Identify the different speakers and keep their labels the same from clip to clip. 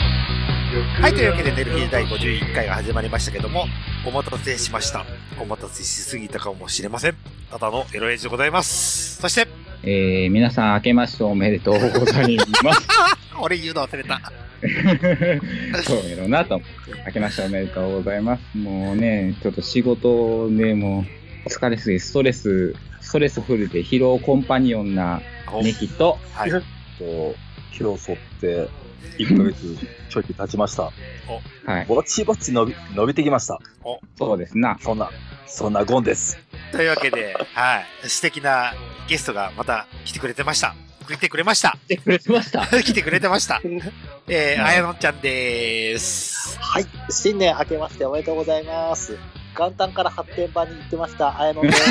Speaker 1: はい、というわけで、寝る日で第51回が始まりましたけども、お待たせしました。お待たせしすぎたかもしれません。ただのエロエイジでございます。そして、
Speaker 2: えー、皆さん明けましておめでとうござい ます。
Speaker 1: 俺言うの忘れた。
Speaker 2: そうやろうなと思って。明けましておめでとうございます。もうね、ちょっと仕事でもう疲れすぎ、ストレス、ストレスフルで疲労コンパニオンな
Speaker 1: お
Speaker 2: ネキと、
Speaker 1: はい。
Speaker 3: と、今日沿って、1ヶ月ちょい経ちました。
Speaker 2: はい、
Speaker 3: ぼちぼち伸び、伸びてきました。
Speaker 2: そうですな。
Speaker 3: そんな、そんなゴンです。
Speaker 1: というわけで、はい。素敵なゲストがまた来てくれてました。来てくれました。
Speaker 2: 来てくれてました。
Speaker 1: 来てくれてました。えー、あやのちゃんでーす。
Speaker 4: はい、新年明けましておめでとうございます。元旦から発展場に行ってました、あやのです。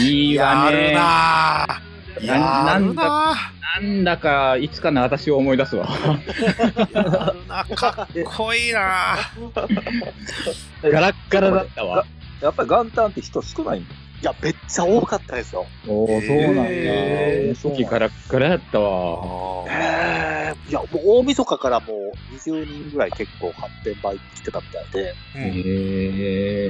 Speaker 2: いい
Speaker 1: や
Speaker 2: わ
Speaker 1: る
Speaker 2: ね。
Speaker 1: なー。
Speaker 2: な
Speaker 1: やる
Speaker 2: なん
Speaker 1: な
Speaker 2: なんだか、いつかの私を思い出すわ。
Speaker 1: ー。やるなかっこいいなー。
Speaker 2: ガラッガラだったわ。
Speaker 3: やっぱり元旦って人少ないんだ。
Speaker 4: いや、めっちゃ多かったですよ。
Speaker 2: おお、そうなんだ。
Speaker 3: えー
Speaker 2: その時ガラッガラだったわ。
Speaker 4: えー、いや、もう大晦日からもう20人ぐらい結構発展場に来てたみたいで、
Speaker 1: う
Speaker 2: え
Speaker 1: ん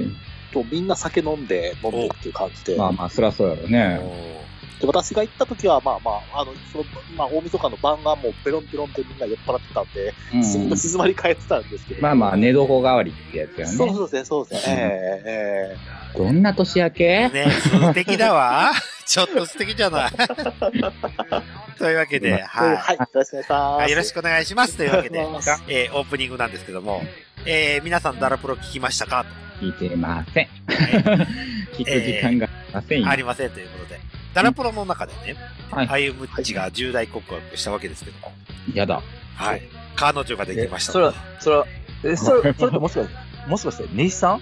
Speaker 2: ー、
Speaker 4: とみんな酒飲んで飲んでっていう感じで、
Speaker 2: まあまあ、そりゃそうやろうね。
Speaker 4: で私が行った時は、まあまあ、あの、そのまあ、大晦日の晩がもうベロンベロンでみんな酔っ払ってたんで、
Speaker 2: うん
Speaker 4: すぐ静まり返ってたんですけど。
Speaker 2: まあまあ、寝床代わりってやつやね。
Speaker 4: そうそうですね、そうですね。ええええ
Speaker 2: どんな年明け
Speaker 1: ね、素敵だわ。ちょっと素敵じゃない。というわけで、
Speaker 4: はい、
Speaker 1: は
Speaker 4: よろしくお願いしま
Speaker 1: い。
Speaker 4: す。
Speaker 1: よ
Speaker 4: く
Speaker 1: ろしくお願いします。というわけで、
Speaker 4: ます。
Speaker 1: えーオープニングなんですけども、えー皆さんダラプロ聞きましたか
Speaker 2: 聞いてません。 聞く時間がありません
Speaker 1: と
Speaker 2: よ。
Speaker 1: ありませんということで、ダラプロの中でね、
Speaker 2: はい
Speaker 1: あゆむっちが重大告白したわけですけども、
Speaker 2: やだ。
Speaker 1: はい。彼女ができました
Speaker 3: それは、それは、え、そ れ、それってもしかして、もしかして、西さん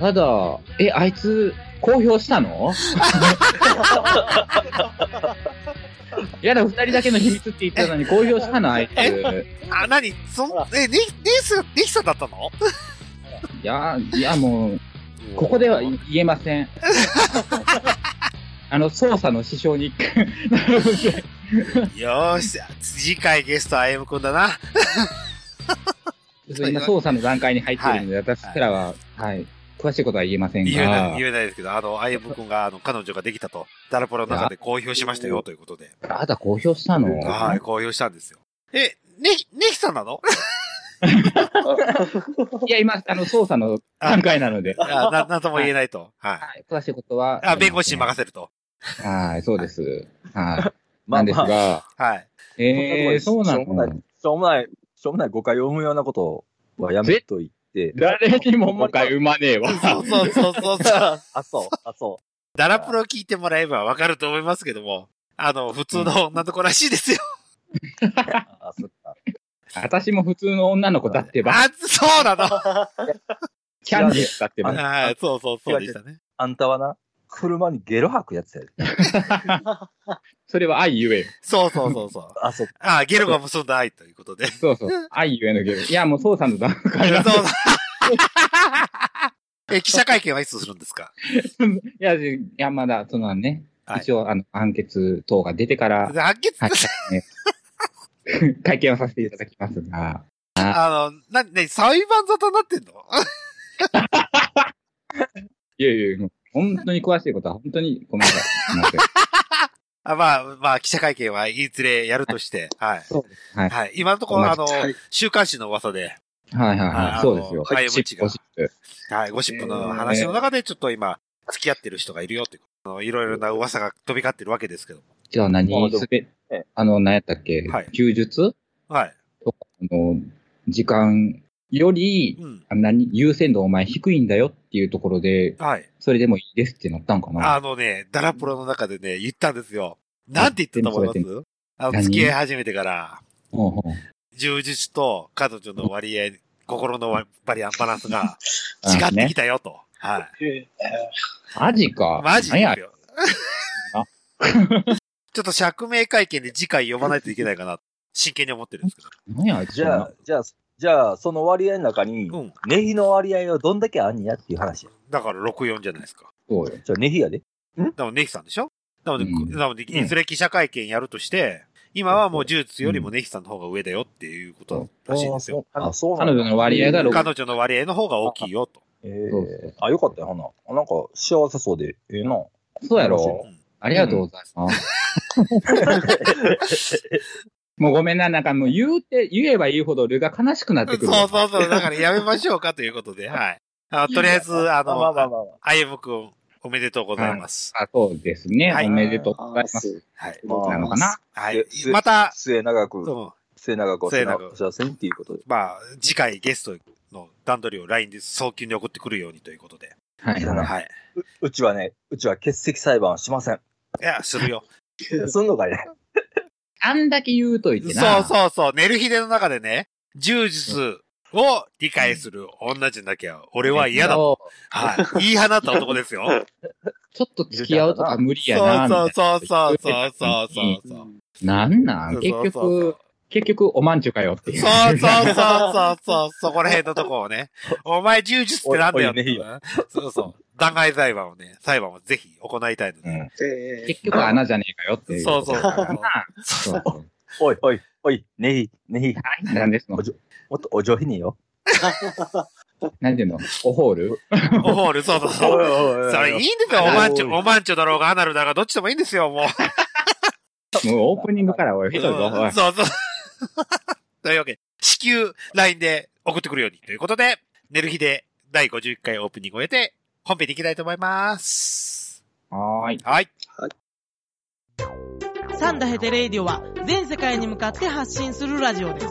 Speaker 2: やだ。え、あいつ、公表し たのやだ、二人だけの秘密って言ってたのに公表したのあいつ。
Speaker 1: あ、なにそん、え、ね、ねす、ねひさんだったの
Speaker 2: いや、いやもう、ここでは言えま せん。あの、捜査の師匠に、
Speaker 1: よーし、次回ゲストあゆむくんだな。
Speaker 2: 今捜査の段階に入ってるので、私からは、はい、詳しいことは言えません
Speaker 1: 言えな
Speaker 2: が
Speaker 1: い、、言えないですけど、あの、あゆむくんが、あの、彼女ができたと、ダラポロの中で公表しましたよ、ということで。
Speaker 2: あだ公表したの
Speaker 1: はい、公表したんですよ。え、ね、ねひさんな の
Speaker 2: いや、今、あの、捜査の段階なので、
Speaker 1: あな、なんとも言えないと。はい。
Speaker 2: はい、詳しいことは。
Speaker 1: あ、弁護士に任せると。
Speaker 2: せはい、そうです。はい。な
Speaker 3: まあ
Speaker 2: んです
Speaker 3: まあ、
Speaker 2: が、
Speaker 1: はい。
Speaker 2: えー、そうな
Speaker 3: しょうもない
Speaker 2: の、
Speaker 3: しょうもない、しょうもない誤解を生むようなことはやめといて、
Speaker 2: 誰にももう一回生まねえわ。
Speaker 1: そうそうそうそうそう。
Speaker 3: あ、そう、あ、そ
Speaker 1: ダラプロ聞いてもらえばわかると思いますけども、あの、普通の女の子らしいですよ。
Speaker 3: う、あ、そっか。
Speaker 2: 私も普通の女の子だってば、
Speaker 1: あ、そうなの。
Speaker 2: キャンディーだってば。
Speaker 1: はい、そうそうそうでしたね。
Speaker 3: あんたはな、車にゲロ吐くやつやで。
Speaker 2: それは愛ゆえよ。
Speaker 1: そうそうそうそう。
Speaker 3: あ、そっか。
Speaker 1: あ、ゲロが結んだ愛ということで。
Speaker 2: そうそう。愛ゆえのゲーム。いや、もう捜査の段階
Speaker 1: そう
Speaker 2: だ。
Speaker 1: だ。 え、記者会見はいつするんですか
Speaker 2: いや、いや、まだ、そのね、
Speaker 1: はい
Speaker 2: 一応、あの、判決等が出てから、
Speaker 1: 判決、
Speaker 2: はい、ね 会見をさせていただきますが、
Speaker 1: あの、な、ね、裁判沙汰になってんの
Speaker 2: いやいやいや、もう本当に詳しいことは本当にごめんなさい。すい ません
Speaker 1: あまあ、まあ、記者会見はいずれやると して、はい。
Speaker 2: そうです。はい。
Speaker 1: はい。今のところ、あの、
Speaker 4: はい
Speaker 1: 週刊誌の噂で、
Speaker 2: はいはい
Speaker 1: あ
Speaker 2: は
Speaker 1: の
Speaker 2: い。そうですよ。
Speaker 1: はい
Speaker 2: ゴシップ
Speaker 1: ゴ
Speaker 2: ゴ
Speaker 1: シ
Speaker 2: シップ
Speaker 1: はい、ゴシップの話の中で、ちょっと今、付き合ってる人がいるよっていうあのいろいろな噂が飛び交ってるわけですけども。
Speaker 2: じゃあ
Speaker 3: まあ
Speaker 2: 何
Speaker 3: でも
Speaker 2: すべ
Speaker 3: え、
Speaker 2: あの、何やったっけ
Speaker 1: はい
Speaker 2: 休術
Speaker 1: はい。
Speaker 2: あの、時間より、
Speaker 1: うん。
Speaker 2: あ何、優先度お前低いんだよっていうところで、
Speaker 1: はい。
Speaker 2: それでもいいですってなったんかな
Speaker 1: あのね、ダラプロの中でね、言ったんですよ。なんて言ってたと思い
Speaker 2: 言
Speaker 1: ますあの、
Speaker 2: 何
Speaker 1: 付き合い始めてから、
Speaker 2: ほうほう
Speaker 1: 充実と彼女の割合、心の割バリアンバランスが
Speaker 2: あ
Speaker 1: 違って
Speaker 2: ね
Speaker 1: きたよと。はい。
Speaker 2: マジか。
Speaker 1: マジ
Speaker 2: 何
Speaker 1: で
Speaker 2: や
Speaker 1: すよ。ちょっと釈明会見で次回呼ばないといけないかな。真剣に思ってるんですけど。
Speaker 2: 何やあいつ
Speaker 3: じゃあ、じゃあ、じゃあ、その割合の中に、
Speaker 1: うん。
Speaker 3: ネヒの割合はどんだけあんねやっていう話や。
Speaker 1: だから64じゃないですか。
Speaker 2: そうよ。
Speaker 3: じゃあ、ネヒやで。
Speaker 1: なので、ネヒさんでしょなので、
Speaker 2: うん
Speaker 1: なので、いずれ記者会見やるとして、今はもう呪術よりもネヒさんの方が上だよっていうことらしいんですよ。
Speaker 3: あ、そう
Speaker 2: 彼女の割合が六
Speaker 1: 彼女の割合の方が大きいよと。
Speaker 3: え
Speaker 2: そうそう
Speaker 3: ー、あ、よかったよ、ほな。なんか、幸せそうで、ええな。
Speaker 2: そうや
Speaker 1: う
Speaker 2: ろ。
Speaker 1: ん
Speaker 2: ありがとうございます。もうごめんな、なんかもう言うて、言えば言うほど俺が悲しくなってくる。
Speaker 1: そうそうそう。だからやめましょうかということで、はい。あとりあえず、あ
Speaker 3: まあまあまあ
Speaker 1: の、
Speaker 3: まあ。
Speaker 1: あゆむくん、おめでとうございます。
Speaker 2: あそうですね、
Speaker 1: はい
Speaker 2: おめでとうございます。
Speaker 1: はい。
Speaker 4: まあ
Speaker 2: なのかな
Speaker 1: はい
Speaker 3: す。
Speaker 1: また、
Speaker 3: 末永く、
Speaker 1: うん
Speaker 3: 末永くお
Speaker 1: 末
Speaker 3: 世
Speaker 1: 永く
Speaker 3: 話お世話せんっていうことで。
Speaker 1: まあ、次回ゲストの段取りを LINE で早急に送ってくるようにということで。
Speaker 2: はい。
Speaker 3: うん
Speaker 1: はい。
Speaker 3: うちはね、うちは欠席裁判はしません。
Speaker 1: いや、するよ。
Speaker 3: すんのか いね。
Speaker 2: あんだけ言うといて
Speaker 1: そう
Speaker 2: な。う
Speaker 1: そうそう。寝る日での中でね、柔術を理解する女じゃなきゃ、俺は嫌だ。
Speaker 2: ち
Speaker 1: はい。言い放った男ですよ。
Speaker 2: ょっと付き合うとか無理やな。
Speaker 1: そうそう
Speaker 2: みた
Speaker 1: そう
Speaker 2: い
Speaker 1: そう
Speaker 2: な
Speaker 1: そうそうそう。
Speaker 2: なんなん結
Speaker 1: そうそうそう
Speaker 2: 局、結局、おまんちゅかよっていう。
Speaker 1: そうそうそうそうそう、そこら辺のとこをね。お前柔術ってなんだよって
Speaker 3: おいおいねいい
Speaker 1: そうそう。弾劾裁判をね、裁判をぜひ行いたいので。
Speaker 4: ええ
Speaker 2: 結局、穴じゃねえかよっていう。
Speaker 1: そうそうそう。
Speaker 2: そうそう。
Speaker 3: おいおい、おい、ねひ、ねひ、
Speaker 2: はい、なんですの
Speaker 3: もっとお上品によ。
Speaker 2: なんていうのおホール
Speaker 1: オホール、そうそうそう。
Speaker 3: お
Speaker 1: それいいんですよ、おまんちょ、おまんちょだろうが、アナルだろうが、どっちでもいいんですよ、もう。
Speaker 2: もうオープニングからおい、ひどいぞ、お
Speaker 1: う
Speaker 2: い
Speaker 1: ん。そう そう。というわけで、至急 LINE で送ってくるようにということで、寝る日で第51回オープニングを終えて、本編に行きたいと思います。
Speaker 2: はーい。
Speaker 1: はい。
Speaker 5: サンダヘテレイディオは全世界に向かって発信するラジオです。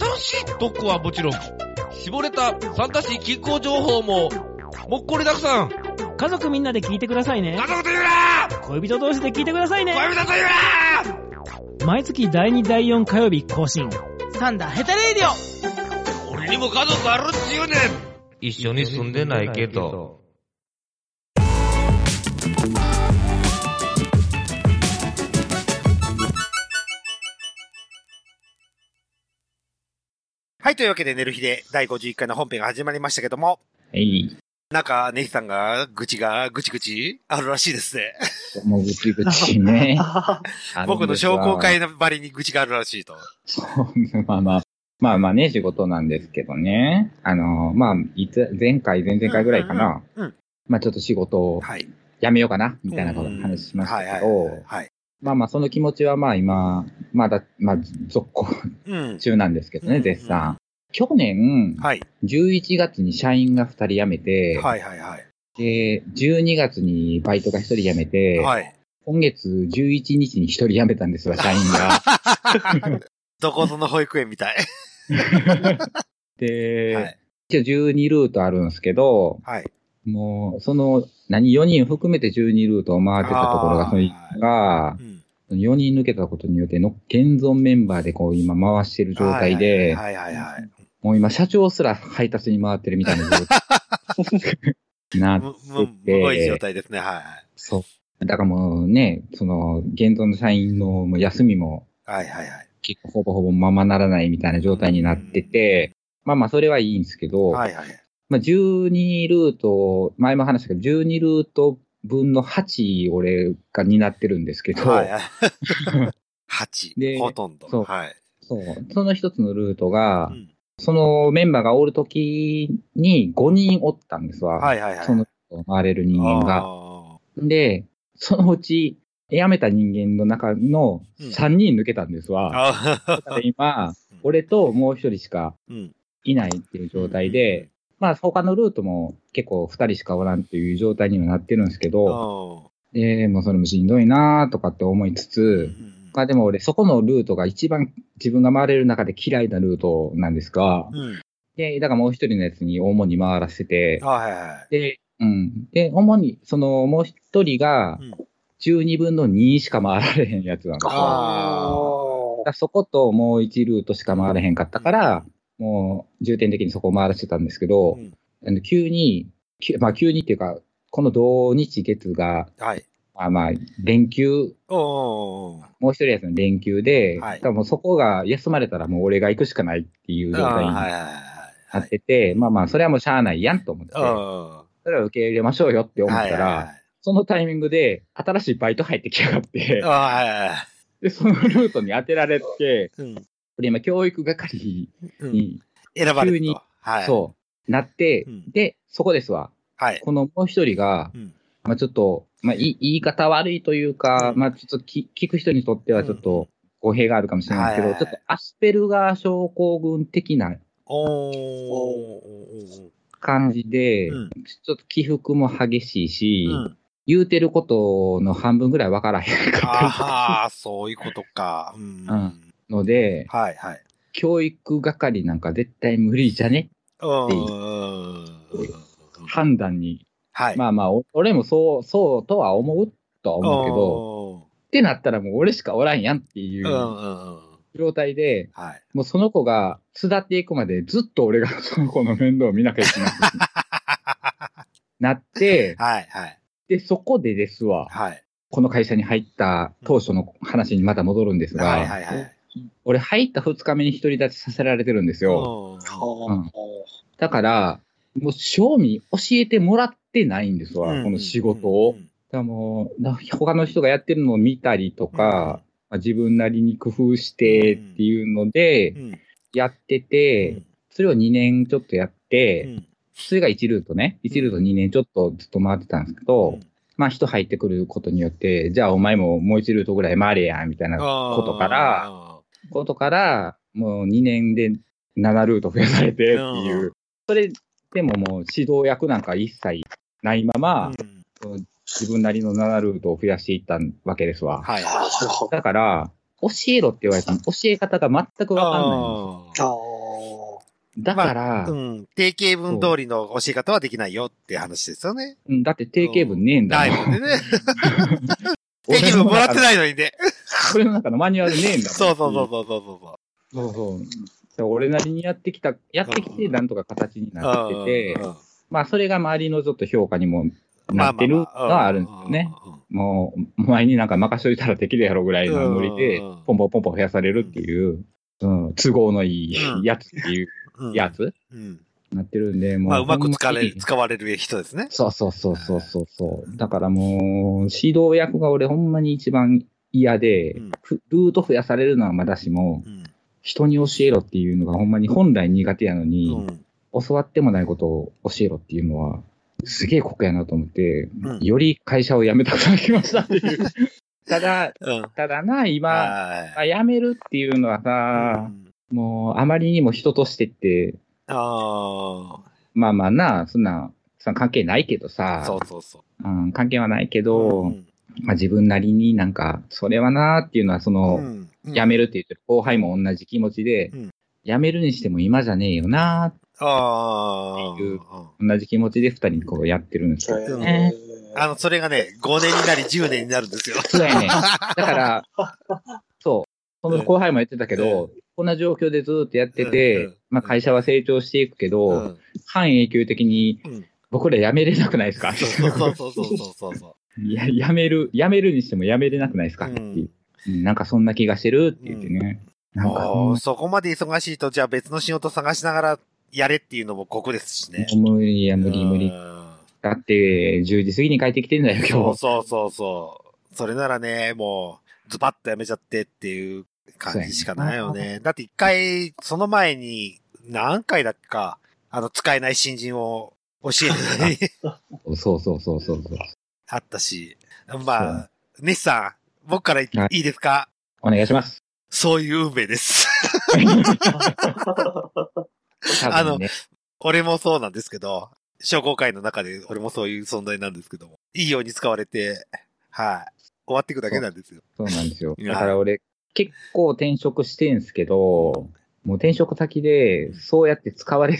Speaker 6: 楽しい特攻はもちろん、絞れた参加し気候情報も、もっこりたくさん。
Speaker 5: 家族みんなで聞いてくださいね
Speaker 6: 家。族と言うな
Speaker 5: 恋人同士で聞いてくださいね。
Speaker 6: 恋人と言うな
Speaker 5: 毎月第2第4火曜日更新。サンダヘテレイディオ
Speaker 6: 俺にも家族あるっちゅうねん一緒に住んでないけど。
Speaker 1: はい、というわけで、寝る日で第51回の本編が始まりましたけども、
Speaker 2: えい。
Speaker 1: なんか、ネヒさんが、愚痴が、ぐちぐちあるらしいですね。
Speaker 2: もうぐちぐちね。
Speaker 1: 僕の商工
Speaker 2: あるん
Speaker 1: 会のばりに愚痴があるらしいと。
Speaker 2: ですが。まあまあ。まあまあね、仕事なんですけどね。あの、まあ、いつ、前回、前々回ぐらいかな。
Speaker 1: うんうんうんうん
Speaker 2: まあちょっと仕事を
Speaker 1: はい。
Speaker 2: 辞めようかな、みたいなこと話しましたけ
Speaker 1: うんはい
Speaker 2: ど、
Speaker 1: はい。
Speaker 2: まあまあその気持ちはまあ今、まだ、まあ続行
Speaker 1: うん。
Speaker 2: 中なんですけど
Speaker 1: うん
Speaker 2: ね、絶賛。去年、
Speaker 1: はい。
Speaker 2: 11月に社員が2人辞めて、
Speaker 1: はいはいはい。
Speaker 2: で、12月にバイトが1人辞めて、
Speaker 1: はい。
Speaker 2: 今月11日に1人辞めたんですわ、社員が。
Speaker 1: どこぞの保育園みたい。
Speaker 2: で、
Speaker 1: はい。
Speaker 2: 一応12ルートあるんですけど、
Speaker 1: はい。
Speaker 2: もう、その、何、4人含めて12ルートを回ってたところ
Speaker 1: あー
Speaker 2: が、それが
Speaker 1: う、ん。
Speaker 2: 4人抜けたことによっての、現存メンバーでこう今回してる状態で、
Speaker 1: はいはいはいはい。
Speaker 2: もう今社長すら配達に回ってるみたいな状 態な
Speaker 1: む、む、
Speaker 2: っ
Speaker 1: むごい
Speaker 2: て
Speaker 1: 状態ですね。はい
Speaker 2: そう。だからもうね、その、現存の社員のもう休みも、
Speaker 1: はい。はいはいはい。
Speaker 2: 結構ほぼほぼままならないみたいな状態になってて、まあまあそれはいいんですけど、
Speaker 1: はいはい。
Speaker 2: まあ12ルート、前も話したけど、12ルート分の8俺が担ってるんですけど、
Speaker 1: はいはい。8。
Speaker 2: で
Speaker 1: ほとんど。
Speaker 2: そう
Speaker 1: はい。
Speaker 2: そうその一つのルートが、
Speaker 1: うん
Speaker 2: そのメンバーがおるときに5人おったんですわ。
Speaker 1: はいはいはい。
Speaker 2: その回れる人間が。
Speaker 1: あ
Speaker 2: で、そのうち、辞めた人間の中の3人抜けたんですわ。
Speaker 1: ー。あ
Speaker 2: で今、俺ともう一人しか
Speaker 1: うん
Speaker 2: いないっていう状態で、まあ他のルートも結構二人しかおらんっていう状態にはなってるんですけ
Speaker 1: うん
Speaker 2: ど、で、もうそれもしんどいなーとかって思いつ
Speaker 1: うんう
Speaker 2: つ、
Speaker 1: ん
Speaker 2: まあでも俺そこのルートが一番自分が回れる中で嫌いなルートなんですが、
Speaker 1: うん。
Speaker 2: で、だからもう一人のやつに主に回らせて、
Speaker 1: はいはいはい。
Speaker 2: で、うん。で、主にそのもう一人が
Speaker 1: うん
Speaker 2: 12分の2しか回られへんやつなんですよ
Speaker 1: あ
Speaker 2: だからそこともう1ルートしか回れへんかったから、もう重点的にそこを回らせてたんですけ
Speaker 1: あ。
Speaker 2: ど、
Speaker 1: うん
Speaker 2: あの急に、きまあ急にっていうか、この土日月が、
Speaker 1: はい。
Speaker 2: まあまあ、連休、
Speaker 1: おー。
Speaker 2: もう一人やつの連休で、
Speaker 1: はい
Speaker 2: 多分そこが休まれたらもう俺が行くしかないっていう
Speaker 1: あ
Speaker 2: 状
Speaker 1: ーは
Speaker 2: 態
Speaker 1: い
Speaker 2: に
Speaker 1: はいは
Speaker 2: な
Speaker 1: いはい。
Speaker 2: ってて、まあまあ、それはもうしゃあないやんと思って、
Speaker 1: は
Speaker 2: それは受け入れましょうよって
Speaker 1: い。
Speaker 2: 思ったら、
Speaker 1: はいはいはい。
Speaker 2: そのタイミングで新しいバイト入ってきやがって、
Speaker 1: あーはいはいはい。
Speaker 2: で、そのルートに当てられて、
Speaker 1: うん。
Speaker 2: で、今、教育係
Speaker 1: うん。
Speaker 2: に、
Speaker 1: 選ばれ
Speaker 2: 急
Speaker 1: る
Speaker 2: に
Speaker 1: と。はい。
Speaker 2: そう、なって、
Speaker 1: うん
Speaker 2: で、そこですわ。
Speaker 1: はい。
Speaker 2: このもう一人が、
Speaker 1: うん
Speaker 2: まあちょっと、まあ、いい言い方悪いというか、
Speaker 1: うん
Speaker 2: まあちょっとき聞く人にとってはちょっと語弊があるかもしれないけ
Speaker 1: は
Speaker 2: ど、
Speaker 1: いはい
Speaker 2: ちょっとアスペルガー症候群的な
Speaker 1: おー。
Speaker 2: 感じで、
Speaker 1: うん
Speaker 2: ちょっと起伏も激しいし、
Speaker 1: うん。
Speaker 2: 言うてることの半分ぐらいわからへんかった
Speaker 1: ああ、そういうことか。うん。
Speaker 2: うんので、
Speaker 1: はいはい。
Speaker 2: 教育係なんか絶対無理じゃね
Speaker 1: うーん。
Speaker 2: 判断に。
Speaker 1: はい。
Speaker 2: まあまあ、お俺もそう、そうとは思うとは思うけど、ってなったらもう俺しかおらんやんってい
Speaker 1: おーうん
Speaker 2: う
Speaker 1: うんうん。
Speaker 2: 状態で、
Speaker 1: はい。
Speaker 2: もうその子が巣立っていくまでずっと俺が その子の面倒を見なきゃいけない。なって、
Speaker 1: はいはい。
Speaker 2: で、そこでですわ、
Speaker 1: はい。
Speaker 2: この会社に入った当初の話にまた戻るんですが、
Speaker 1: はいはいはい。
Speaker 2: 俺入った2日目に独り立ちさせられてるんですよ。
Speaker 1: う
Speaker 4: は
Speaker 2: だから、もう正味教えてもらってないんですわ、
Speaker 1: ん
Speaker 2: この仕事を。
Speaker 1: うん
Speaker 2: だからもう、な他の人がやってるのを見たりとか、まあ自分なりに工夫してっていうので
Speaker 1: う、ん
Speaker 2: やって
Speaker 1: う
Speaker 2: て、
Speaker 1: ん
Speaker 2: それを2年ちょっとやって、
Speaker 1: うん
Speaker 2: それが1ルートね。1ルート2年ちょっとずっと回ってたんですけど、
Speaker 1: うん
Speaker 2: まあ人入ってくることによって、じゃあお前ももう1ルートぐらい回れや、みたいなことから、ことから、もう2年で7ルート増やされてっていうう。それでももう指導役なんか一切ないまま、
Speaker 1: うん
Speaker 2: 自分なりの7ルートを増やしていったわけですわ。
Speaker 1: はい。
Speaker 4: あなるほど。
Speaker 2: だから、教えろって言われても教え方が全くわかんないんで
Speaker 1: あ
Speaker 2: すよ。だから
Speaker 1: ー、うん。定型文通りの教え方はできないよって話ですよね。
Speaker 2: うんだって定型文ねえんだ
Speaker 1: ない
Speaker 2: もん。
Speaker 1: もんでね。定型文もらってないのにね。
Speaker 2: 俺の中のマニュアルねえんだもん。
Speaker 1: そうそうそうそうそうそ
Speaker 2: そうそう。だから俺なりにやってきた、やってきて、なんとか形に
Speaker 1: う。
Speaker 2: なってて
Speaker 1: う、ん
Speaker 2: まあ、それが周りのちょっと評価にもなってるのはあるんですよね。。もう、お前になんか任しといたらできるやろぐらいのノリで
Speaker 1: うん、
Speaker 2: ポンポンポンポン増やされるっていう、うん、都合のいい
Speaker 1: うん
Speaker 2: やつっていう
Speaker 1: うん
Speaker 2: や。つ
Speaker 1: うん。
Speaker 2: なってるんで、もう。
Speaker 1: まあ、うまく使われ
Speaker 2: ほん
Speaker 1: る、
Speaker 2: に
Speaker 1: 使われる人ですね。
Speaker 2: そうそうそうそうそうそう。だからもう、指導役が俺ほんまに一番嫌で
Speaker 1: うん、
Speaker 2: ふルート増やされるのはまだしも、
Speaker 1: うん。
Speaker 2: 人に教えろっていうのがほんまに本来苦手やのに、
Speaker 1: うん。
Speaker 2: 教わってもないことを教えろっていうのは、すげえ酷やなと思って、
Speaker 1: うん
Speaker 2: より会社を辞めたくなり ましたっていう。ただ、
Speaker 1: うん。
Speaker 2: ただな、今、
Speaker 1: は。
Speaker 2: まあ辞めるっていうのはい
Speaker 1: う、
Speaker 2: さ
Speaker 1: ん
Speaker 2: もうあまりにも人としてって、
Speaker 1: あ
Speaker 2: まあまあな、そんな、そんな関係ないけど
Speaker 1: あ。
Speaker 2: さ
Speaker 1: そ、うそうそう。
Speaker 2: うん、関係はないけど、
Speaker 1: うん
Speaker 2: まあ自分なりになんか、それはなっていうのは、その、
Speaker 1: うん
Speaker 2: 辞めるって言ってる後輩も同じ気持ちで、
Speaker 1: うん
Speaker 2: 辞めるにしても今じゃねえよな
Speaker 1: ああ。
Speaker 2: っていう
Speaker 1: うん
Speaker 2: 同じ気持ちで二人こうやってるんですよ。
Speaker 1: うん
Speaker 4: へ
Speaker 1: あの、それがね、5年になり10年になるんですよ。
Speaker 2: そう やね。だから、そう、その後輩も言ってたけど、こんな状況でずーっとやって
Speaker 1: うんうん
Speaker 2: て、まあ会社は成長していくけ
Speaker 1: う
Speaker 2: ど、
Speaker 1: ん
Speaker 2: 半永久的に
Speaker 1: うん
Speaker 2: 僕ら辞めれなくないですか
Speaker 1: そうそうそうそうそうそう。
Speaker 2: いや辞める、辞めるにしても辞めれなくないですかっていう。うんなんかそんな気がしてるって言ってね。なんか
Speaker 1: あーそこまで忙しいと、じゃあ別の仕事探しながらやれっていうのも酷ですしね。
Speaker 2: 無理や無理無
Speaker 1: う
Speaker 2: 理。
Speaker 1: ん
Speaker 2: だって、10時過ぎに帰ってきてんだよ、
Speaker 1: そ
Speaker 2: 今
Speaker 1: う
Speaker 2: 日。
Speaker 1: そうそうそう。それならね、もう、ズバッとやめちゃってっていう感じしかないよね。だって一回、その前に、何回だっけか、あの、使えない新人を教 えて
Speaker 2: そうそうそうそうそう。
Speaker 1: あったし。まあ、西さん、僕からい
Speaker 2: はい
Speaker 1: いですか
Speaker 2: お願いします。
Speaker 1: そういう運命です。 あの
Speaker 2: 多分ね
Speaker 1: 俺もそうなんですけど、商工会の中で俺もそういう存在なんですけども、いいように使われて、はい。終わっていくだけなんですよ。
Speaker 2: そうなんですよ。
Speaker 1: いや
Speaker 2: だから俺、結構転職してんすけど、もう転職先で、そうやって使われ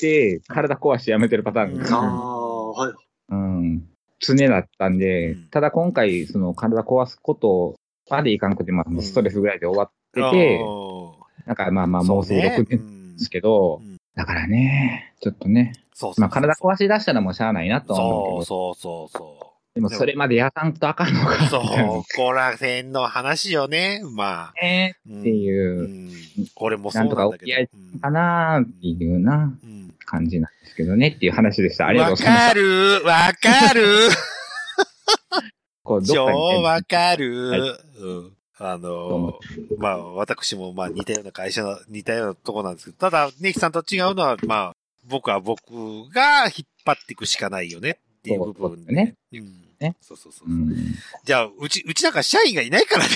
Speaker 2: て、体壊して辞めてるパターン
Speaker 1: うん
Speaker 4: ーああ、はい。
Speaker 2: うん。常だったんで、
Speaker 1: うん
Speaker 2: ただ今回、その体壊すことまでいかんくて、まあ、
Speaker 1: ん
Speaker 2: ストレスぐらいで終わってて、
Speaker 1: おー
Speaker 2: なんかまあまあ、もうすぐ6
Speaker 1: そうね
Speaker 2: 年ですけど、
Speaker 1: うん
Speaker 2: だからね、ちょっとね、
Speaker 1: そうそうそう
Speaker 2: まあ体壊し出したらもうしゃあないなとは思うけ
Speaker 1: そう
Speaker 2: ど、
Speaker 1: そうそうそ
Speaker 2: でもそれまでやらんとあかんのか
Speaker 1: う。。 そう、こら辺の話よね。まあ。
Speaker 2: ね
Speaker 1: うん
Speaker 2: っていうう、
Speaker 1: ん。俺もそうなん
Speaker 2: なん
Speaker 1: だ
Speaker 2: とか
Speaker 1: け
Speaker 2: 折り合い
Speaker 1: ど。
Speaker 2: かなーっていうな
Speaker 1: うんうん
Speaker 2: 感じなんですけどねっていう話でした。ありがとう
Speaker 1: わ
Speaker 2: ございまし
Speaker 1: か
Speaker 2: た。
Speaker 1: るわかる
Speaker 2: こうどっ
Speaker 1: 超
Speaker 2: かに
Speaker 1: わかる、
Speaker 2: はい
Speaker 1: うん。あの、まあ、私も、まあ、似たような会社の、似たようなとこなんですけど、ただ、ネキさんと違うのは、まあ、僕は僕が引っ張っていくしかないよねっていう部分で
Speaker 2: ね。
Speaker 1: うん。
Speaker 2: ね
Speaker 1: そうそうそう。
Speaker 2: うん。
Speaker 1: じゃあ、うち、うちなんか社員がいないからね。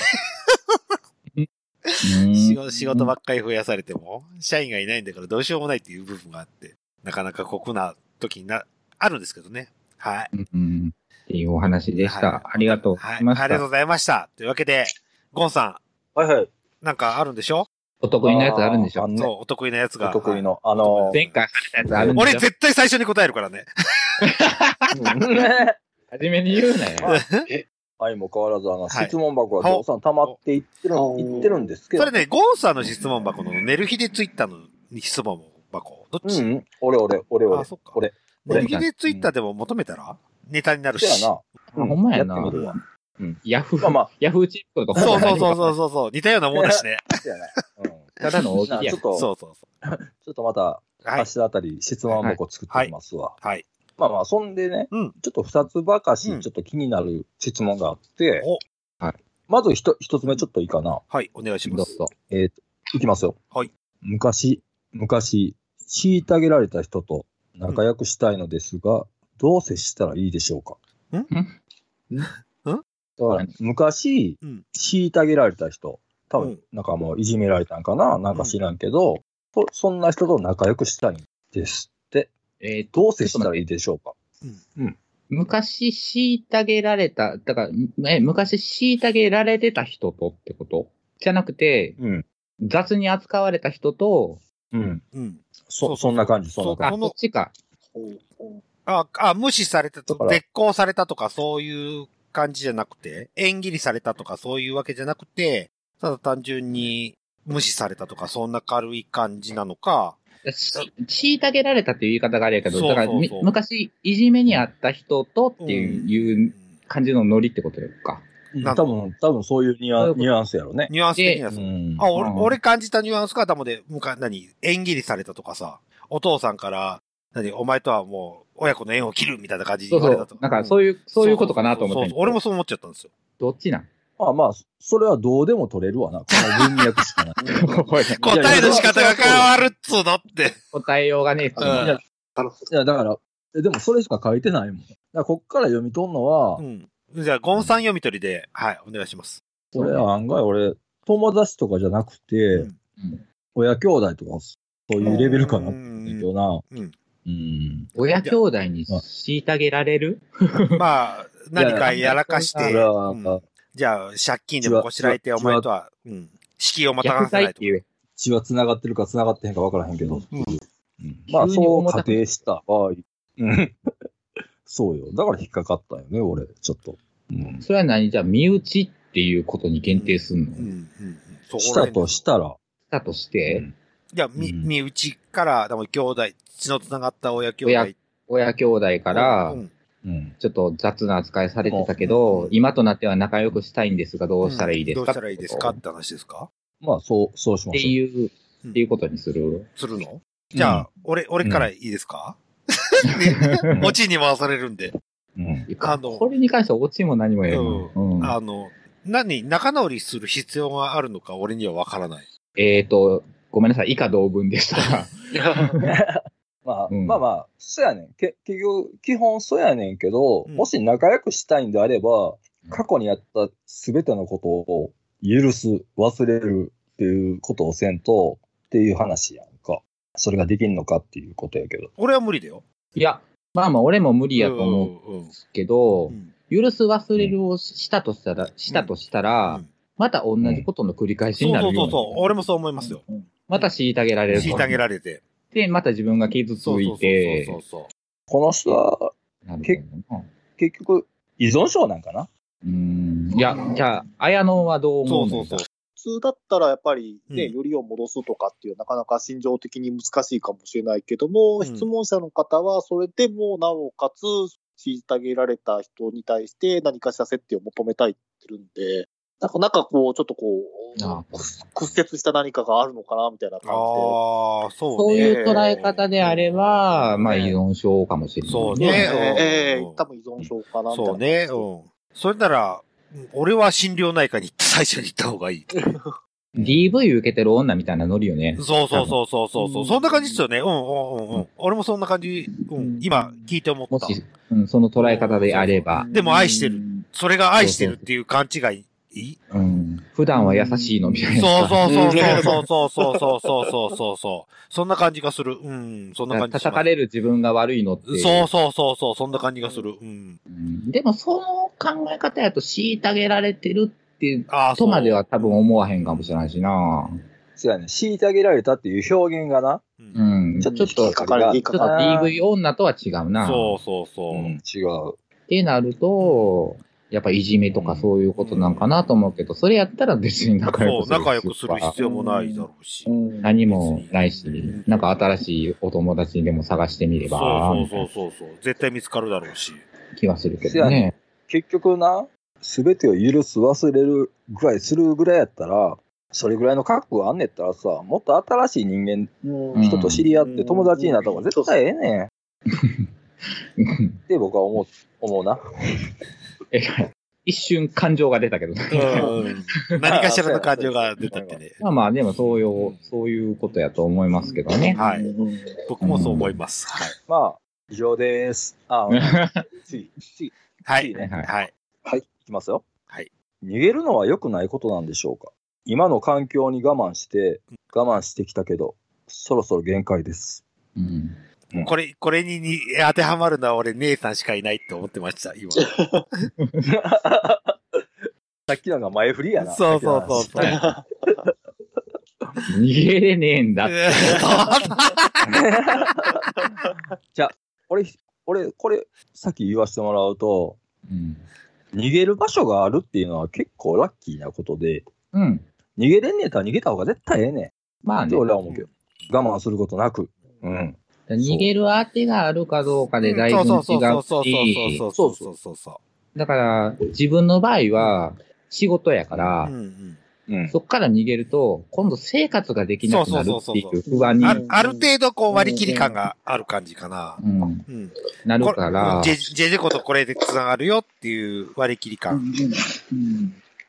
Speaker 1: 仕事仕事ばっかり増やされても、社員がいないんだからどうしようもないっていう部分があって、なかなか酷な時にな、あるんですけどね。はい。
Speaker 2: うんうんっていうお話でした。
Speaker 1: はい
Speaker 2: ありがとうご
Speaker 1: は
Speaker 2: ざ
Speaker 1: い。あり
Speaker 2: いました。
Speaker 1: がとうございました。というわけで、ゴンさ
Speaker 3: はいはい。
Speaker 1: ん、なんかあるんでしょ、
Speaker 2: お得意のやつあるんでしょ
Speaker 3: あーね
Speaker 1: そう、お得意なやつ
Speaker 3: お
Speaker 1: が。
Speaker 3: 得意
Speaker 1: は
Speaker 3: の、あ
Speaker 1: ね
Speaker 3: のー、
Speaker 2: 前回話したやつある
Speaker 1: い。
Speaker 2: んで
Speaker 1: 俺
Speaker 2: しょ
Speaker 1: 絶対最初に答えるからね。
Speaker 2: 初めに言うなよ。
Speaker 3: 相も変わらず、あ
Speaker 1: は
Speaker 3: の、
Speaker 1: い
Speaker 3: 質問箱はどうさん溜まっていってる
Speaker 4: お
Speaker 3: ん、いってるんですけど。
Speaker 1: それね、ゴンさんの質問箱の、寝る日でツイッターの質問箱。どっ
Speaker 3: う
Speaker 1: ち、
Speaker 3: ん、俺俺、俺俺
Speaker 1: あ、。そっか。
Speaker 3: 俺
Speaker 1: 寝る日でツイッターでも求めたらネタになるし。
Speaker 3: そやな。
Speaker 2: ほんまやな
Speaker 3: ってみるわ。
Speaker 2: ヤフ
Speaker 3: まあ
Speaker 2: ー、
Speaker 3: まあ、
Speaker 2: ヤフーチップとか
Speaker 1: そうそうそう
Speaker 2: う。
Speaker 1: そうそうそう。似たようなもんだしね。
Speaker 3: そやな。うん。
Speaker 2: ただの 大喜利や
Speaker 3: ちょっと、
Speaker 1: そうそうそ
Speaker 3: ちょっとまた、
Speaker 1: う。は
Speaker 3: 明
Speaker 1: い。
Speaker 3: 日あたり質問箱作ってきますわ。
Speaker 1: はい。
Speaker 3: まあまあ、そんでね、
Speaker 1: うん
Speaker 3: ちょっと二つばか
Speaker 1: うん
Speaker 3: し、ちょっと気になる質問があって、
Speaker 1: お
Speaker 2: はい
Speaker 3: まずひと一つ目ちょっといいかな。
Speaker 1: はい、お願いし
Speaker 2: ど
Speaker 1: ま
Speaker 2: う
Speaker 1: す。
Speaker 2: ぞ。
Speaker 3: えーと、いきますよ。
Speaker 1: はい
Speaker 3: 昔、昔、虐げられた人と仲良くしたいのですが、どう接したらいいでしょうか
Speaker 1: ん
Speaker 2: ん
Speaker 3: だから
Speaker 2: 何、
Speaker 3: 昔
Speaker 1: うん、
Speaker 3: 虐げられた人、多
Speaker 1: う
Speaker 3: 分
Speaker 1: ん、
Speaker 3: なんかもういじめられたんかななんか知らんけど、そそんな人と仲良くしたいんですって、
Speaker 2: えっと、
Speaker 3: どう接したらいいでしょうか
Speaker 2: 昔虐げられた、だから、え、昔虐げられてた人とってことじゃなくて、
Speaker 3: うん。
Speaker 2: 雑に扱われた人と、
Speaker 3: うん。
Speaker 1: うん。そうそ
Speaker 3: そ、
Speaker 1: う
Speaker 3: そんな感じ、そんな
Speaker 2: あ、
Speaker 3: 感
Speaker 1: そ
Speaker 2: こ
Speaker 1: の
Speaker 2: っちか。
Speaker 1: あ、あ、無視されたと
Speaker 3: だ
Speaker 1: か、
Speaker 3: から
Speaker 1: 絶交されたとか、そういう感じじゃなくて、縁切りされたとか、そういうわけじゃなくて、ただ単純に無視されたとか、そんな軽い感じなのか、
Speaker 2: し虐げられたっていう言い方があれやけど、
Speaker 1: そうそうそう
Speaker 2: だからみ昔いじめにあった人とっていう,、いう感じのノリってことよか。
Speaker 3: じ。
Speaker 1: なん
Speaker 3: 多分、多分そういうニュア
Speaker 2: そういう
Speaker 3: ン
Speaker 2: こと
Speaker 3: ニュアンスやろね。
Speaker 1: ニュアンス的にはそう。
Speaker 3: ん
Speaker 1: あ、俺、
Speaker 2: うん
Speaker 1: 俺感じたニュアンスが頭で、むか、何、縁切りされたとかさ、お父さんから、何、お前とはもう、親子の縁を切るみたいな感じに
Speaker 2: そう
Speaker 1: 言
Speaker 2: そ
Speaker 1: われた
Speaker 2: う
Speaker 1: と。。
Speaker 2: なんかそう
Speaker 1: い
Speaker 2: いう、
Speaker 1: うん、
Speaker 2: そういうことかなと思って
Speaker 1: そうそうそう俺もそう思っちゃったんですよ。
Speaker 2: どっちなん
Speaker 3: まあまあ、それはどうでも取れるわな。この文脈 しかない。
Speaker 1: 答えの仕方が変わるっつうのって。
Speaker 2: 答えようがねえっすね
Speaker 1: うん
Speaker 3: いや、いやだから、えでもそれしか書いてないもん。だからこっから読み取るのは、
Speaker 1: うん。じゃあ、ゴンさん読み取りで、はい、お願いします。
Speaker 3: これは案外俺、友達とかじゃなくて、
Speaker 1: うん
Speaker 2: うん
Speaker 3: 親兄弟とか、そういうレベルかなって思うんだけどな。
Speaker 1: うん
Speaker 3: うん。
Speaker 2: 親兄弟に虐げられる
Speaker 1: まあ、何かやらかし
Speaker 3: そ
Speaker 1: て、
Speaker 3: れは、
Speaker 1: うんじゃあ、借金でもこしらえて、お前とは、うん。敷居をまた
Speaker 2: 虐
Speaker 1: がさな
Speaker 2: 待
Speaker 1: い
Speaker 2: っ
Speaker 1: と
Speaker 2: て。いう。
Speaker 3: 血は繋がってるか繋がってへんか分からへんけど。
Speaker 1: うん
Speaker 3: うんまあ、
Speaker 2: 急
Speaker 3: そ
Speaker 2: に
Speaker 3: う
Speaker 2: 重た
Speaker 3: 仮定した場合。うん そうよ。だから引っかかったよね、俺、ちょっと。うん。
Speaker 2: それは何じゃあ、身内っていうことに限定すんの、
Speaker 1: うん、うん、うん。そ
Speaker 3: し
Speaker 1: ら
Speaker 3: た
Speaker 1: 辺
Speaker 3: としたら、
Speaker 2: だとして、
Speaker 3: うん
Speaker 1: いや、み、
Speaker 3: うん
Speaker 1: 身内から、でも兄弟、血の繋がった親兄弟
Speaker 2: 親親兄弟から
Speaker 1: う、ん
Speaker 3: うん。
Speaker 2: ちょっと雑な扱いされてたけど、今となっては仲良くしたいんですが、どうしたらいいですか、
Speaker 1: どうしたらいいですか
Speaker 2: っ
Speaker 1: って話ですか
Speaker 3: まあ、そう、そうしま
Speaker 2: て
Speaker 3: しょ
Speaker 2: いう、
Speaker 1: うん
Speaker 2: っていうことにする。
Speaker 1: するの
Speaker 3: う。
Speaker 1: じゃあ、俺、俺からいいです かオチに回されるんで。
Speaker 3: うん、うん。
Speaker 1: あの
Speaker 2: これに関してはオチも何もやる、うん
Speaker 1: あの、何、仲直りする必要があるのか俺にはわからない。
Speaker 2: えっ、と、ごめんなさい、以下同文でした。
Speaker 3: まあ、
Speaker 2: うん
Speaker 3: まあまあ、そうやねん。け結局、基本そうやねんけど、
Speaker 1: うん
Speaker 3: もし仲良くしたいんであれば
Speaker 2: ん、
Speaker 3: 過去にやったすべてのことを許す、忘れるっていうことをせんと、っていう話やんか。それができんのかっていうことやけど。
Speaker 1: 俺は無理だよ。
Speaker 2: いや、まあまあ、俺も無理やと思うん
Speaker 1: うんうん
Speaker 2: ですけど、
Speaker 1: うん
Speaker 2: 許す忘れるをしたとしたら、したとしたら、
Speaker 1: うん
Speaker 2: また同じことの繰り返しに
Speaker 1: そう
Speaker 2: な
Speaker 1: そ
Speaker 2: る
Speaker 1: う
Speaker 2: よ
Speaker 1: そうう
Speaker 2: に
Speaker 1: そう。俺もそう思いますよ。
Speaker 2: また虐げられると。
Speaker 1: 虐げられて。
Speaker 2: で、また自分が傷つ
Speaker 1: そうそ
Speaker 2: いう
Speaker 1: そう
Speaker 2: て
Speaker 1: そ、うそ
Speaker 3: この人は、
Speaker 2: なるほどな
Speaker 3: 結局、依存症なんかな
Speaker 2: うん。いや、じゃあ、綾野はどう
Speaker 1: う。
Speaker 2: 思
Speaker 1: そうう
Speaker 2: の
Speaker 1: そうそう。
Speaker 4: 普通だったらやっぱりね、
Speaker 1: うん
Speaker 4: よりを戻すとかっていう、なかなか心情的に難しいかもしれないけども、
Speaker 1: うん
Speaker 4: 質問者の方は、それでもなおかつ、虐げられた人に対して何かしら接点を求めたいってるんで、なんか、なんかこう、ちょっとこ
Speaker 2: あ
Speaker 4: う、屈折した何かがあるのかな、みたいな感
Speaker 1: ああ、そうね。
Speaker 2: そういう捉え方であれば、まあ依存症かもしれない。
Speaker 1: そう
Speaker 4: じで。
Speaker 1: ね
Speaker 4: ええええ
Speaker 1: うん
Speaker 4: 多分依存症かな、みたいな。
Speaker 1: そうね。うん。それなら、俺は心療内科に行って最初に行った方がいい。
Speaker 2: DV 受けてる女みたいなノリよね。
Speaker 1: そうそうそうそうそうそうう。
Speaker 4: ん
Speaker 1: そんな感じですよね。うんうんうんうん。俺もそんな感じ。うん。今、聞いて思っ
Speaker 2: も
Speaker 1: た。
Speaker 2: し、うん、その捉え方であれば、
Speaker 1: でも愛してる。
Speaker 4: る。
Speaker 1: それが愛してるっていう勘違い。い
Speaker 2: うん、普段は優しいのみたいな。
Speaker 1: そうそうそう
Speaker 4: うん
Speaker 1: そうそうそうそうそうそうそうそう。そんな感じがする。うん。そんな感じし
Speaker 2: 叩
Speaker 1: ま
Speaker 2: か
Speaker 1: す。
Speaker 2: れる自分が悪いのって。
Speaker 1: そうそうそうそう。そんな感じがする。うん。
Speaker 2: うんでも、その考え方やと虐げられてるって、
Speaker 1: ああ、
Speaker 2: とまでは多分
Speaker 1: 思
Speaker 2: 思わへんかもしれないしな。
Speaker 3: そうやね。虐げられたっていう表現がな。
Speaker 1: う。
Speaker 2: うんん。ちょっと、ちょっ
Speaker 4: か
Speaker 2: と
Speaker 4: かれていか
Speaker 3: ちょっ
Speaker 4: か
Speaker 3: と
Speaker 2: DV 女とは違うな。
Speaker 1: そうそうそうう。
Speaker 3: ん、違う。
Speaker 2: ってなると、やっぱいじめとかそういうことなんかなと思うけど、それやったら別に仲
Speaker 1: そ
Speaker 2: 良
Speaker 1: う、
Speaker 2: くする必要は。
Speaker 1: 仲良くする必要もないだろうし。
Speaker 2: 何もないし
Speaker 1: うん、
Speaker 2: なんか新しいお友達にでも探してみれば、
Speaker 1: そう
Speaker 2: みた
Speaker 1: そ
Speaker 2: いう
Speaker 1: そうそうそう。絶対見つかるだろうし。
Speaker 2: な気はするけどね。
Speaker 3: 結局な、すべてを許す、忘れるぐらいするぐらいやったら、それぐらいの覚悟あんねったらさ、もっと新しい人間、
Speaker 4: うん
Speaker 2: うん
Speaker 3: 人と知り合って友達になった方が絶対ええねん。っ
Speaker 2: うん
Speaker 3: て僕は思う、思うな。
Speaker 2: えらい 一瞬感情が出たけどね。
Speaker 1: うん。何かしらの感情が出たって ね。
Speaker 2: まあまあ、でもそういう、そういうことやと思いますけどね。
Speaker 1: はい
Speaker 4: うん
Speaker 1: 僕もそう思います。はい。
Speaker 3: まあ、以上です。 あ、次、次、
Speaker 1: は
Speaker 3: 次
Speaker 1: い。
Speaker 3: ね。
Speaker 2: はい
Speaker 1: はい。
Speaker 3: はい、いきますよ。
Speaker 1: はい。
Speaker 3: 逃げるのは良くないことなんでしょうか今の環境に我慢して、我慢してきたけど、そろそろ限界です。
Speaker 2: うん
Speaker 1: これ、これにに当てはまるのは俺、姉さんしかいないって思ってました、今。そ
Speaker 3: さっきのが前振りやな。
Speaker 1: うそうそう
Speaker 3: さっき
Speaker 1: そ
Speaker 3: の話
Speaker 1: う。
Speaker 2: 逃げれねえんだって。
Speaker 3: 俺、俺、これ、さっき言わせてもらうと、
Speaker 2: うん。
Speaker 3: 逃げる場所があるっていうのは結構ラッキーなことで、
Speaker 2: うん。
Speaker 3: 逃げれんねえとは逃げた方が絶対ええねん。
Speaker 2: まあ
Speaker 3: っ
Speaker 2: ね
Speaker 3: て。俺は思うけど。我慢することなく。うん。
Speaker 2: 逃げる当てがあるかどうかでだいぶ違うし、
Speaker 1: そうそうそうそうそうそうそうそ
Speaker 2: だから自分の場合は仕事やか
Speaker 1: う。
Speaker 2: ら
Speaker 1: う、ん
Speaker 3: うん。
Speaker 2: そっから逃げると、今度生活ができなくなるってい
Speaker 1: そうそう
Speaker 2: う不安
Speaker 1: うん。
Speaker 2: に
Speaker 1: あるある程度、こう、割り切り感がある感じかな。
Speaker 2: うん
Speaker 1: うん。
Speaker 2: なる
Speaker 1: こ
Speaker 2: か
Speaker 1: れ
Speaker 2: ら
Speaker 1: ジ、ェジェジェコとこれで繋がるよっていう割り切り感。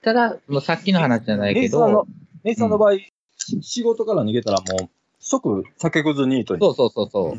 Speaker 2: ただ、もうさっきの話じゃないけ
Speaker 3: 姉さんの
Speaker 2: ど、、
Speaker 3: 姉さんの場合、し仕事から逃げたらもう、即酒くずニートに。
Speaker 2: そうそうそうそう。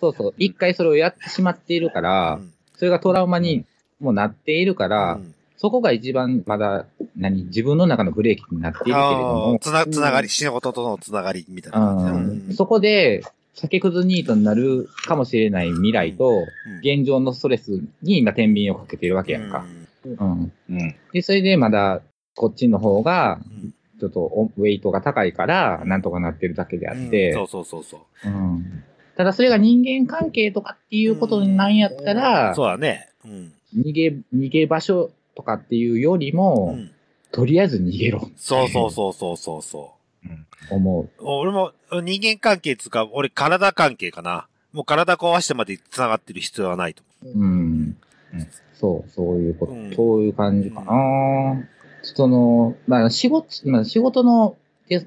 Speaker 2: そうそう。一回それをやってしまっているか
Speaker 1: う
Speaker 2: ら、
Speaker 1: ん
Speaker 2: それがトラウマにもなっているか
Speaker 1: う
Speaker 2: ら、
Speaker 1: ん
Speaker 2: そこが一番まだ、何、自分の中のブレーキになっているけれど
Speaker 1: あ
Speaker 2: も
Speaker 1: ー、つな、つながり、仕事とのつながりみたいな感じ
Speaker 2: うん。そこで、酒くずニートになるかもしれない未来と、現状のストレスに今、天秤をかけてるわけやんか。うん。
Speaker 3: うん。
Speaker 2: で、それでまだ、こっちの方が、
Speaker 1: うん
Speaker 2: ちょっとおウェイトが高いから、なんとかなってるだけであって、
Speaker 1: うんそうそうそうそう。
Speaker 2: うんただそれが人間関係とかっていうことなんやったら、
Speaker 1: そうだね。うん。
Speaker 2: 逃げ、逃げ場所とかっていうより
Speaker 1: う
Speaker 2: も、
Speaker 1: ん
Speaker 2: とりあえず逃げろ、
Speaker 1: そうそうそうそうそうそ
Speaker 2: 思う。
Speaker 1: う。俺も人間関係つうか、俺体関係かな。もう体壊してまで繋がってる必要はないと
Speaker 2: うん。そう、そういうこと、
Speaker 1: うん
Speaker 2: そういう感じかな。その、まあ仕事、まあ仕事の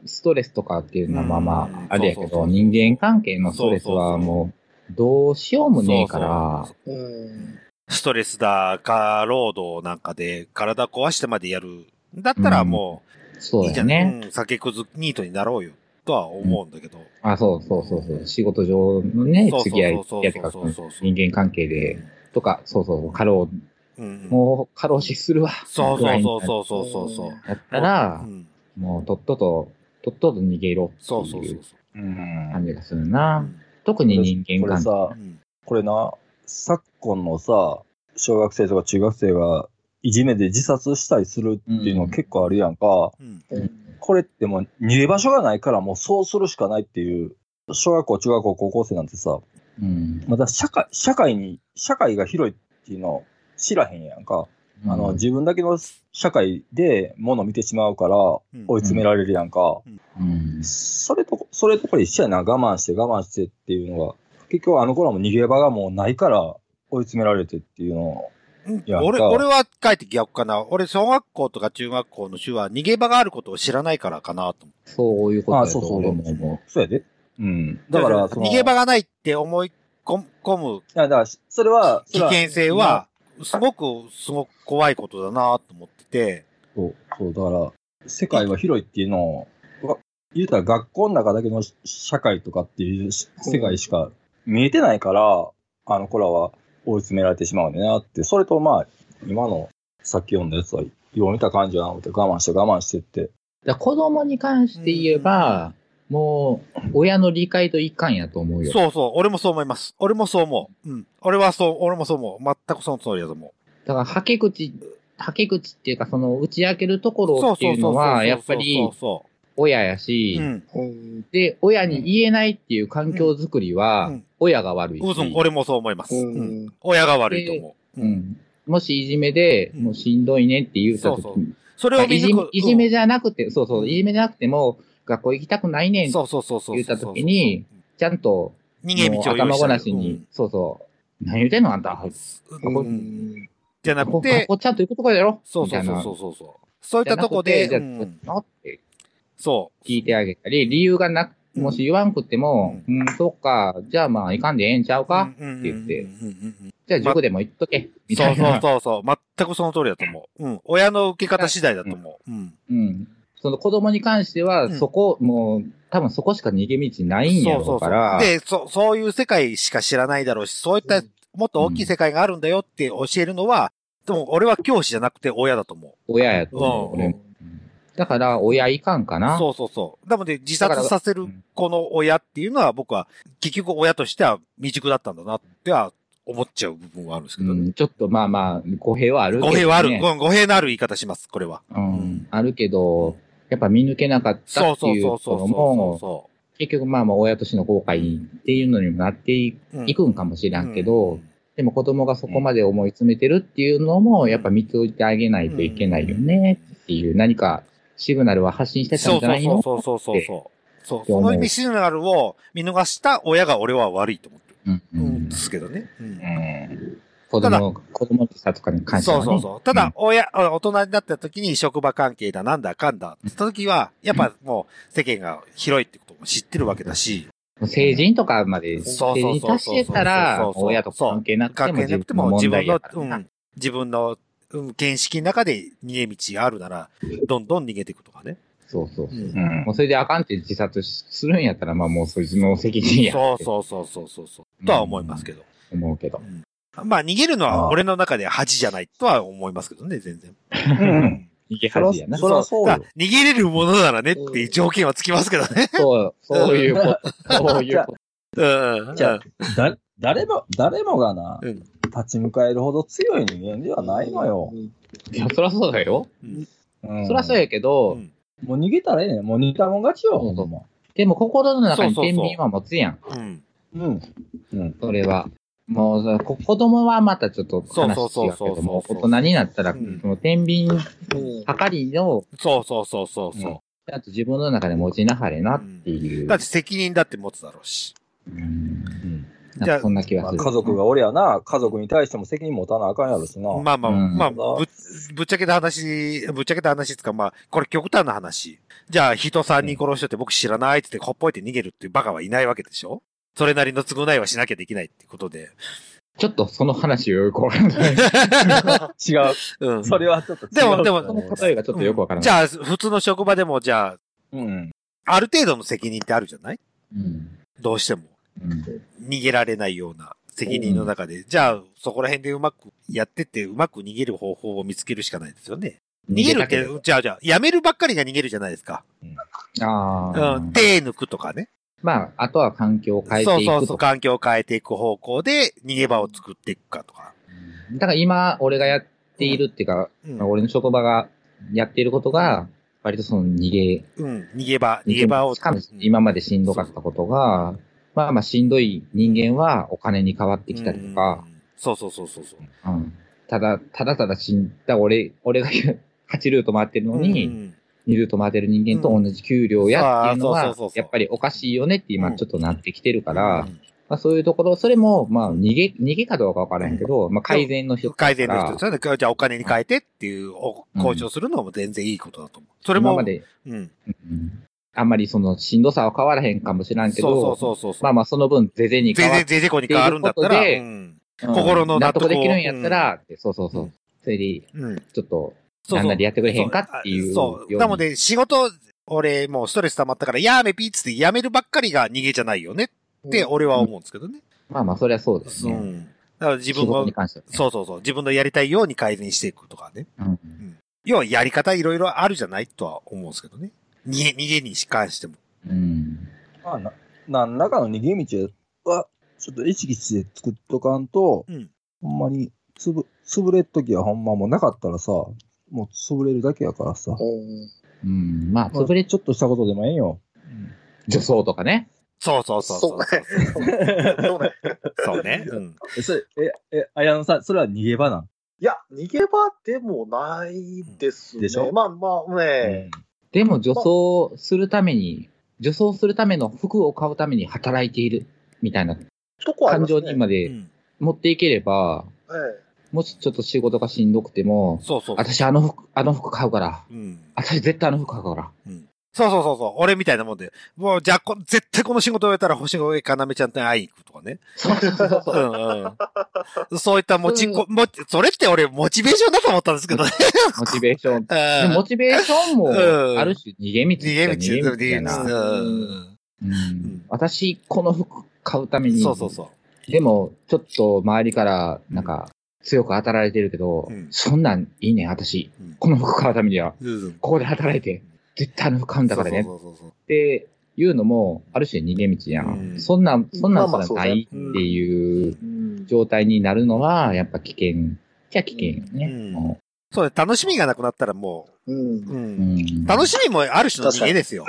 Speaker 2: ストレスとかっていうのはまあま
Speaker 1: うん
Speaker 2: あ、あれやけ
Speaker 1: そうそうそ
Speaker 2: ど、
Speaker 1: う
Speaker 2: 人間関係のストレス
Speaker 1: そうそうそう
Speaker 2: はもう、どうしよう
Speaker 1: 思
Speaker 2: も
Speaker 1: う。
Speaker 2: ねえから
Speaker 1: そう、そう
Speaker 4: うん
Speaker 1: ストレスだ、過労働なんかで体壊してまでやる。だったらもう、
Speaker 2: そ
Speaker 1: い
Speaker 2: う
Speaker 1: いじゃ
Speaker 2: だよ
Speaker 1: ん。
Speaker 2: ね。
Speaker 1: うん酒くずニートになろうよ。とは思うんだけど。
Speaker 2: あ、そうそうそうそう。仕事上のね
Speaker 1: そう、そうそうそう
Speaker 2: 付き合い、付き合いとか、その人間関係で、とか、そうそう、過労、
Speaker 1: うんうん
Speaker 2: もう過労死するわ。
Speaker 1: そう
Speaker 2: ぐらいに
Speaker 1: そうそうそうそうそう。
Speaker 2: だったら
Speaker 1: う、ん
Speaker 2: もうとっとと、とっとと逃げろって
Speaker 1: そうそう
Speaker 2: い
Speaker 1: そううそ
Speaker 3: うん
Speaker 2: 感じがする
Speaker 1: う。う
Speaker 2: な。
Speaker 1: ん
Speaker 2: 特に人
Speaker 3: こ
Speaker 2: 間
Speaker 3: れ
Speaker 2: 関係。
Speaker 3: さ
Speaker 1: う、ん
Speaker 3: これな、昨今のさ、小学生とか中学生がいじめで自殺したりするっていうの結構あるやんか。
Speaker 1: うん
Speaker 3: これってもう逃げ場所がないからもうそうするしかないっていう、小学校、中学校、高校生なんてさ、
Speaker 2: うん。
Speaker 3: また社会、社会に、社会が広いっていうのを知らへんやんか。あの、自分だけの社会で物を見てしまうから
Speaker 1: うん
Speaker 3: 追い詰められるやんか。
Speaker 2: うん、
Speaker 3: それと、それとこれ一緒やな。我慢して我慢してっていうのが、結局あの頃はもう逃げ場がもうないから追い詰められてっていうの
Speaker 1: う
Speaker 3: を。
Speaker 1: ん
Speaker 3: や
Speaker 1: 俺、
Speaker 3: だから
Speaker 1: 俺は書いて逆かな。俺、小学校とか中学校の手話、逃げ場があることを知らないからかなと思う。
Speaker 2: そういうこと
Speaker 3: あ
Speaker 2: だ
Speaker 3: そ
Speaker 2: と
Speaker 3: うそう
Speaker 2: 俺も思
Speaker 3: そうやで。うん。だから、その、
Speaker 1: 逃げ場がないって思い込む
Speaker 3: いやだから、それは、そ
Speaker 1: 危
Speaker 3: れは
Speaker 1: 険性は、すごく、すごく怖いことだなと思ってて、
Speaker 3: そう、そう、だから、世界は広いっていうのを、わ言うたら学校の中だけの社会とかっていうし世界しか見えてないから、あの子らは追い詰められてしまうんだなって、それとまあ、今のさっき読んだやつは、よう見た感じはなので我慢して我慢してって、
Speaker 2: だから子供に関して言えば、もう、親の理解と一貫やと思うよ。
Speaker 1: そうそう、俺もそう思います。俺もそう思う。うん。俺はそう、俺もそう思う。全くその通りだと思
Speaker 2: だから、はけ口、はけ口っていうか、その、打ち明けるとこ
Speaker 1: う。
Speaker 2: ろっていうのは、やっぱり
Speaker 1: そう、そ
Speaker 2: 親や
Speaker 1: う
Speaker 2: し
Speaker 1: そう。う、ん。
Speaker 4: うん。
Speaker 2: で、親に言えないっていう環境づくり
Speaker 1: うんう
Speaker 2: は
Speaker 1: ん、
Speaker 2: 親が悪いし。
Speaker 1: うん、俺もそう思います。
Speaker 4: う
Speaker 1: うん。
Speaker 4: ん。
Speaker 1: 親が悪いと思う。
Speaker 2: う。ん。もしいじめで、
Speaker 1: うん
Speaker 2: もうしんどいねって言うた
Speaker 1: そう
Speaker 2: と
Speaker 1: そ
Speaker 2: き、
Speaker 1: それ
Speaker 2: まあ
Speaker 1: を
Speaker 2: い
Speaker 1: 見
Speaker 2: じ
Speaker 1: 抜
Speaker 2: め
Speaker 1: く。
Speaker 2: いじめじゃなくて、そうそう、いじめじゃなくても、学校行きたくないねん、ち
Speaker 1: そうそうそうそう。
Speaker 2: 言った時に、ちゃんと、
Speaker 1: 逃げ道
Speaker 2: もう
Speaker 1: を用意し
Speaker 2: 頭
Speaker 1: て
Speaker 2: ご
Speaker 1: る
Speaker 2: なしに、そうそう、何言うてんのあんた。
Speaker 1: うん
Speaker 2: こ
Speaker 4: うん
Speaker 1: じゃなく
Speaker 2: 学校学
Speaker 1: て、
Speaker 2: 校ちゃんと行くとこやろ
Speaker 1: そうそうそうそうそう。そういったとこで、
Speaker 2: じゃ
Speaker 1: う
Speaker 2: なく
Speaker 1: ん
Speaker 2: てじゃあどうって
Speaker 1: そう。
Speaker 2: 聞いてあげたり、理由がな、
Speaker 1: うん
Speaker 2: もし言わんくっても、うん、そっか、じゃあまあ、いかんでええんちゃうか、
Speaker 1: って
Speaker 2: 言って
Speaker 1: うん
Speaker 2: じゃあ塾でも行っとけ、みた
Speaker 1: そう
Speaker 2: い
Speaker 1: そう
Speaker 2: な。
Speaker 1: そうそう。全くその通りだと思う。うん。親の受け方次第だと思う。うん。
Speaker 2: うん。その子供に関しては、
Speaker 1: うん
Speaker 2: そこ、もう、多分そこしか逃げ道ないんや
Speaker 1: そうそ
Speaker 2: ろ
Speaker 1: うそ
Speaker 2: うか
Speaker 1: う。
Speaker 2: ら、
Speaker 1: で、そ、そういう世界しか知らないだろうし、そういったもっと大きい世界があるんだよって教えるのは、でも俺は教師じゃなくて親だと思う。
Speaker 2: 親やと思う、
Speaker 1: うん
Speaker 2: 俺もうんだから、親いかんかな。
Speaker 1: そうそうそう。なので、自殺させる
Speaker 2: だから
Speaker 1: 子の親っていうのは、僕は、結局親としては未熟だったんだなっては思っちゃう部分はあるんですけど
Speaker 2: う
Speaker 1: ね。
Speaker 2: ん、ちょっとまあまあ、語弊はあるけど、
Speaker 1: 語
Speaker 2: ね。
Speaker 1: 弊はある、ご語弊のある言い方します、これは。
Speaker 2: う
Speaker 1: うん
Speaker 2: ん、あるけど、やっぱ見抜けなかった
Speaker 1: そう
Speaker 2: って
Speaker 1: そう
Speaker 2: いう
Speaker 1: そう
Speaker 2: と
Speaker 1: そう
Speaker 2: ころ
Speaker 1: そう
Speaker 2: も、
Speaker 1: そ
Speaker 2: 結局まあまあ親としての後悔っていうのにもなってい,、
Speaker 1: う。
Speaker 2: くんかもしれんけど、
Speaker 1: うん
Speaker 2: でも子供がそこまで思い詰めてるっていうのも、やっぱ見ておいてあげないといけないよねっていう、何かシグナルは発信してた
Speaker 1: そ
Speaker 2: ん
Speaker 1: う
Speaker 2: じゃない
Speaker 1: そう
Speaker 2: の
Speaker 1: そうそうそうそう。そう、
Speaker 2: て思
Speaker 1: そうの意味シグナルを見逃した親が俺は悪いと思ってる。
Speaker 2: うんう
Speaker 1: うん、
Speaker 2: ん
Speaker 1: ですけどね。うん
Speaker 2: 子
Speaker 1: ただ
Speaker 2: 供、子供のさとかに関しては、
Speaker 1: そ
Speaker 2: ね。
Speaker 1: うそうそう。ただ、親、あ大人になった時に職場関係だなんだかんだって言った時は、やっぱもう世間が広いってことも知ってるわけだし、
Speaker 2: 成人とかまで、
Speaker 1: そうそうそ
Speaker 2: 成
Speaker 1: う
Speaker 2: 人に達してたら
Speaker 1: そう、そうそう
Speaker 2: 親とか関係なくて
Speaker 1: 関
Speaker 2: も
Speaker 1: 係
Speaker 2: 自
Speaker 1: なくて
Speaker 2: 分
Speaker 1: も
Speaker 2: の
Speaker 1: 自
Speaker 2: 問
Speaker 1: 分
Speaker 2: 題
Speaker 1: の
Speaker 2: やか、
Speaker 1: う
Speaker 2: らな。
Speaker 1: ん、自分の、うん、見識の中で逃げ道があるなら、どんどん逃げていくとかね。
Speaker 2: そうそうそう
Speaker 1: ん
Speaker 2: う。
Speaker 3: うん
Speaker 2: もうそれであかんって自殺するんやったら、まあもうそいつの責任や
Speaker 1: そ
Speaker 2: っ
Speaker 1: う
Speaker 2: て
Speaker 1: そうそうそうそうそう。とは思いますけど。
Speaker 2: 思うけど。
Speaker 1: まあ逃げるのは
Speaker 3: あー
Speaker 1: 俺の中で恥じゃないとは思いますけどね、全然。
Speaker 3: うん。
Speaker 2: 逃げ
Speaker 3: そら
Speaker 2: 恥やな。
Speaker 3: そらそう
Speaker 1: だ
Speaker 3: よ
Speaker 1: か。ら逃げれるものならねっていう条件はつきますけどね。
Speaker 2: そう、そうい うこと。そういうこ
Speaker 1: うん。
Speaker 3: じゃあだ、誰も、誰もがな、
Speaker 1: うん
Speaker 3: 立ち向かえるほど強い人間ではないのよ。
Speaker 2: と。いや、そらそうだよ。
Speaker 3: うん
Speaker 2: そらそうやけど、
Speaker 1: うん
Speaker 3: もう逃げたらええねん。もう逃げたもん勝ち
Speaker 2: そ
Speaker 3: よ、
Speaker 2: うそう
Speaker 3: も
Speaker 2: でも心の中に
Speaker 1: そうそうそう
Speaker 2: 天秤は持つやん。
Speaker 1: うん。
Speaker 3: うん。うん。
Speaker 2: それは。もうさ、こ子供はまたちょっと
Speaker 1: そう
Speaker 2: 話
Speaker 1: そうそう
Speaker 2: 違うけ
Speaker 1: そう
Speaker 2: ども、
Speaker 1: そう
Speaker 2: 大
Speaker 1: そう
Speaker 2: 人になったら、
Speaker 1: うん
Speaker 2: その天秤、
Speaker 4: うん
Speaker 2: はかりを、
Speaker 1: そうそうそうそうそう。
Speaker 2: ちゃんと自分の中で持ちなはれなっていう。
Speaker 1: だって責任だって持つだろうし。
Speaker 2: うん
Speaker 3: うん
Speaker 2: なんかそんな気
Speaker 3: ま
Speaker 2: が
Speaker 3: あ、
Speaker 2: する。
Speaker 3: 家族がおりゃな、家族に対しても責任持たなあかんやろしな。
Speaker 1: まあまあ、
Speaker 2: うん
Speaker 1: まあ、ぶっ、ぶっちゃけた話、ぶっちゃけた話っつうか、まあ、これ極端な話。じゃあ、人3人殺しとって僕知らないって言って、ほっぽいて逃げるっていうバカはいないわけでしょそれなりの償いはしなきゃできないってことで。
Speaker 2: ちょっとその話をよくわからない。
Speaker 3: 違う。
Speaker 1: うん。
Speaker 3: それはちょっと違う。
Speaker 1: でも、でも、
Speaker 2: その例えがちょっとよくわからない。
Speaker 1: じゃあ、普通の職場でも、じゃ
Speaker 3: うん。
Speaker 1: あ、ある程度の責任ってあるじゃない
Speaker 2: うん
Speaker 1: どうしても。
Speaker 2: うん
Speaker 1: 逃げられないような責任の中で。じゃあ、そこら辺でうまくやってって、うまく逃げる方法を見つけるしかないですよね。逃げるっ
Speaker 2: だけ
Speaker 1: て、
Speaker 2: ど
Speaker 1: じゃあじゃあ、やめるばっかりが逃げるじゃないですか。
Speaker 2: ああ、
Speaker 1: うん、手抜くとかね。
Speaker 2: まあ、あとは環境を変え
Speaker 1: そ
Speaker 2: て
Speaker 1: う
Speaker 2: い
Speaker 1: そう
Speaker 2: く
Speaker 1: そう、
Speaker 2: とか。
Speaker 1: 環境を変えていく方向で逃げ場を作っていくかとか。
Speaker 2: だから今、俺がやっているっていうか、
Speaker 1: うん、
Speaker 2: 俺の職場がやっていることが、割とその逃げ、
Speaker 1: うん逃げ場、逃げ場を。
Speaker 2: しかも今までしんどかったことが、まあまあしんどい人間はお金に変わってきたりとか、
Speaker 1: うん。そうそうそうそうそう。
Speaker 2: うんただ、ただただ死んだ俺、俺が8ルート回ってるの
Speaker 1: うん
Speaker 2: に、2ルート回ってる人間と同じ給料やっていうの
Speaker 1: うんあーそう
Speaker 2: は
Speaker 1: そうそう、そう
Speaker 2: やっぱりおかしいよねって今ちょっとなってきてるか
Speaker 1: う
Speaker 2: ら、
Speaker 1: ん
Speaker 2: まあ、そういうところ、それも、まあ、逃げ、逃げかどうかわからへんけど、まあ、改善の一つだから。
Speaker 1: 改善の一つなんでじゃあお金に変えてっていう、お
Speaker 2: うん
Speaker 1: 交渉するのも全然いいことだと思う。それ
Speaker 2: 今
Speaker 1: も
Speaker 2: ま、で、
Speaker 1: うん。
Speaker 2: うんあんまりその、しんどさは変わらへんかもしらんけど、
Speaker 1: そうそうそうそう。
Speaker 2: まあまあ、その分、ゼゼに
Speaker 1: 全
Speaker 2: 変わっ
Speaker 1: 然、全然こに変わるんだったら、
Speaker 2: っていうことで
Speaker 1: うん
Speaker 2: うん
Speaker 1: 心の納
Speaker 2: 納
Speaker 1: 得を。
Speaker 2: 得できるんやったら、ってそうそうそううんそれで、
Speaker 1: うん。
Speaker 2: ちょっと、
Speaker 1: そうそう
Speaker 2: なんなりやってくれへんかっていう
Speaker 1: そうあそう。
Speaker 2: ように
Speaker 1: なので、仕事、俺、もうストレス溜まったから、やめピーっつってやめるばっかりが逃げじゃないよねって、俺は思うんですけどね。
Speaker 2: まあまあ、そりゃそうです
Speaker 1: う
Speaker 2: ね。
Speaker 1: ん。だから自
Speaker 2: 仕
Speaker 1: 分
Speaker 2: 事
Speaker 1: を
Speaker 2: に、関してはね。
Speaker 1: そうそうそう。自分のやりたいように改善していくとかね。
Speaker 2: うん。
Speaker 1: 要は、やり方いろいろあるじゃないとは思うんですけどね。逃げ、逃げに関しても。
Speaker 2: うん。
Speaker 3: まあ、な何らかの逃げ道は、ちょっと意識して作っとかんと、
Speaker 1: うん
Speaker 3: ほんまに、つぶ、潰れっときはほんまもうなかったらさ、もう潰れるだけやからさ。
Speaker 4: うん
Speaker 2: うん。まあ、
Speaker 3: 潰
Speaker 2: 潰れ
Speaker 3: れちょっとしたことでもええよ。
Speaker 2: 女装とかね。
Speaker 1: そうそうそうそう。
Speaker 4: そうね。そうね
Speaker 1: そうね。うん。
Speaker 3: え、それ、え、え、あやのさん、それは逃げ場なん
Speaker 4: いや、逃げ場でもないですね。
Speaker 3: でしょ
Speaker 4: まあまあね、
Speaker 2: でも、女装するために、女装するための服を買うために働いている、みたいな
Speaker 4: とこはあり
Speaker 2: 感
Speaker 4: ますね。
Speaker 2: 情にま
Speaker 1: う
Speaker 2: で
Speaker 1: ん
Speaker 2: 持っていければ、
Speaker 4: え
Speaker 2: もしちょっと仕事がしんどくても、
Speaker 1: そうそう。
Speaker 2: 私あの服、あの服買うから。
Speaker 1: うん。
Speaker 2: 私絶対あの服買う から。
Speaker 1: そうそうそうそう。俺みたいなもんで。もう、じゃあこ、絶対この仕事を終えたら星越かなめちゃんと会いに行くとかね。
Speaker 2: そうそうそう
Speaker 1: う
Speaker 2: そう。
Speaker 1: んうん。そういったモチ、こもそれって俺、モチベーションだと思ったんですけどね。
Speaker 2: モチベーション。で
Speaker 1: うん
Speaker 2: もモチベーションも、
Speaker 1: うん
Speaker 2: ある種逃げ道っ
Speaker 1: 逃
Speaker 2: ち
Speaker 1: げ
Speaker 2: ゃ
Speaker 1: 道、逃
Speaker 2: 逃げ道みた
Speaker 1: げ
Speaker 2: い
Speaker 1: 道。
Speaker 2: な。
Speaker 1: うん
Speaker 2: うん私、この服買うために、
Speaker 1: そうそうそ
Speaker 2: でも、ちょっと周りから、なんか、強く当たられてるけど、
Speaker 1: うん
Speaker 2: そんなんいいねん、私。
Speaker 1: う。うん
Speaker 2: この服買うためには、
Speaker 1: うん
Speaker 2: ここで働いて、絶対あの服買うんだからね。
Speaker 1: そうそうそうそう
Speaker 2: っていうのも、ある種逃げ道やん。
Speaker 1: うん
Speaker 2: そんなん、そんなん
Speaker 4: まあまあ
Speaker 2: すらないって
Speaker 1: そうね
Speaker 2: いう
Speaker 4: えうん
Speaker 2: 状態になるのは、やっぱ危険。じゃ危険よね。
Speaker 1: うんそうね楽しみがなくなったらも
Speaker 4: うん
Speaker 1: う、う。
Speaker 2: うんん
Speaker 1: 楽しみもある種の逃げですよ。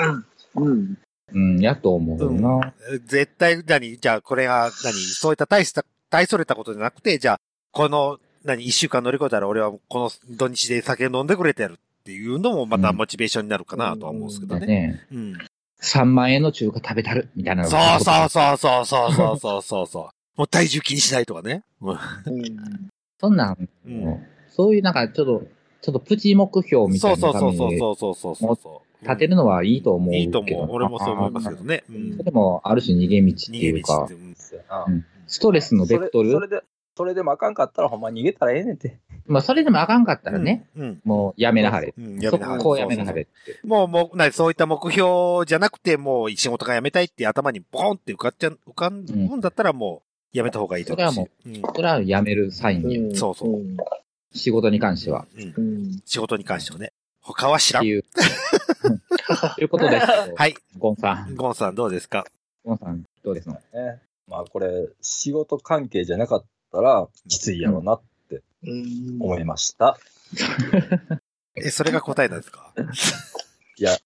Speaker 4: うん。
Speaker 2: うん、やと思うな。
Speaker 1: 絶対、何じゃあ、これが、何そういった大した、大それたことじゃなくて、じゃあ、この、何一週間乗り越えたら俺はこの土日で酒飲んでくれてやるっていうのもまたモチベーションになるかなとは思うんですけど
Speaker 2: だ
Speaker 1: ね。
Speaker 2: ね。
Speaker 1: うん。
Speaker 2: 3万円の中華食べたる、みたいなの
Speaker 1: そう
Speaker 2: が。
Speaker 1: そうそうそうそうそうそうそうそう。もう体重気にしないとかね。うん
Speaker 2: そんなん、
Speaker 1: うん
Speaker 2: そういうなんかちょっと、ちょっとプチ目標みた
Speaker 1: そ
Speaker 2: いうな
Speaker 1: そうそ
Speaker 2: 感
Speaker 1: う
Speaker 2: じ
Speaker 1: そう
Speaker 2: で
Speaker 1: そうそうそうそうそう。
Speaker 2: 立てるのはいいと思うけど。
Speaker 1: いいと思う。俺もそう思いますけどね。う
Speaker 2: あー
Speaker 1: ん
Speaker 2: そ。れもある種逃げ道って
Speaker 1: 逃
Speaker 2: い
Speaker 1: げ
Speaker 2: う
Speaker 1: 道っ
Speaker 2: か
Speaker 1: て。、うん
Speaker 3: ですよな
Speaker 2: うんストレスのベクト
Speaker 3: そ
Speaker 2: ル
Speaker 3: れそれで、それでもあかんかったらほんま逃げたらええねんて。
Speaker 2: まあそれでもあかんかったらね、。
Speaker 1: うん。
Speaker 2: もうやめなはれ。
Speaker 1: うん
Speaker 2: そこをやめなはれ。
Speaker 1: もう、もう、なにそういった目標じゃなくて、もう仕事が辞めたいって頭にボーンって浮かっちゃ、浮かん
Speaker 2: うん
Speaker 1: もんだったらもう、辞めた方がいいと思うし。
Speaker 2: それは
Speaker 1: うん
Speaker 2: それはやめるサインよ
Speaker 4: ん
Speaker 1: そうそう
Speaker 4: うん。
Speaker 2: 仕事に関しては。
Speaker 1: うん
Speaker 4: うん
Speaker 1: 仕事に関してはね。他は知
Speaker 2: っ
Speaker 1: ら
Speaker 2: て
Speaker 1: ん。
Speaker 2: いう。 うんということですけど。
Speaker 1: はい。
Speaker 2: ゴンさん。
Speaker 1: ゴンさんどうですか
Speaker 2: ゴンさん、どうですの
Speaker 3: ね。まあこれ、仕事関係じゃなかったら、きついやろうなって
Speaker 4: うん
Speaker 3: 思いました。
Speaker 1: え、それが答えなんですか
Speaker 3: いや、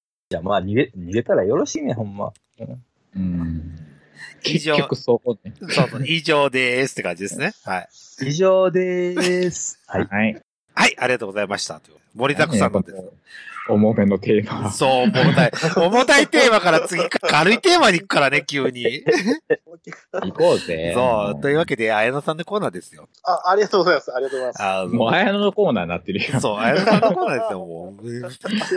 Speaker 3: まあ逃げ、逃げたらよろしいねん、ほんま。
Speaker 2: うん。
Speaker 1: 以
Speaker 2: 結
Speaker 1: 上
Speaker 2: 局そうね。
Speaker 1: そうそう。以上でーすって感じですね。はい。
Speaker 3: 以上でーす。 はい。
Speaker 2: はい。
Speaker 1: はい、ありがとうございました。という盛りだくさんなんです。
Speaker 2: 重めのテーマ。
Speaker 1: そう、重たい。重たいテーマから次、軽いテーマに行くからね、急に。
Speaker 2: 行こうぜ。
Speaker 1: そう。というわ
Speaker 2: け
Speaker 1: けで、綾野さんのコーナーですよ。
Speaker 4: あ、ありがとうございます。ありがとうございます。
Speaker 1: あの
Speaker 2: もう、あやのコーナーになってるよ。
Speaker 1: そう、綾野さんのコーナーですよ、もう。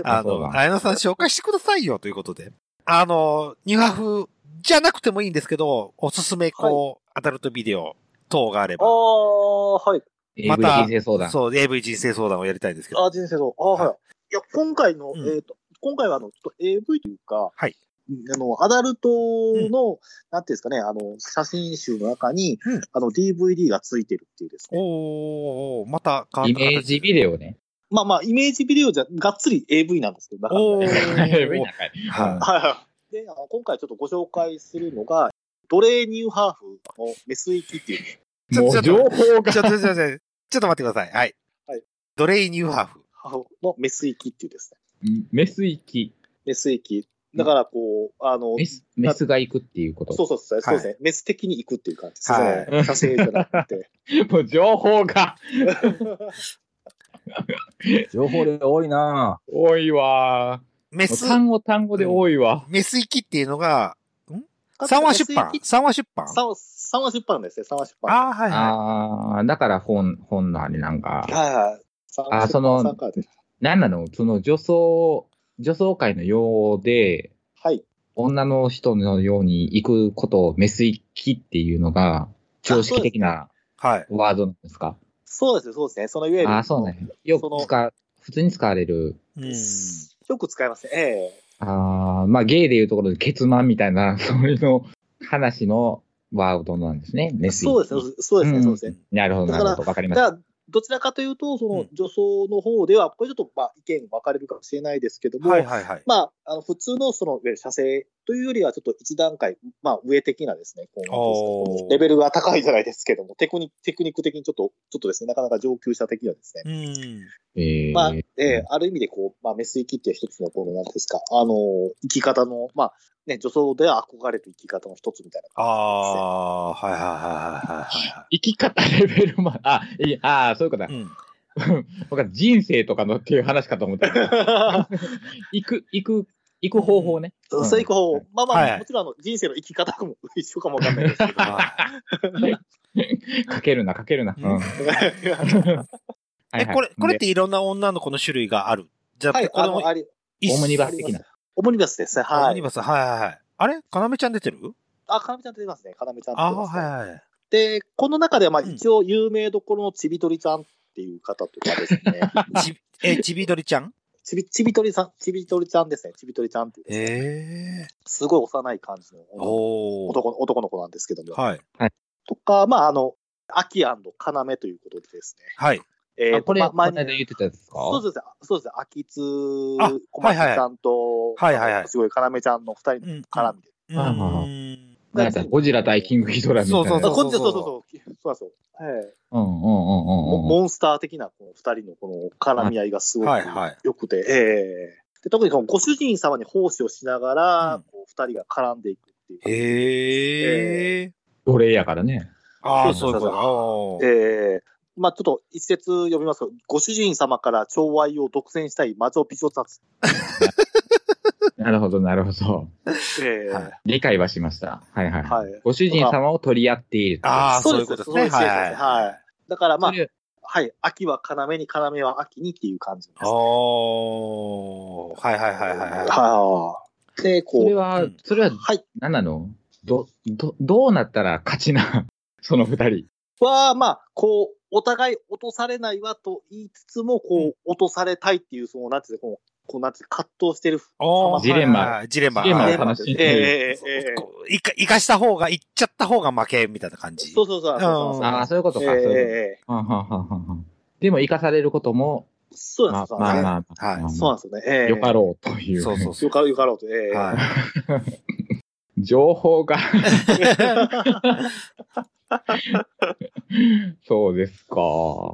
Speaker 1: あ
Speaker 2: そう
Speaker 1: の、
Speaker 2: だ
Speaker 1: 綾野さん紹介してくださいよということで。あの、ニュハフじゃなくてもいいんですけど、おすすめ、こう、アダルトビデオ等があれ
Speaker 4: あ
Speaker 1: ば。
Speaker 4: あ、はい。
Speaker 1: ま
Speaker 2: AV
Speaker 1: た
Speaker 2: 人生相談。
Speaker 1: そう、AV 人生相談をやりたいんですけど。
Speaker 4: あ、人生そう。あ、はい。いや、今回の、
Speaker 1: うん
Speaker 4: えっ、と、今回は、あの、ちょっと AV というか、
Speaker 1: はい
Speaker 4: うん。あの、アダルトの、なんていうんですかね、あの、写真集の中に、
Speaker 1: うん
Speaker 4: あの、DVD がついてるっていうですね。
Speaker 1: おー、また変わ
Speaker 2: イ
Speaker 1: った形
Speaker 2: メージビデオね。
Speaker 4: まあまあ、イメージビデオじゃ、がっつり AV なんですけど、だから、
Speaker 1: おー。
Speaker 2: AV なんか
Speaker 1: は
Speaker 4: はいはい。で、あの今回ちょっとご紹介するのが、奴隷ニューハーフのメス域っていう。
Speaker 1: い。
Speaker 2: もう
Speaker 1: ちょ
Speaker 2: 情
Speaker 1: っと
Speaker 2: 報が
Speaker 1: ちょっと、ちょっと、ちょっとちょっと待ってください。はい。
Speaker 4: はい
Speaker 1: ドレイニューハーフ。
Speaker 4: ハーフのメス域っていうですね。
Speaker 2: メス行き。
Speaker 4: メス域。だから、こう、あの
Speaker 2: メ、ス、メスが行くっていうこと。
Speaker 4: そうそうそう、そうですね。メス的に行くっていう感じですね。その射精じゃなくて。
Speaker 2: もう情報が
Speaker 3: 情報量多いな
Speaker 2: 多いわ。
Speaker 1: メ
Speaker 2: もう
Speaker 1: ス、
Speaker 2: 単語単語で多いわ。
Speaker 1: メス行きっていうのが、三話出版三話出版
Speaker 4: 三話三話出版ですね、三話出版。
Speaker 1: あー、はいは
Speaker 2: ああ、だから本、本のあれなんか。
Speaker 4: はいはい。三話出
Speaker 2: あ
Speaker 4: 版
Speaker 2: その
Speaker 4: 三巻です
Speaker 2: なんなのその女装、女装会のようで、
Speaker 4: はい。
Speaker 2: 女の人のように行くことをメス行きっていうのが常識的な
Speaker 1: はい。
Speaker 2: ワードなんですか。
Speaker 4: そうですね、そうですね。そのいわゆる。
Speaker 2: ああ、そうね。よく使う、普通に使われる。
Speaker 1: うん。
Speaker 4: よく使いますね。ええ
Speaker 2: ああ、まあ、ゲイでいうところで、ケツマンみたいな、 そういうの、話のワードなんですね。メス
Speaker 4: そうですね、そうですね、そうですね。
Speaker 2: なるほど、なるほど。わかりま
Speaker 4: だ
Speaker 2: し
Speaker 4: から、どちらかというと、そうの
Speaker 1: ん
Speaker 4: 女装の方では、これちょっとまあ意見分かれるかもしれないですけども、
Speaker 1: はいはいはい。
Speaker 4: まあ、あの普通のそのいわゆる射精というよりは、ちょっと一段階、まあ、上的なですね、こう
Speaker 1: おー
Speaker 4: なんていうんですかレベルが高いじゃないですけども、テクニテクニック的にちょっと、ちょっとですね、なかなか上級者的にはですね、
Speaker 1: うん。
Speaker 2: た。ええ
Speaker 4: まあ、ええある意味でこう、まあ、メス生きっていう一つの、この、なんていうんですか、あの、生き方の、まあ、ね、女装では憧れる生き方の一つみたいな。
Speaker 1: ああ、はいはいはいはいは
Speaker 2: 生き方レベルまあ、いいああ、そういうことだ
Speaker 1: い。はい。うん。
Speaker 2: 僕は人生とかのっていう話かと思った。 行く、行く、行く方法ね。うん
Speaker 4: そういうこ
Speaker 2: は
Speaker 4: う
Speaker 2: い、
Speaker 4: まあまあ、
Speaker 1: はい
Speaker 4: もちろんあの人生の生き方も 一緒かもわかんないですけど。
Speaker 2: かけるな、かけるな。うん
Speaker 1: うん
Speaker 2: はい
Speaker 1: え、
Speaker 2: はい
Speaker 1: これ、これっ
Speaker 2: で
Speaker 1: ていろんな女の子の種類がある。じゃ
Speaker 4: は
Speaker 1: あ、
Speaker 4: い、
Speaker 1: こ
Speaker 4: あ
Speaker 1: の
Speaker 4: の、あれ、
Speaker 1: 一
Speaker 2: オムニバス的な。
Speaker 4: オムニバスですね。
Speaker 1: オ
Speaker 4: は
Speaker 1: ムニ
Speaker 4: い。
Speaker 1: バス、はいはいはい。あれかなめちゃん出てる
Speaker 4: あ、かなめちゃんと出てますね。かなめちゃんと
Speaker 1: あ
Speaker 4: 出
Speaker 1: あ、
Speaker 4: てますね、
Speaker 1: はいはい。
Speaker 4: で、この中では、まあ、
Speaker 1: うん
Speaker 4: 一応、有名どころのちびとりさんっていう方とかです ね。
Speaker 1: ち、え、ちびどりちゃん
Speaker 4: ちび、ちびとりさん、ちびとりちゃんですね。ちびとりちゃんっていう、
Speaker 1: ええ
Speaker 4: すごい幼い感じの
Speaker 1: おー。
Speaker 4: 男の男の子なんですけども。
Speaker 1: はい。
Speaker 4: とか、まあ、あの、アキアンドカナメということでですね。
Speaker 1: はい。
Speaker 4: え
Speaker 2: あこれ、
Speaker 4: ま
Speaker 2: この
Speaker 4: 前
Speaker 2: 間
Speaker 4: に
Speaker 2: 言ってたやつですか
Speaker 4: そうですね、そうですね、秋津
Speaker 1: あ
Speaker 4: 小松ちゃんと、
Speaker 1: はいはいはいはいはいはい
Speaker 4: すごい、要ちゃんの二人の絡みで。
Speaker 1: う
Speaker 2: あまあ
Speaker 1: ん。
Speaker 2: なんかゴジラ対キングヒドラみたいな。
Speaker 1: そう
Speaker 4: あ
Speaker 1: そう
Speaker 4: こっちそうそうそう、そうなんですよ。はい
Speaker 2: うんうんう
Speaker 4: モ
Speaker 2: んうんうん。
Speaker 4: モンスター的なこの二人のこの絡み合いがすご
Speaker 1: はいはい
Speaker 4: く良くて、ええで特にそのご主人様に奉仕をしながら、
Speaker 1: うん
Speaker 4: こう二人が絡んでいくっていう。
Speaker 1: へえ。
Speaker 2: 奴隷やからね。
Speaker 1: ああ、そ
Speaker 4: そうう
Speaker 1: い
Speaker 4: そううそう
Speaker 1: こと。あー
Speaker 4: ええまあちょっと一節読みますと、ご主人様から寵愛を独占したい魔女美女たち。
Speaker 2: なるほど、なるほど。
Speaker 4: ええ
Speaker 1: はい
Speaker 2: 理解はしました。はいはい。
Speaker 4: はい
Speaker 2: ご主人様を取り合っている。
Speaker 1: ああ、
Speaker 4: そ
Speaker 1: そうう
Speaker 4: で
Speaker 1: い
Speaker 4: す
Speaker 1: うことです
Speaker 4: そう
Speaker 1: ね。
Speaker 4: です
Speaker 1: はい
Speaker 4: そうですはい。だからまあ
Speaker 2: そ、れ
Speaker 4: はい、秋は要に、要は秋にっていう感じです、ね。
Speaker 1: おー。はいはいはいはいはい。
Speaker 4: はい。で、こう。
Speaker 2: それは、
Speaker 1: うん
Speaker 2: それは、
Speaker 4: はい。
Speaker 2: 何なのど、ど、どうなったら勝ちな その二人。
Speaker 4: は、まあ、こう、お互い落とされないわと言いつつも、こう、落とされたいっていう、その、なんていうの、こう、こうなんていうの葛藤してる。
Speaker 1: おー
Speaker 2: ジレン。マ
Speaker 1: はいはいジレンマ。
Speaker 2: ジレンマ
Speaker 1: はい
Speaker 2: を楽し
Speaker 4: ええ
Speaker 2: んでいる。
Speaker 4: ええええ
Speaker 1: こういか、生かした方が、いっちゃった方が負け、みたいな感じ。
Speaker 4: そうそうそう。そうそう
Speaker 1: あ
Speaker 2: ああ、そういうことか。
Speaker 4: ええ
Speaker 2: そう
Speaker 4: え
Speaker 2: い
Speaker 4: え
Speaker 2: う
Speaker 4: ええ
Speaker 2: ことはんはんはんはんはんでも、生かされることも、
Speaker 4: そうなん
Speaker 2: ま
Speaker 4: です
Speaker 2: あ
Speaker 4: よ。
Speaker 2: まあ
Speaker 4: そうなんですよ
Speaker 2: まあ、
Speaker 1: はい
Speaker 2: まあまあ
Speaker 4: そうなんですよね。ええ
Speaker 2: よかろうという。
Speaker 1: そうそうそう
Speaker 4: よ。かろう。よかろうと。ええ
Speaker 1: はい。
Speaker 2: 情報が、 そうですか。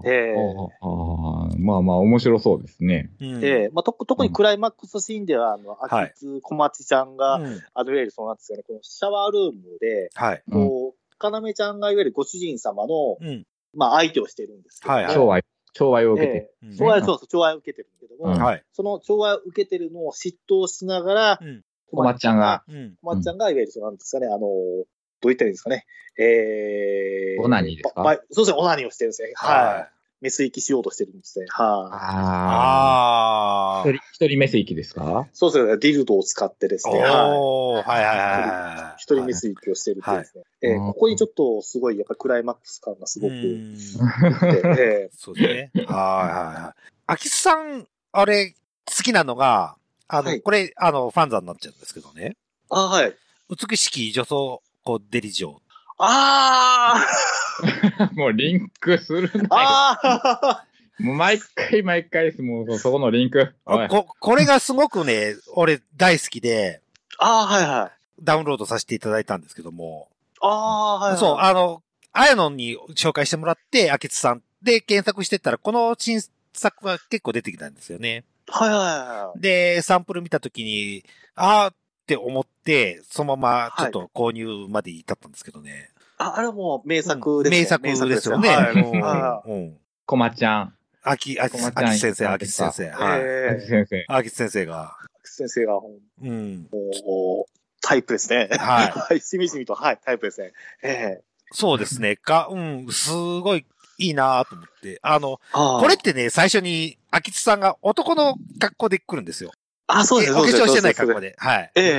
Speaker 4: ええ
Speaker 2: ああまあまあ、面白そうですね。
Speaker 1: うん
Speaker 4: ええまあ、と特にクライマックスシーンでは、あの、秋津小町ちゃんが、
Speaker 1: うん
Speaker 4: あの、いわゆるそうなんですよね、このシャワールームで、
Speaker 1: はい。
Speaker 2: うん
Speaker 4: こう、かなめちゃんがいわゆるご主人様の、
Speaker 1: うん。
Speaker 4: まあ、相手をしてるんですけど、
Speaker 1: はいはい
Speaker 2: 懲愛、懲愛を受けて。
Speaker 4: ええそう
Speaker 2: ね
Speaker 4: そうそう、懲愛を受けてるんだけども、
Speaker 2: うん
Speaker 1: はい。
Speaker 4: その懲愛を受けてるのを嫉妬しながら、
Speaker 1: うん
Speaker 2: 小松ちゃんが、
Speaker 1: うん。
Speaker 4: 小松ちゃんがいわゆるそうなんですかね、あの、どう言ったらいいんですかね、えー、
Speaker 2: オナニーですか
Speaker 4: ばばそうですね、オナニーをしてるんですね。はい。
Speaker 1: はい
Speaker 4: メス行きしようとしてるんですね。はい。
Speaker 2: ああ
Speaker 1: あ
Speaker 2: 一人、一人目席ですか
Speaker 4: そうですね、ディルドを使ってです
Speaker 1: あ。
Speaker 4: ね、はい。
Speaker 1: おー。はいはいはい。
Speaker 4: 一人メス行きをしてるっていうですね。
Speaker 2: はい
Speaker 4: ええここにちょっとすごい、やっぱりクライマックス感がすごく
Speaker 1: う
Speaker 4: 良
Speaker 1: ん
Speaker 4: くて、 ええ
Speaker 1: そうですね。はいはいはい。秋津さん、あれ、好きなのが、あの、
Speaker 4: はい
Speaker 1: これ、あの、ファンザになっちゃうんですけどね。
Speaker 4: あ、はい。
Speaker 1: 美しき女装、こう、デリジョー。
Speaker 4: あ
Speaker 2: もうリンクする
Speaker 4: あああ
Speaker 2: い。もう毎回毎回です。もうそこのリンク。おい
Speaker 1: こ、これがすごくね、俺大好きで、
Speaker 4: ああ、はいはい。
Speaker 1: ダウンロードさせていただいたんですけども。
Speaker 4: ああ、はい、はい。
Speaker 1: そう、あの、あやのんに紹介してもらって、あけつさんで検索してったら、この新作が結構出てきたんですよね。
Speaker 4: はいはいはい。
Speaker 1: で、サンプル見たときに、あーって思って、そのままちょっと購入まで至ったんですけどね。
Speaker 4: あ、あれはもう名作ですね。
Speaker 1: 名作ですよね。
Speaker 4: はいは
Speaker 1: うんうん。
Speaker 2: 小松ちゃん。
Speaker 1: あき、あき、
Speaker 2: 小松ちゃん
Speaker 1: あき先生、あき先生。
Speaker 4: い
Speaker 1: はい。
Speaker 4: ええ
Speaker 2: 先生。
Speaker 1: あき先生が。
Speaker 4: 先生が、も
Speaker 1: うん。
Speaker 4: う、タイプですね。
Speaker 1: はい。
Speaker 4: はい、しみじみと、はい、タイプですね。ええ
Speaker 1: そうですね。が、うん、すごいいいなと思って。あの、
Speaker 4: ああ
Speaker 1: これってね、最初に、秋津さんが男の格好で来るんですよ。
Speaker 4: あ、そうです
Speaker 1: お化
Speaker 4: そうです
Speaker 1: 粧してない格好
Speaker 4: で
Speaker 1: で。はい。
Speaker 4: す。ええええ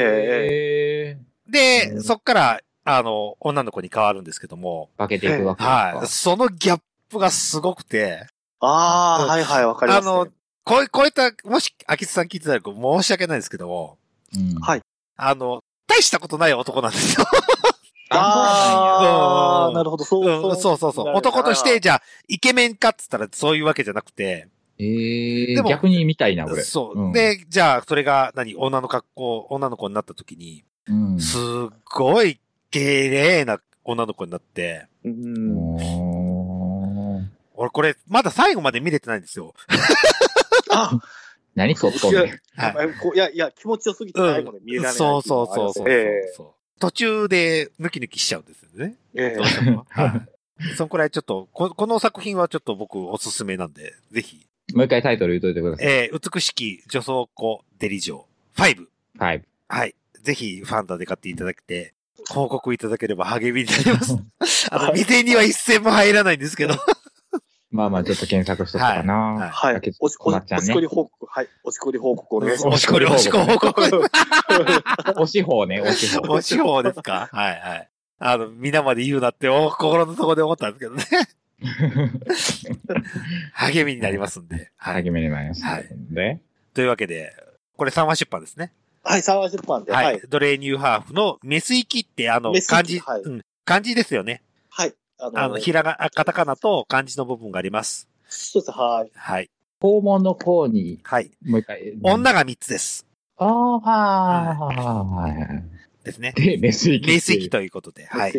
Speaker 2: ええ
Speaker 1: で、そっから、あの、女の子に変わるんですけども、
Speaker 2: 化けていくわけ
Speaker 1: はい。
Speaker 2: です
Speaker 1: そのギャップがすごくて、
Speaker 4: ああ、はいはい、わかり
Speaker 1: あ
Speaker 4: ます、ね。
Speaker 1: の、こうい、こういった、もし、秋津さん聞いてたら申し訳ないんですけども、
Speaker 2: かうん
Speaker 4: はい
Speaker 1: あの、大したことない男なんですよ。
Speaker 4: ああ、なるほど、そう、
Speaker 1: うんそうそうそう。男として、、じゃあ、イケメンかっつったらそういうわけじゃなくて、
Speaker 2: ええ
Speaker 1: でも
Speaker 2: 逆に見たいな、これ。
Speaker 1: そう。
Speaker 2: うん
Speaker 1: で、じゃあ、それが何、女の格好、女の子になった時に、
Speaker 2: うん
Speaker 1: すっごい、綺麗な女の子になって、
Speaker 4: うん、
Speaker 2: おー
Speaker 1: 俺これ、まだ最後まで見れてないんですよ。
Speaker 4: あ、
Speaker 2: 何そっとんねん
Speaker 1: はい。
Speaker 4: こういやいや、気持ちよすぎて最後まで見えられないってい
Speaker 1: そう
Speaker 4: の
Speaker 1: そ
Speaker 4: は
Speaker 1: う
Speaker 4: あり
Speaker 1: そ
Speaker 4: ま
Speaker 1: う
Speaker 4: す
Speaker 1: そ
Speaker 4: ね
Speaker 1: う、そう途中で、ヌキヌキしちゃうんですよね。
Speaker 4: ええええ
Speaker 1: どうしても。はい。そんくらいちょっとこ、この作品はちょっと僕おすすめなんで、ぜひ。
Speaker 2: もう一回タイトル言っといてください。
Speaker 1: えー、美しき女装子デリジョー5。
Speaker 2: はい。
Speaker 1: はい。ぜひ、ファンダで買っていただけて、広告いただければ励みになり ます。あの、未定には一銭も入らないんですけど。
Speaker 2: まあまあ、ちょっと検索しとくかな。
Speaker 1: はい
Speaker 4: はい。
Speaker 2: 竹内
Speaker 4: おしこり、
Speaker 2: まっちゃ
Speaker 4: お
Speaker 2: んね
Speaker 4: しこり報告、はい。おしこり報告お願いしま
Speaker 1: おしこり、おしこり、おしこり、
Speaker 2: 押し方ね、押し方。
Speaker 1: おしこりですかはいはい。あの、皆まで言うなって、お心の底で思ったんですけどね。励みになりますんで。はい。
Speaker 2: 励めになります。
Speaker 1: はい
Speaker 2: で、
Speaker 1: というわけで、これ3話出版ですね。
Speaker 4: す。はい、サワー出版で、
Speaker 1: はい。
Speaker 4: はい。
Speaker 1: ドレーニューハーフのメス行きって、あの
Speaker 4: メ、ス行
Speaker 1: 漢
Speaker 4: き
Speaker 1: 字、
Speaker 4: はい
Speaker 1: うん、漢字ですよね。
Speaker 4: はい。あの
Speaker 1: あの、ひらが、あカタカナと漢字の部分があります。
Speaker 4: そうです、はい。
Speaker 1: はい。
Speaker 2: 肛門の方に、
Speaker 1: はい。
Speaker 2: もう一回。
Speaker 1: 女が3つです。
Speaker 2: ああ、はいはいはい。
Speaker 1: ですね。
Speaker 2: で、メス行き。
Speaker 1: メス行き。ということで、は
Speaker 4: はい
Speaker 1: い。。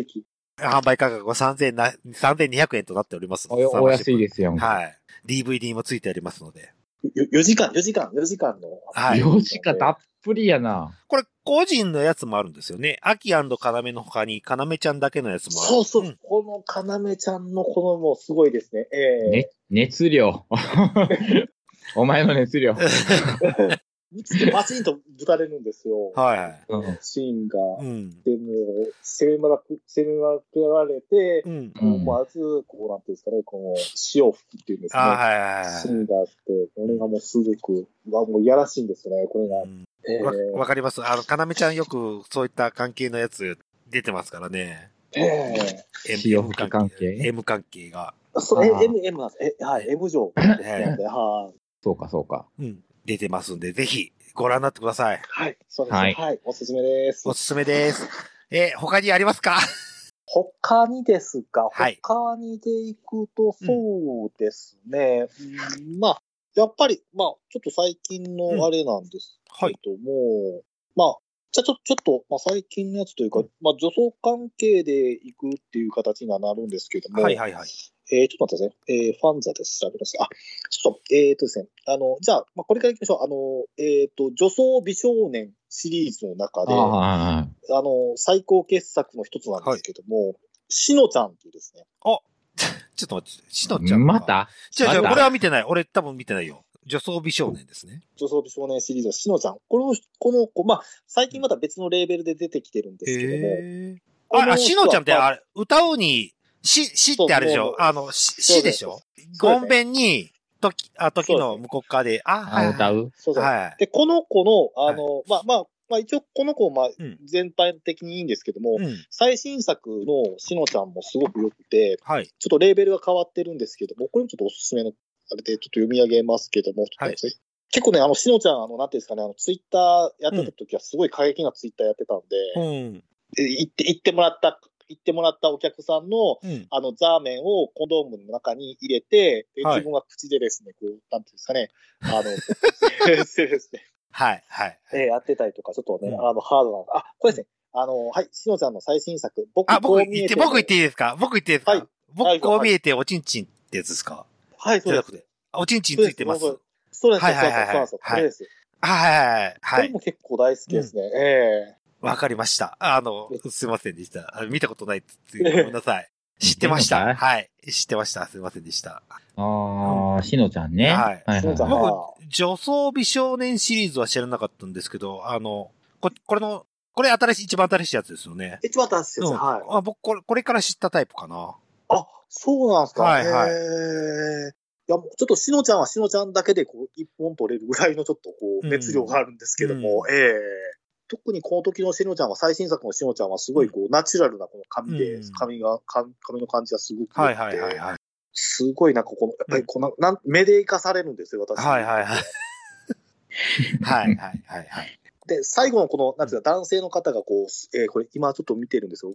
Speaker 1: 販売価格は3000な3200円となっておりますの
Speaker 2: お
Speaker 1: で。
Speaker 2: お安いですよ。
Speaker 1: はい。DVD もついておりますので。
Speaker 4: よ4時間、4時間、4時間の。
Speaker 1: はい
Speaker 2: 4時間たっぷりやな。
Speaker 1: これ、個人のやつもあるんですよね。アキ要の他に、要ちゃんだけのやつもある。
Speaker 4: そうそう、
Speaker 1: ん
Speaker 4: このかなめちゃんのこのもうすごいですね。ええ
Speaker 2: ね、熱量。お前の熱量。
Speaker 4: バチンとぶたれるんですよ。
Speaker 1: はいはい。
Speaker 2: うん
Speaker 4: シーンが。
Speaker 1: うん。
Speaker 4: で、もう、攻めまく、攻めまくられて、
Speaker 1: うん。
Speaker 2: うん
Speaker 4: 思わず、こうなんていうんですかね、この、潮吹きっていうんです
Speaker 1: あ
Speaker 4: ね。
Speaker 1: ーはいはい
Speaker 4: シ
Speaker 1: は
Speaker 4: ーンがあって、これがもうすごく、うわ、もういやらしいんですよね、これが
Speaker 1: い。う。ん
Speaker 4: え
Speaker 1: わわかります。あの、かなめちゃんよくそういった関係のやつ出てますからね。
Speaker 4: ええ
Speaker 1: M,
Speaker 2: 潮吹き関係
Speaker 1: M 関係が。
Speaker 4: えそう、え
Speaker 2: ああ
Speaker 4: M、M なんです。え、はい、M 城ですね。はい。
Speaker 2: そうか、そうか。
Speaker 1: うん。出てますんで、ぜひご覧になってください。
Speaker 4: はい、そうです。
Speaker 2: は
Speaker 4: はいい、おすすめです
Speaker 1: お。すすめです。えー他にありますか
Speaker 4: 他にですが、
Speaker 1: はい
Speaker 4: 他にでいくと、そうですね、うんまあ、やっぱり、まあ、ちょっと最近のあれなんですけども、まあ、じゃあちょちょっと、まあ、最近のやつというか、まあ、女装関係でいくっていう形にはなるんですけども、
Speaker 1: はいはいはい。
Speaker 4: えー、ちょっと待ってくださいね。えー、ファンザです。調べます。あ、ちょっと、えー、とですね、あの、じゃあ、まあ、これから行きましょう。あの、えー、と、女装美少年シリーズの中
Speaker 2: あ
Speaker 4: で、
Speaker 2: あ、はいはい
Speaker 4: あの、最高傑作の一つなんですけども、しのちゃんっていうですね。
Speaker 1: ちょっと待って、しのちゃん。
Speaker 2: また
Speaker 1: 違う違う、
Speaker 2: また
Speaker 1: 俺は見てない。俺多分見てないよ。女装美少年ですね。
Speaker 4: 女装美少年シリーズのしのちゃん。この、この子、まあ、最近また別のレーベルで出てきてるんですけども。
Speaker 1: え
Speaker 4: この人
Speaker 1: あ、
Speaker 4: は
Speaker 1: あ、しのちゃんって、
Speaker 4: ま
Speaker 1: あれ、歌うに、し、しってあれでし
Speaker 4: そうそう
Speaker 1: ょあの、
Speaker 4: そ
Speaker 1: し、
Speaker 4: うで
Speaker 1: しですしょ
Speaker 4: そうです
Speaker 1: ごんべんに、とき、あ、時の向こう側で、あ、はい
Speaker 2: あ、
Speaker 1: はい。
Speaker 2: 歌う
Speaker 4: そうそう
Speaker 1: はい。
Speaker 4: で、この子の、あの、まあまあ、まあ一応この子、まあ
Speaker 1: うん、
Speaker 4: 全体的にいいんですけども、
Speaker 1: うん。
Speaker 4: 最新作のしのちゃんもすごく良くて、
Speaker 1: はい。
Speaker 4: ちょっとレーベルが変わってるんですけども、これもちょっとおすすめの、あれでちょっと読み上げますけども、ちょっと待ってください結構ね、あの、しのちゃん、あの、なんていうんですかね、あの、ツイッターやってた時はすごい過激なツイッターやってたんで、
Speaker 1: うん。
Speaker 4: え行って、行ってもらった、行ってもらったお客さんの、
Speaker 1: うん。
Speaker 4: あの、ザーメンをコンドームの中に入れて、で
Speaker 1: はい
Speaker 4: 自分は口でですね、こう、なんていうんですかね、あ の、 してですね、
Speaker 1: はい、はい。
Speaker 4: えーやってたりとか、ちょっとね、
Speaker 1: うん
Speaker 4: あの、ハードな、あ、これですね、あの、はい、しのちゃんの最新作、僕、
Speaker 1: あ、
Speaker 4: こ
Speaker 1: 僕
Speaker 4: う見
Speaker 1: 言
Speaker 4: え
Speaker 1: って、僕言っていいですか僕言っていいですか、
Speaker 4: はいは
Speaker 1: 僕
Speaker 4: い
Speaker 1: こう見えておちんちんってやつですか
Speaker 4: はい、そう
Speaker 1: じ
Speaker 4: で
Speaker 1: ゃな
Speaker 4: す
Speaker 1: く。て。あおちんちんついてます。
Speaker 4: そう
Speaker 1: は
Speaker 4: ですそうです、
Speaker 1: は
Speaker 4: そう
Speaker 1: い
Speaker 4: です、
Speaker 1: はい
Speaker 4: そう
Speaker 1: はいは
Speaker 4: な
Speaker 1: い
Speaker 4: んですよ。これです。
Speaker 1: いは
Speaker 4: こ
Speaker 1: いは
Speaker 4: れ
Speaker 1: い。
Speaker 4: も結構大好きですね。え
Speaker 1: わかりました。あの、すいませんでした。あ見たことないっつってごめんな さい。知ってまし
Speaker 2: いいのか
Speaker 1: た。
Speaker 2: い
Speaker 1: はい。知ってました。すいませんでした。
Speaker 2: ああ、しのちゃんね。
Speaker 1: はい
Speaker 4: えしのちゃん
Speaker 1: 僕
Speaker 4: は、
Speaker 1: 女装美少年シリーズは知らなかったんですけど、あの、こ、これの、これ新しい、一番新しいやつですよね。
Speaker 4: 一番新しいですね。
Speaker 1: うん
Speaker 4: はい。
Speaker 1: あ僕これ、これから知ったタイプかな。
Speaker 4: あ、そうなんですか。
Speaker 1: はいはい
Speaker 4: へーいや、もうちょっとしのちゃんはしのちゃんだけでこう、一本取れるぐらいのちょっとこう、
Speaker 1: うん
Speaker 4: 熱量があるんですけども、ええ特にこの時のしのちゃんは、最新作のしのちゃんはすごいこう、ナチュラルなこの髪で、
Speaker 1: うん
Speaker 4: 髪が、髪髪の感じがすごく良くて、
Speaker 1: はいはいはいはい。
Speaker 4: すごいなんかこの、やっぱりこの、なん目で生かされるんですよ、私。
Speaker 1: は いはいはい。はいはいはいはい。
Speaker 4: で、最後のこの、なんていうか、男性の方がこう、えーこれ今ちょっと見てるんですよ。
Speaker 1: ん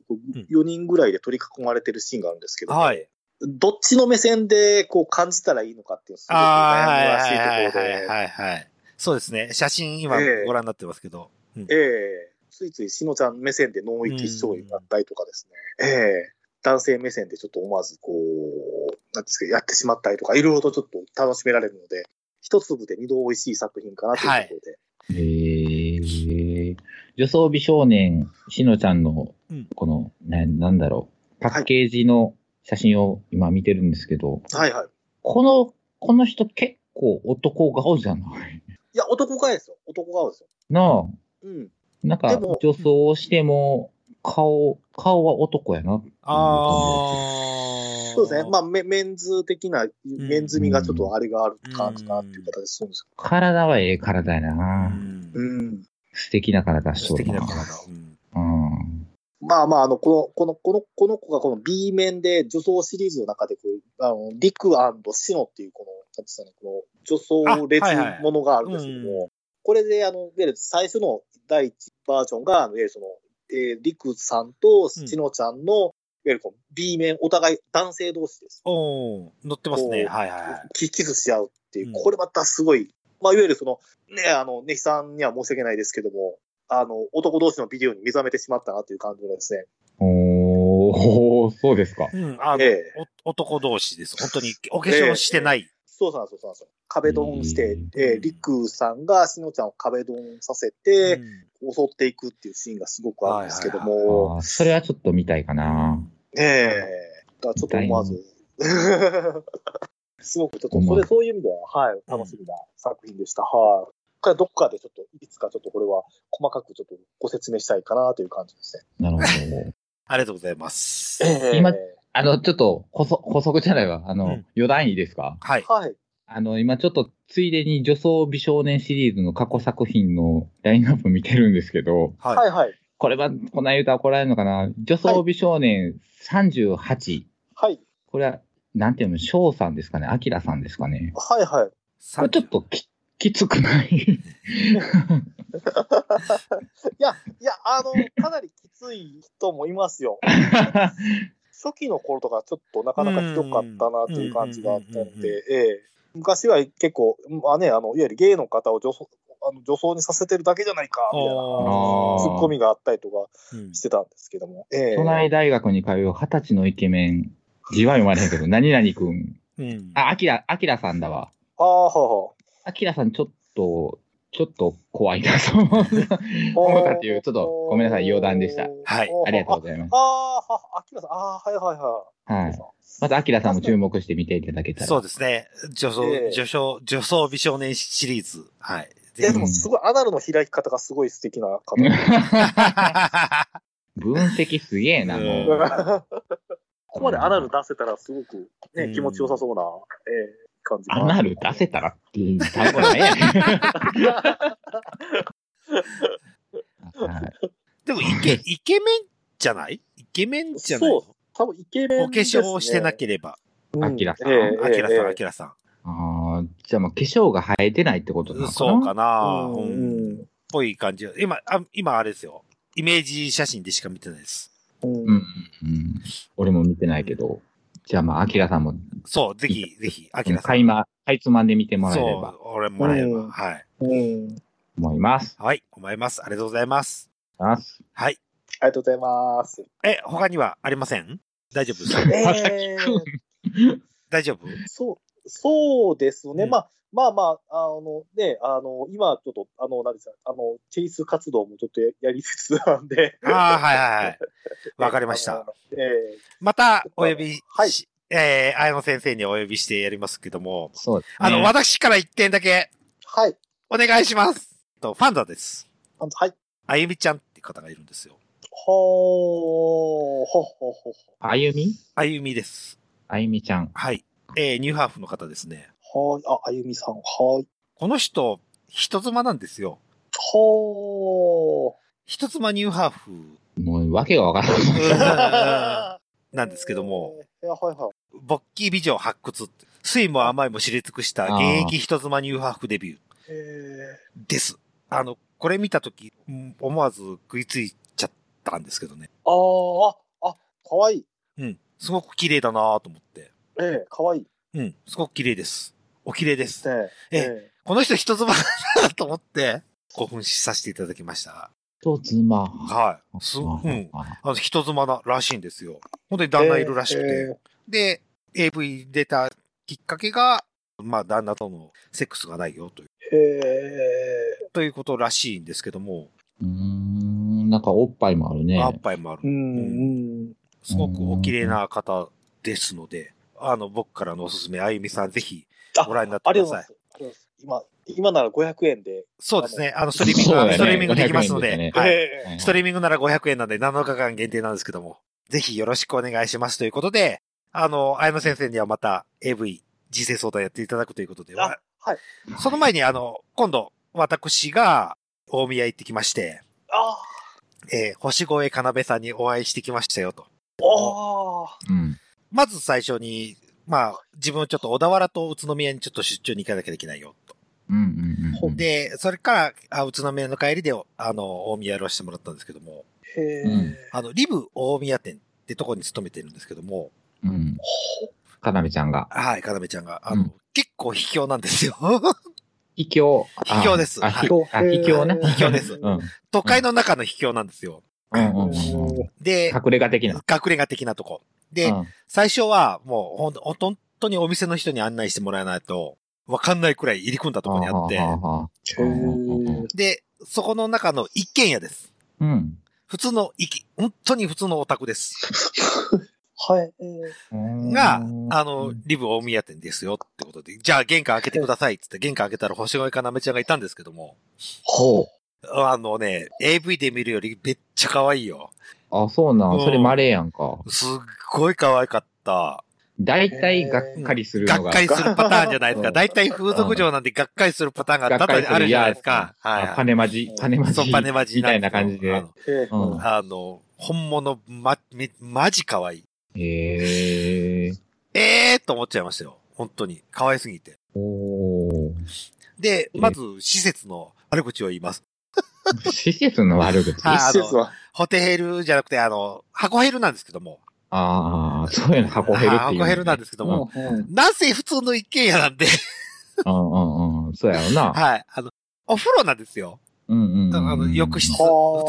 Speaker 4: 4人ぐらいで取り囲まれてるシーンがあるんですけど、
Speaker 1: はい。
Speaker 4: どっちの目線でこう感じたらいいのかっていうのすごく悩みらしいところ
Speaker 1: はいはい
Speaker 4: で、
Speaker 1: はいはい。そうですね。写真今
Speaker 4: ええ
Speaker 1: ご覧になってますけど。うん
Speaker 4: ええついついしのちゃん目線で脳域視聴になったりとかですね、ええ男性目線でちょっと思わずこう、なんていうんですか、やってしまったりとか、いろいろとちょっと楽しめられるので、一粒で二度美味しい作品かなというところで。
Speaker 2: えー、女装美少年、しのちゃんの
Speaker 1: うん、
Speaker 2: この、ななんだろう、パッケージの写真を今見てるんですけど、
Speaker 4: はいはい。
Speaker 2: この、この人結構男顔じゃない
Speaker 4: いや、男がですよ。男がですよ。
Speaker 2: なあ、
Speaker 4: うん。
Speaker 2: なん
Speaker 4: で
Speaker 2: か
Speaker 4: も
Speaker 2: 女装をしても、顔、顔は男やなっていう感
Speaker 1: ああ。
Speaker 4: そうですね。まあ、メメンズ的な、メンズ味がちょっとあれがある感じかなっていう形でするんです
Speaker 2: じ。体はええ体やな、
Speaker 1: うん
Speaker 4: うん。
Speaker 2: 素敵な体し
Speaker 1: 素
Speaker 2: とる
Speaker 1: 敵な
Speaker 2: な。
Speaker 1: 体。うん
Speaker 2: うん。
Speaker 4: まあまあ、あの、この、この、この、この子がこの B 面で女装シリーズの中でこう、あの、リクシノっていうこの、なんていうんですかね、この女装列ものがあるんですけども、
Speaker 1: あはいは
Speaker 4: これで、あの、いわゆる最初の第一バージョンが、あのいわゆるその、えーリクさんとシノちゃんの、いわゆるこの B 面、お互い男性同士です。
Speaker 1: おー乗ってますね。
Speaker 4: こう
Speaker 1: はいはいはい。
Speaker 4: キキスし合うっていうう、
Speaker 1: ん
Speaker 4: これまたすごい、まあ、いわゆるその、ね、あの、ネヒさんには申し訳ないですけども、あの、男同士のビデオに目覚めてしまったなという感じのですね。
Speaker 2: おー、そうですか。
Speaker 1: うん、あの、
Speaker 4: ええ
Speaker 1: お男同士です。本当に、お化粧してない。
Speaker 4: そうなんですよ、そうなんですよ。壁ドンして
Speaker 2: うん、
Speaker 4: えー、リクさんがしのちゃんを壁ドンさせて、襲っていくっていうシーンがすごくあるんですけど
Speaker 2: あ
Speaker 4: も、
Speaker 2: ーそれはちょっと見たいかな。
Speaker 4: ねえ、だからちょっと思わず、すごくちょっと、それ、そういう意味では、はい、楽しみな作品でした。はい。これはどっかでちょっと、いつかちょっとこれは細かくちょっとご説明したいかなという感じですね。
Speaker 2: なるほど。
Speaker 1: ありがとうございます。
Speaker 2: 今
Speaker 4: え
Speaker 2: あの、ちょっと補足、補足じゃないわ。あの、
Speaker 1: うん
Speaker 2: 余談いいですか
Speaker 1: はい
Speaker 4: ー。はい。
Speaker 2: あの、今ちょっと、ついでに女装美少年シリーズの過去作品のラインナップ見てるんですけど、
Speaker 1: は。
Speaker 4: はいいはい。
Speaker 2: これは、こない言うたら怒られるのかな女装美少年38。
Speaker 4: はい。
Speaker 2: これは、なんていうの、翔さんですかねアキラさんですかね
Speaker 4: はいはい。
Speaker 2: これちょっとき、きつくない
Speaker 4: いや、いや、あの、かなりきつい人もいますよ。初期の頃とかちょっとなかなかひどかったなという感じがあった
Speaker 1: うんうんんうんうんうん
Speaker 4: で、ええ昔は結構、まあね、あの、いわゆるゲイの方を女装あの女装にさせてるだけじゃないか、みたいな
Speaker 1: お
Speaker 2: ー
Speaker 4: ツッコミがあったりとか
Speaker 1: うん
Speaker 4: してたんですけども、ええ
Speaker 2: 都内大学に通う二十歳のイケメン、字は読まれへんけど、何々くん。
Speaker 1: うん
Speaker 2: あ、アキラ、アキラさんだわ。
Speaker 4: ああ、はあは
Speaker 2: アキラさんちょっと、ちょっと怖いなと 思う思ったっていう、ちょっとごめんなさい、余談でした。
Speaker 1: はい
Speaker 2: ありがとうございます。
Speaker 4: ああー、は、あきらさん、ああー、はいはいはい。
Speaker 2: はい。また、アキラさんも注目して見ていただけたら。
Speaker 1: そうですね。女装、
Speaker 4: ええ
Speaker 1: 女装、女装美少年シリーズ。はい。
Speaker 4: いや、
Speaker 1: ぜ
Speaker 4: で
Speaker 1: ひ。
Speaker 4: もすごい、アナルの開き方がすごい素敵な 方で。
Speaker 2: 分析すげえな、も
Speaker 1: うん
Speaker 2: う。
Speaker 4: ここまでアナル出せたらすごく、
Speaker 1: う
Speaker 4: ね、
Speaker 1: ん
Speaker 4: 気持ちよさそうな、ええ感じが
Speaker 2: アナル出せたらっていう単語ない やねんはい
Speaker 1: でも、イ ケ、イケメンじゃないイケメンじゃない
Speaker 4: そう多分イケメン
Speaker 1: お化粧をしてなければ。
Speaker 4: うん
Speaker 2: アキラさん
Speaker 4: ええええ
Speaker 1: アキラさん、ア
Speaker 4: え
Speaker 1: キラさ
Speaker 2: あーじゃあもう化粧が生えてないってことなの
Speaker 1: ん。
Speaker 2: かな
Speaker 1: そうか
Speaker 4: え
Speaker 1: な
Speaker 4: う
Speaker 1: うん
Speaker 4: ん
Speaker 1: ぽい感じ。今、あ今あれですよ。イメージ写真でしか見てないです。
Speaker 4: うん
Speaker 2: うんうんうん。俺も見てないけど。じゃあまあ、アキラさんも、
Speaker 1: そう、ぜひ、ぜひ、アキラさん。
Speaker 2: かいま、かいつまんで見てもらえれ
Speaker 1: そ
Speaker 2: ば
Speaker 1: う、俺もらえれば。
Speaker 4: うん
Speaker 1: はい。
Speaker 4: うん
Speaker 2: 思います。
Speaker 1: はい、思います。ありがとうございます。
Speaker 2: ます
Speaker 1: はい。
Speaker 4: ありがとうござい ます。
Speaker 1: え、他にはありません大丈夫ですか
Speaker 4: えー
Speaker 1: 大丈夫
Speaker 4: そう、そうですね。
Speaker 1: うん
Speaker 4: まあ、まあまあ、あのね、あの、今ちょっと、あの、何ですか、あの、チェイス活動もちょっとややりつつ なんで。
Speaker 1: ああ、はいはいはい。わかりまし
Speaker 4: あ
Speaker 1: た
Speaker 4: の。。え
Speaker 1: また、お呼びし、
Speaker 4: はい
Speaker 1: えー、綾野先生にお呼びしてやりますけども、
Speaker 2: そうです、ね。
Speaker 1: あの、私から一点だ
Speaker 4: ー
Speaker 1: け、
Speaker 4: はい。
Speaker 1: お願いします。と、ファンダです。
Speaker 4: あのはい。
Speaker 1: あゆみちゃんって方がいるんですよ。
Speaker 4: ほー、ほほほ
Speaker 2: あゆみ
Speaker 1: あゆみです。
Speaker 2: あゆみちゃん。
Speaker 1: はい。えー、ニューハーフの方ですね。
Speaker 4: ほ。はい。あ、あゆみさん。はい。
Speaker 1: この人、人妻なんですよ。
Speaker 4: ほー。
Speaker 1: 一妻ニューハーフ
Speaker 2: もう、わけがわからない。
Speaker 1: なんですけども、
Speaker 4: えー。いや、はいはい。
Speaker 1: 勃起美女発掘って。水も甘いも知り尽くした
Speaker 2: あー
Speaker 1: 現役人妻ニューハーフデビュー
Speaker 4: え
Speaker 1: です。あの、これ見たとき、うん思わず食いついちゃったんですけどね。
Speaker 4: ー、ああ、あ、かわいい。
Speaker 1: うん。すごく綺麗だなぁと思って。
Speaker 4: ええかわいい。
Speaker 1: うん。すごく綺麗です。お綺麗で
Speaker 4: え
Speaker 1: す。
Speaker 4: え
Speaker 1: ええ
Speaker 4: え
Speaker 1: この人人妻だなと思って、興奮しさせていただきました。
Speaker 2: と、妻。
Speaker 1: はい。す、うん。あの、人妻ならしいんですよ。本当に旦那いるらしくて。
Speaker 4: え
Speaker 1: で、AV 出たきっかけが、まあ、旦那とのセックスがないよという、
Speaker 4: ええ
Speaker 1: ということらしいんですけども、
Speaker 2: うーん、なんかおっぱいもあるね。
Speaker 1: あっぱいもあ
Speaker 4: えう
Speaker 1: る。
Speaker 4: ん、うん。
Speaker 1: すごくお綺麗な方ですので、あの、僕からのおすすめ、あゆみさん、ぜひ
Speaker 4: あ、
Speaker 1: ご覧になって
Speaker 4: あ
Speaker 1: く
Speaker 4: り
Speaker 1: だ
Speaker 4: がとうございま。す。ありがとうござ
Speaker 1: さい
Speaker 4: います今、今なら500円で。
Speaker 1: そうですね。あの、ストリーミン
Speaker 2: そう
Speaker 1: グ、
Speaker 2: だね
Speaker 1: ストリーミングできますの
Speaker 2: 500円
Speaker 1: で
Speaker 2: で、
Speaker 1: はい。
Speaker 4: ええ
Speaker 1: ストリーミングなら500円なんで7日間限定なんですけども、ぜひよろしくお願いしますということで、あの、綾野先生にはまた AV、人生相談やっていただくということで、
Speaker 4: あ、はい。
Speaker 1: その前に、あの、今度、私が、大宮行ってきまして、
Speaker 4: あ
Speaker 1: えー星越かなべさんにお会いしてきましたよと。
Speaker 4: あ、ああ、
Speaker 2: うん。
Speaker 1: まず最初に、まあ、自分をちょっと小田原と宇都宮にちょっと出張に行かなきゃいけないよと。
Speaker 2: うんうんうんうん。
Speaker 1: で、それから、あ宇都宮の帰りで、あの、大宮やらせてもらったんですけども、
Speaker 4: へえ、
Speaker 2: うん
Speaker 1: あの、リブ大宮店ってとこに勤めてるんですけども、
Speaker 2: うん。かなみちゃんが。
Speaker 1: はい、かなめちゃんが、あの、
Speaker 2: うん
Speaker 1: 結構卑怯なんですよ。
Speaker 2: 秘境。あ
Speaker 1: 秘境です
Speaker 2: あ、
Speaker 1: はい
Speaker 2: 秘境。あ、秘境ね。
Speaker 4: 秘
Speaker 1: 境です
Speaker 2: うん。
Speaker 1: 都会の中の卑怯なんですよ。
Speaker 2: うんうんうんうん。
Speaker 4: おー
Speaker 1: で、
Speaker 2: 隠れ家的な。
Speaker 1: 隠れ家的なとこ。で、
Speaker 2: うん
Speaker 1: 最初は、もうほんと、本当にお店の人に案内してもらわないと、わかんないくらい入り組んだとこにあって、
Speaker 2: ははは
Speaker 4: へえ
Speaker 1: で、そこの中の一軒家です。
Speaker 2: うん。
Speaker 1: 普通の一軒、本当に普通のお宅です。
Speaker 4: はい。えー
Speaker 1: が、あ
Speaker 2: う
Speaker 1: の、リブ大宮店ですよってことで、じゃあ玄関開けてくださいっつって、玄関開けたら星越かなめちゃんがいたんですけども、
Speaker 2: ほ
Speaker 1: あのね、AV で見るよりめっちゃ可愛いよ。
Speaker 2: う。あ、そうな。
Speaker 1: うんん
Speaker 2: それマレーやんか。
Speaker 1: すっごい可愛かった。
Speaker 2: 大体がっかりする
Speaker 1: が
Speaker 2: の
Speaker 1: っ
Speaker 2: が。
Speaker 1: かりするパターンじゃないです
Speaker 2: う
Speaker 1: か。
Speaker 2: ん
Speaker 1: 大体風俗嬢なんてがっかりするパターンが
Speaker 2: が
Speaker 1: 多
Speaker 2: っかり
Speaker 1: 々
Speaker 2: す
Speaker 1: ある
Speaker 2: る
Speaker 1: じゃない
Speaker 2: や
Speaker 1: ですか。はい
Speaker 2: あパネマジ、パネマジ。
Speaker 1: そう、パネマジ
Speaker 2: みたいな感じで。
Speaker 4: えー
Speaker 2: うん
Speaker 1: あの、本物、ま、め、マジ可愛い。
Speaker 2: へえ。
Speaker 1: ええー、と思っちゃいましたよ。本当に。可愛すぎて。
Speaker 2: おー。
Speaker 1: で、
Speaker 2: えー
Speaker 1: まず、施設の悪口を言います。
Speaker 2: 施設の悪口。
Speaker 1: あ
Speaker 2: あ
Speaker 1: あ
Speaker 4: 施
Speaker 1: の
Speaker 4: 設は。
Speaker 1: ホテヘルじゃなくて、あの、箱ヘルなんですけども。
Speaker 2: あー、そういうの箱減るっていう、
Speaker 1: あー箱減るなんですけども。
Speaker 4: うん
Speaker 1: なんせ普通の一軒家なんで、
Speaker 2: うんうんうん。そうやろな。
Speaker 1: はい。あの、お風呂なんですよ。
Speaker 2: うんうんうん。
Speaker 1: あの、浴室。普
Speaker 4: は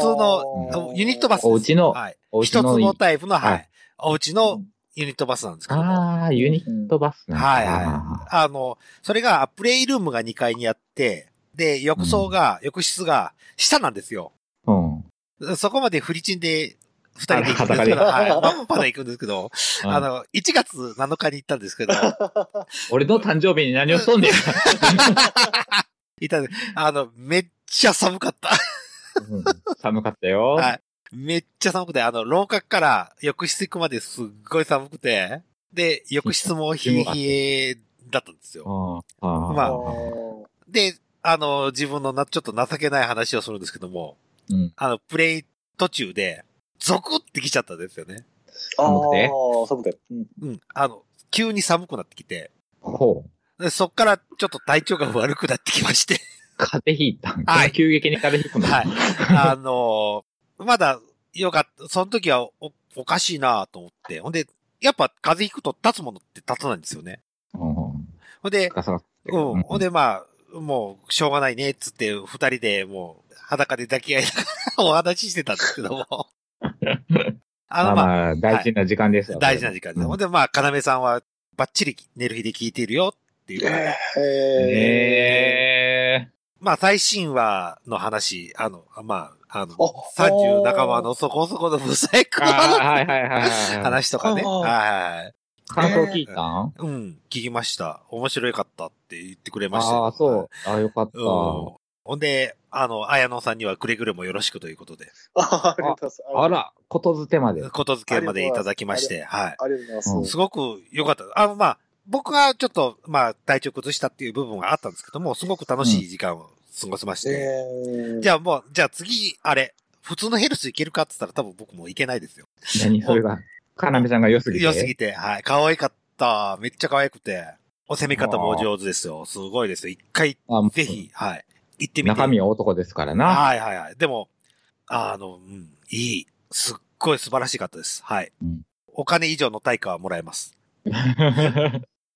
Speaker 4: あ
Speaker 1: 通の、ユニットバスです。
Speaker 2: お家の
Speaker 1: はい。
Speaker 2: お家
Speaker 1: 一つ
Speaker 2: の
Speaker 1: のタイプの、は。
Speaker 2: はい
Speaker 1: お家のユニットバスなんですけども。
Speaker 2: ああ、ユニットバスなんだ
Speaker 1: はいはあの、それが、プレイルームが2階にあって、で、浴槽が、浴室が下なんですよ。
Speaker 2: うん。
Speaker 1: そこまでフリチンで2人で行くんです
Speaker 2: 裸
Speaker 1: け
Speaker 2: で
Speaker 1: ど、はい。まんまだ行くんですけど、あ
Speaker 2: うん
Speaker 1: の、1月7日に行ったんですけど、
Speaker 2: 俺の誕生日に何をしとんねん。
Speaker 1: いたんですあの、めっちゃ寒かった。
Speaker 2: うん寒かったよ。
Speaker 1: はいめっちゃ寒くて、あの、廊下から浴室行くまですっごい寒くて、で、浴室も冷え冷えだったんですよ。
Speaker 2: ああ、ま
Speaker 1: ま
Speaker 4: あ
Speaker 1: あ
Speaker 4: ー
Speaker 1: で、あの、自分のな、ちょっと情けない話をするんですけども、
Speaker 2: うん
Speaker 1: あの、プレイ途中で、ゾクってきちゃったんですよね。
Speaker 2: 寒くて
Speaker 4: あー寒くて。うん
Speaker 1: うん。あの、急に寒くなってきて、
Speaker 2: ほう。
Speaker 1: でそっからちょっと体調が悪くなってきまして、
Speaker 2: 風邪ひいたんか。
Speaker 1: はい
Speaker 2: 急激に風邪ひくの。
Speaker 1: はい。あのまだ、よかった、その時はお、おかしいなと思って、ほんで、やっぱ風邪ひくと立つものって立たないんですよね。
Speaker 2: うん。
Speaker 1: ほんで、
Speaker 2: ガサガサって
Speaker 1: うん。ほんで、まあ、もう、しょうがないね、っつって、二人でもう、裸で抱き合いながらお話ししてたんですけども。あ
Speaker 2: ま
Speaker 1: の、
Speaker 2: あ
Speaker 1: まあ、
Speaker 2: まあ、大事な時間ですわ。
Speaker 1: 大事な時間で。ほんで、まあ、かなめさんは、バッチリ寝る日で聞いているよ、っていう。
Speaker 4: え
Speaker 2: え
Speaker 1: まあ、最新話の話、あの、まあ、あの、
Speaker 4: あ
Speaker 1: 30半ばのそこそこの不細工
Speaker 2: ー。
Speaker 1: の
Speaker 2: あー
Speaker 1: 話
Speaker 2: はいはいはいはいはい。
Speaker 1: 話とかね。
Speaker 4: あー
Speaker 1: はいはいはい。
Speaker 2: 感想聞いたん
Speaker 1: うん、聞きました。面白かったって言ってくれましたよ。
Speaker 2: ああ、そう。ああ、よかった
Speaker 1: うん。。ほんで、あの、綾野さんにはくれぐれもよろしくということで、
Speaker 4: ーありがとうございます。
Speaker 2: あら、ことづてまで。
Speaker 1: ことづけまでいただきまして、は
Speaker 4: ありがとうござい
Speaker 2: うん
Speaker 4: ます
Speaker 1: い。す。ごく良かった。あの、まあ、僕がちょっと、まあ、体調崩したっていう部分はあったんですけども、すごく楽しい時間を過ごせまして、
Speaker 4: えー
Speaker 1: じゃあもう、じゃあ次、あれ、普通のヘルスいけるかって言ったら多分僕もいけないですよ。
Speaker 2: 何それが。かなめさんが良すぎて。
Speaker 1: 良すぎて、はい。可愛かった。めっちゃ可愛くて。お攻め方もお上手ですよ。すごいですよ。一回、
Speaker 2: あ
Speaker 1: ぜひ、はい。行ってみて。
Speaker 2: 中身は男ですからな。
Speaker 1: はいはいはい。でも、あの、うん、いい。すっごい素晴らしかったです。はい。
Speaker 2: うん
Speaker 1: お金以上の対価はもらえます。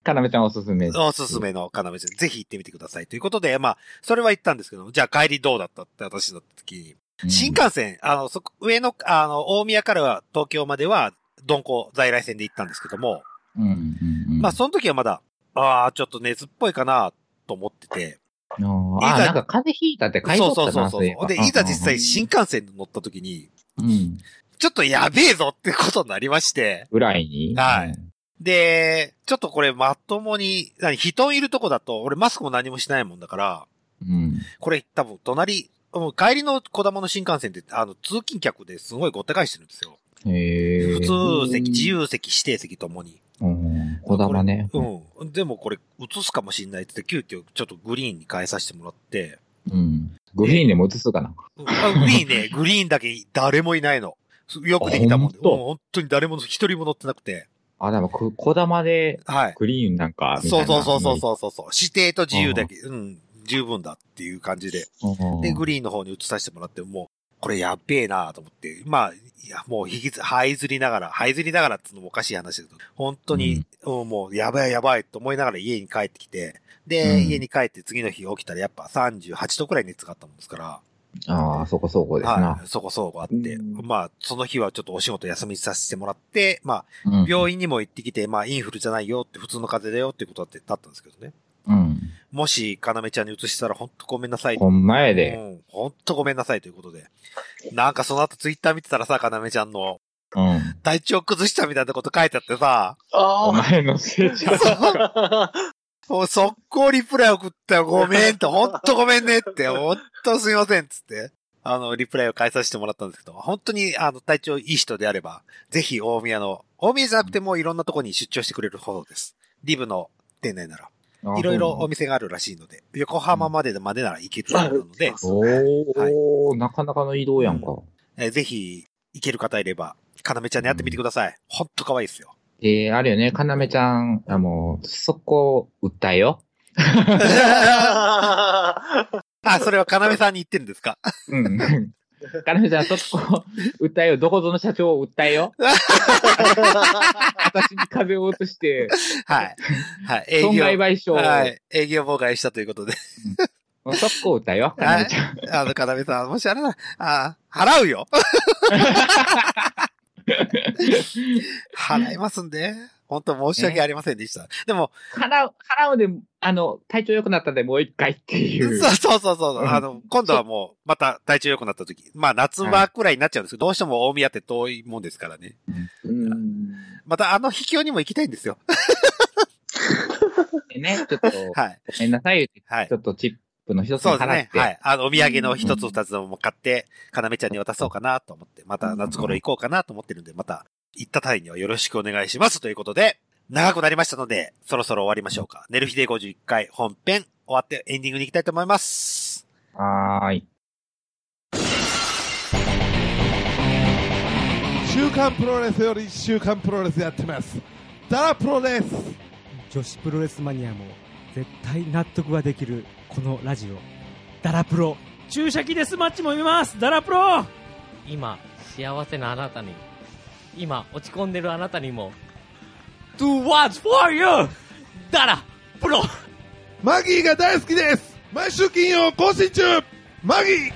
Speaker 2: かなめちゃんおすすめ。
Speaker 1: おすすめの要です。ぜひ行ってみてください。ということで、まあ、それは言ったんですけども、じゃあ帰りどうだったって私の時に、
Speaker 2: うん
Speaker 1: 新幹線、あの、そこ、上の、あの、大宮からは東京までは、鈍行在来線で行ったんですけども、
Speaker 2: うんうんうん。
Speaker 1: まあ、その時はまだ、ああ、ちょっと熱っぽいかな、と思ってて。
Speaker 2: あーあ
Speaker 1: いざ
Speaker 2: ー、なんか風邪ひいたって書いてあ
Speaker 1: そう
Speaker 2: った
Speaker 1: そ
Speaker 2: な
Speaker 1: うそうそう
Speaker 2: いえば
Speaker 1: で、いざ実際新幹線に乗った時に、
Speaker 2: うん。
Speaker 1: ちょっとやべえぞってことになりまして、
Speaker 2: ぐらいに。
Speaker 1: はい
Speaker 2: うん。
Speaker 1: で、ちょっとこれまともに、何、人いるとこだと、俺マスクも何もしないもんだから、
Speaker 2: うん。
Speaker 1: これ多分隣、もう帰りの小玉の新幹線って、あの、通勤客ですごいごった返してるんですよ。
Speaker 2: へえ。
Speaker 1: 普通席、自由席、指定席ともに。
Speaker 2: うん。こだまね。
Speaker 1: うん。でもこれ映すかもしんないって言って、急遽ちょっとグリーンに変えさせてもらって、
Speaker 2: うん。グリーンでも映すかな。
Speaker 1: うんあグリーン ね、グリーンだけ誰もいないの。すよくできたもんで、
Speaker 2: あほんと
Speaker 1: うん本当に誰も、一人も乗ってなくて。
Speaker 2: あ、でもこ、こだまで
Speaker 1: はい。
Speaker 2: グリーンなんか、みたい
Speaker 1: そう
Speaker 2: な
Speaker 1: そうそうそうそうそうそう。指定と自由だけ、うん、十分だっていう感じで。
Speaker 2: うん。
Speaker 1: で、グリーンの方に移させてもらって、もう、これやっべえなと思って、まあ、いや、もう引きず、這いずりながら、這いずりながらっていうのもおかしい話だけど、本当に、うんもう、やばいやばいと思いながら家に帰ってきて、で、
Speaker 2: うん
Speaker 1: 家に帰って次の日起きたらやっぱ38度くらい熱があったもんですから、
Speaker 2: ああ、そこそこです
Speaker 1: は
Speaker 2: な。
Speaker 1: い、そこそこあって、
Speaker 2: うん
Speaker 1: まあ、その日はちょっとお仕事休みさせてもらって、まあ、
Speaker 2: うん。
Speaker 1: 病院にも行ってきて、まあ、インフルじゃないよって、普通の風邪だよってことだってだったんですけどね。
Speaker 2: うん。
Speaker 1: もし、かなめちゃんに移したら、ほんとごめんなさい。
Speaker 2: ほんまやで。
Speaker 1: うん、ほんとごめんなさいということで。なんかその後ツイッター見てたらさ、かなめちゃんの
Speaker 2: うん。
Speaker 1: 体調崩したみたいなこと書いてあってさ、
Speaker 4: あ
Speaker 2: お前のせいちゃう。
Speaker 4: あ。
Speaker 1: もう速攻リプライ送ったよ、ごめんって、ほんとごめんねって、ほんとすいませんっつって、あの、リプライを返させてもらったんですけど、本当にあの、体調いい人であれば、ぜひ大宮の、大宮じゃなくてもいろんなとこに出張してくれるほどです。リブの店内なら、いろいろお店があるらしいので、横浜までまでなら行けるそうなので、
Speaker 2: おー、なかなかの移動やんか。
Speaker 1: えーぜひ、行ける方いれば、かなめちゃんに会ってみてください。ほんと可愛いですよ。
Speaker 2: で、あれよね、かなめちゃん、あの、そこ、訴えよ。
Speaker 1: あ、それはかなめさんに言ってるんです か
Speaker 2: うん。かなめちゃん、そこ、訴えよ。どこぞの社長を訴え よ。私に壁を落として、
Speaker 1: はい。はい。営
Speaker 2: 損害
Speaker 1: 業。
Speaker 2: 賠償
Speaker 1: はい。営業妨害したという ことで。
Speaker 2: を、そこを訴えよ。かなめちゃん。
Speaker 1: あの、かなめさん、もしあれなら、あ払うよ。払いますんで。本当申し訳ありませんでした。でも、
Speaker 2: 払う、払うで、あの、体調良くなったんで、もう一回って
Speaker 1: そ
Speaker 2: いうう。
Speaker 1: そうそうそう。
Speaker 2: うん
Speaker 1: あの、今度はもう、また体調良くなった時。まあ、夏場くらいになっちゃうんですけど、どうしても大宮って遠いもんですからね。
Speaker 2: うん。
Speaker 1: またあの秘境にも行きたいんですよ。
Speaker 2: でね、ちょっと、ご
Speaker 1: はい。
Speaker 2: めんなさい、ち
Speaker 1: はい
Speaker 2: ょ。っとチップの一つ
Speaker 1: そ
Speaker 2: に
Speaker 1: うです
Speaker 2: 払
Speaker 1: ね
Speaker 2: っ。て。
Speaker 1: はい。あの、お土産の一つ二つでも買って、かなめちゃんに渡そうかなと思って、また夏頃行こうかなと思ってるんで、また行った際にはよろしくお願いしますということで、長くなりましたので、そろそろ終わりましょうか。寝る日で51回本編終わってエンディングに行きたいと思います。
Speaker 2: はーい。
Speaker 7: 週刊プロレスより週刊プロレスやってますダラプロです
Speaker 5: 女子プロレスマニアも絶対納得ができるこのラジオダラプロ注射器デスマッチも見ますダラプロ
Speaker 8: 今幸せなあなたに今落ち込んでるあなたにも
Speaker 5: Do what's for you
Speaker 8: ダラプロ
Speaker 7: マギーが大好きです毎週金曜更新中マギー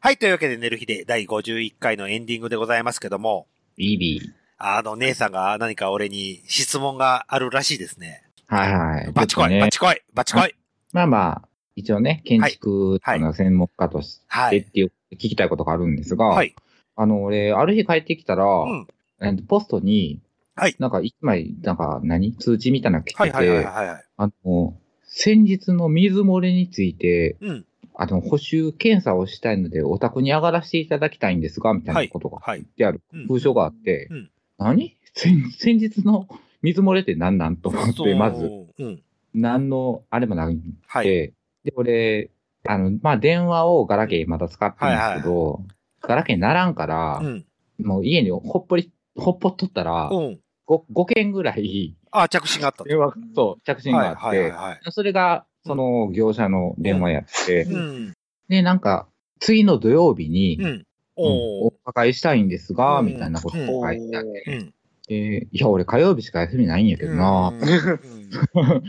Speaker 1: はい。というわけで、寝る日で第51回のエンディングでございますけども、
Speaker 2: ビービー。
Speaker 1: あの、姉さんが何か俺に質問があるらしいですね。
Speaker 2: はいはい。
Speaker 1: バチコイ、
Speaker 2: ちょっと
Speaker 1: バ
Speaker 2: ね
Speaker 1: チコイ、バチコイ。
Speaker 2: まあまあ、一応ね、建築
Speaker 1: はいは
Speaker 2: の専門家とし
Speaker 1: は
Speaker 2: てっ
Speaker 1: い。
Speaker 2: ていう、聞きたいことがあるんですが、
Speaker 1: はい。
Speaker 2: あの、俺、ある日帰ってきたら、
Speaker 1: ん
Speaker 2: えっとポストに、
Speaker 1: はい
Speaker 2: なんか一枚、なんか何通知みたいなの来てて、
Speaker 1: はいはいはいはいはい。
Speaker 2: あの、先日の水漏れについて、
Speaker 1: うん。
Speaker 2: あの、補修検査をしたいので、お宅に上がらせていただきたいんですが、みたいなことが
Speaker 1: はい
Speaker 2: 書いてある
Speaker 1: うん
Speaker 2: 封書があって、
Speaker 1: うん
Speaker 2: 何 先先日の水漏れって何なんと思っ
Speaker 1: そう
Speaker 2: て、まず、。
Speaker 1: うん。
Speaker 2: 何のあれもなくて、
Speaker 1: はい。
Speaker 2: で、俺、あの、まあ、電話をガラケーまだ使ってるんですけど、ガラケーならんから、
Speaker 1: うん。
Speaker 2: もう家にほっぽり、ほっぽっとったら、
Speaker 1: うん。
Speaker 2: 5, 件ぐらい、
Speaker 1: あ、着信があったと。
Speaker 2: 電話、そう、着信があって、
Speaker 1: はいはいはいはい。
Speaker 2: それが、その業者の電話やって、
Speaker 1: うん。
Speaker 2: で、なんか、次の土曜日に、
Speaker 1: う
Speaker 2: うん
Speaker 1: ん。お
Speaker 2: お
Speaker 1: ー。
Speaker 2: 伺いしたいんですが、
Speaker 1: うん
Speaker 2: みたいなことを書いてあって、
Speaker 1: うん。
Speaker 2: でいや、俺火曜日しか休みないんやけどな、
Speaker 1: うんうん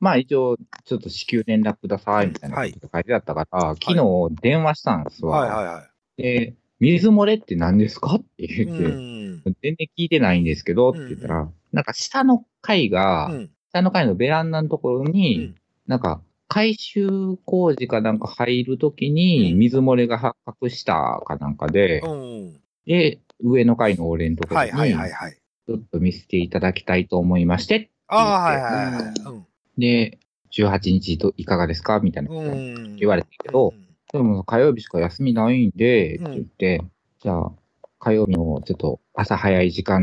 Speaker 2: まあ一応、ちょっと至急連絡ください、みたいなことが書いてあったから、昨日電話したんですわ。
Speaker 1: はいはいは
Speaker 2: で、水漏れって何ですかって
Speaker 1: い。
Speaker 2: 言って、
Speaker 1: うん。
Speaker 2: 全然聞いてないんですけど、って言ったら、なんか下の階が、
Speaker 1: うん。
Speaker 2: 下の階のベランダのところに、
Speaker 1: うん
Speaker 2: なんか、改修工事かなんか入るときに、
Speaker 1: うん
Speaker 2: 水漏れが発覚したかなんかで、
Speaker 1: うん。
Speaker 2: で、上の階の俺のところ
Speaker 1: は
Speaker 2: に、
Speaker 1: いはいはいはい。
Speaker 2: ちょっと見せていただきたいと思いまして、
Speaker 1: ああ、はいはいはいはい。うん。
Speaker 2: で、18日といかがですかみたいなこと
Speaker 1: うん
Speaker 2: 言われてるけど、でも火曜日しか休みないんで、
Speaker 1: うん
Speaker 2: って言って、じゃあ、火曜日のちょっと朝早い時間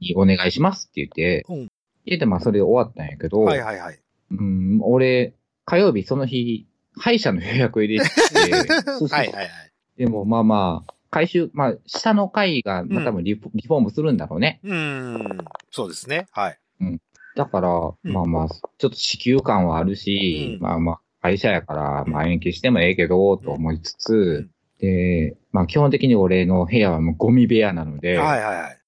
Speaker 2: にお願いしますって言って、
Speaker 1: うん
Speaker 2: で、でまあそれで終わったんやけど、
Speaker 1: はいはいはい。
Speaker 2: うん、俺、火曜日その日、歯医者の予 約入れてて、
Speaker 1: はいはいはい。
Speaker 2: でもまあまあ、回収、まあ、下の階が、まあ多分リフ,、リフォームするんだろうね。
Speaker 1: うん。そうですね。はい。
Speaker 2: だから、
Speaker 1: ん
Speaker 2: まあまあ、ちょっと支給感はあるし、
Speaker 1: うん
Speaker 2: まあまあ、会社やから、まあ延期してもええけど、と思いつつ、
Speaker 1: うん
Speaker 2: で、まあ基本的に俺の部屋はもうゴミ部屋なので、
Speaker 1: はいはいはい。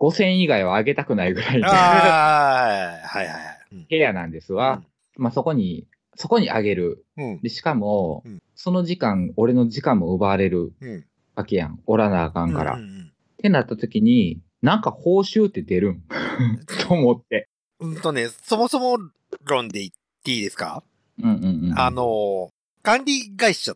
Speaker 2: 5000以外はあげたくないぐらいの
Speaker 1: ああ、はいはいはい。うん
Speaker 2: 部屋なんですわ。まあそこに、そこにあげる。
Speaker 1: うん。
Speaker 2: で、しかも、
Speaker 1: うん
Speaker 2: その時間、俺の時間も奪われる
Speaker 1: うん。
Speaker 2: わけやん。おらなあかんから。
Speaker 1: う
Speaker 2: っ
Speaker 1: ん
Speaker 2: てなった時に、なんか報酬って出るん と思って。
Speaker 1: うんうんとね、そもそも論で言っていいですか
Speaker 2: うんうんうん。
Speaker 1: あの、管理会社、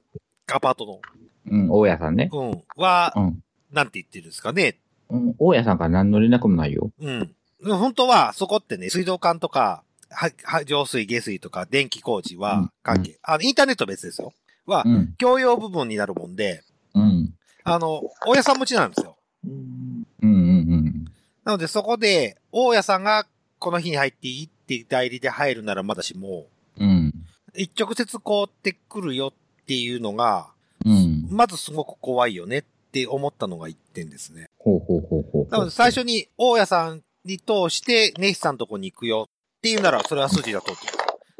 Speaker 1: アパート
Speaker 2: うん、大家さんね。
Speaker 1: の、うん、は
Speaker 2: う、ん。
Speaker 1: なんて言ってるんですかね。
Speaker 2: うん、大家さんから何の連絡もないよ。
Speaker 1: うん。本当は、そこってね、水道管とか、は、は、上水、下水とか、電気工事
Speaker 2: う
Speaker 1: は
Speaker 2: ん、
Speaker 1: 関係、あの、インターネット別ですよ。は
Speaker 2: う、ん。
Speaker 1: 共用部分になるもんで、
Speaker 2: うん。
Speaker 1: あの、大家さん持ちなんですよ。
Speaker 2: うんうん
Speaker 1: なので、そこで、大家さんが、この日に入っていいって代理で入るならまだしも、
Speaker 2: うん。うん。
Speaker 1: 一直接凍ってくるよっていうのが、
Speaker 2: うん。
Speaker 1: まずすごく怖いよねって思ったのが一点ですね。
Speaker 2: ほうほうほうほう。
Speaker 1: なので最初に大家さんに通して、ネヒさんのとこに行くよっていうなら、それは筋だと。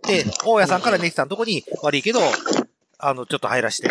Speaker 1: で、大家さんからネヒさんのとこに、悪いけど、あの、ちょっと入らして。っ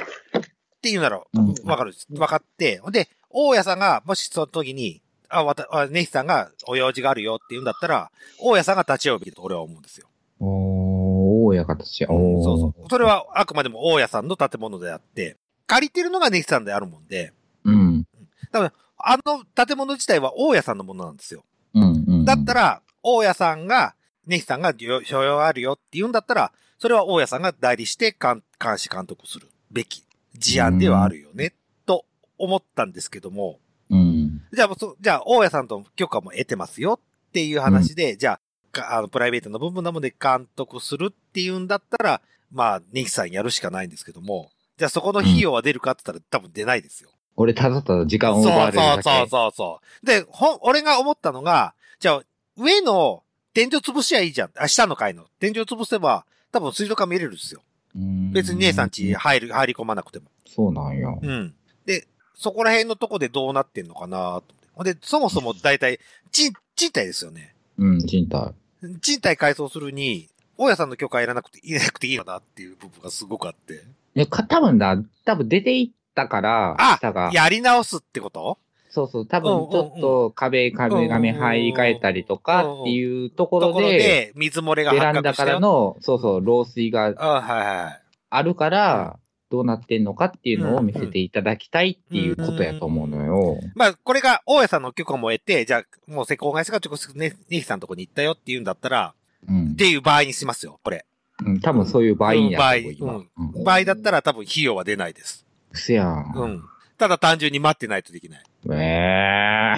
Speaker 1: ていうなら、
Speaker 2: うん
Speaker 1: わかる。わかって。ほんで、大家さんが、もしその時に、あ、わた、あネヒさんがお用事があるよって言うんだったら、大家さんが立ち会うべきだと俺は思うんですよ。
Speaker 2: おー、大家形。おー。
Speaker 1: そうそう。それはあくまでも大家さんの建物であって、借りてるのがネヒさんであるもんで、
Speaker 2: う。うん。
Speaker 1: あの建物自体は大家さんのものなんですよ。
Speaker 2: うんうんうん。
Speaker 1: だった
Speaker 2: ら、
Speaker 1: ら、大家さんが、ネヒさんがよ所要あるよって言うんだったら、それは大家さんが代理して監監視監督するべき事案ではあるよね、と思ったんですけども、
Speaker 2: うん。
Speaker 1: じゃあもうそ、じゃあ大家さんと許可も得てますよっていう話で、じゃあ、かあのプライベートの部分なので監督するっていうんだったら、まあ、ネヒさんやるしかないんですけども、じゃあそこの費用は出るかって言ったら多分出ないですよ。
Speaker 2: 俺、ただただ時間を奪われるだけ。
Speaker 1: そうそうそうそう。で、ほん、俺が思ったのが、じゃあ、上の天井潰しゃいいじゃん。あ、下の階の。天井潰せば、多分水道管見れるんですよ。
Speaker 2: うん
Speaker 1: 別に姉さん家入る、入り込まなくても。
Speaker 2: そうなんや。
Speaker 1: うん。で、そこら辺のとこでどうなってんのかなと思ってほんで、そもそも大体、賃、賃貸ですよね。
Speaker 2: うん、賃貸。
Speaker 1: 賃貸改装するに、大家さんの許可いらなくて、いらなくていいのだっていう部分がすごくあって。
Speaker 2: いや、か、多分な、多分出ていったから、
Speaker 1: あ
Speaker 2: 下が。
Speaker 1: やり直すってこと
Speaker 2: そうそう、多
Speaker 1: うんうんうん
Speaker 2: 分ちょっと壁、壁紙張り替えたりとかっていうとこと
Speaker 1: こ
Speaker 2: ろ
Speaker 1: ろ
Speaker 2: で、
Speaker 1: で、水漏れが
Speaker 2: ベ
Speaker 1: 発
Speaker 2: ラン
Speaker 1: 覚
Speaker 2: ダ
Speaker 1: した
Speaker 2: か
Speaker 1: よ
Speaker 2: らの、そうそう、漏水が
Speaker 1: あはいはい。
Speaker 2: あるから、どうなってんのかっていうのを見せていただきたいっていうことやと思うのよ。
Speaker 1: まあ、これが、大家さんの許可も得て、じゃあ、もう施工会社が直接ね、ネヒさんのとこに行ったよって言うんだったら、
Speaker 2: うん
Speaker 1: っ。ていう場合にしますよ、これ。
Speaker 2: うん、多分そういう場合
Speaker 1: うん
Speaker 2: やと思う、
Speaker 1: 場合
Speaker 2: 今。うん。
Speaker 1: 場合だったら多分費用は出ないです。
Speaker 2: せや。
Speaker 1: うんん。ただ単純に待ってないとできない。
Speaker 2: え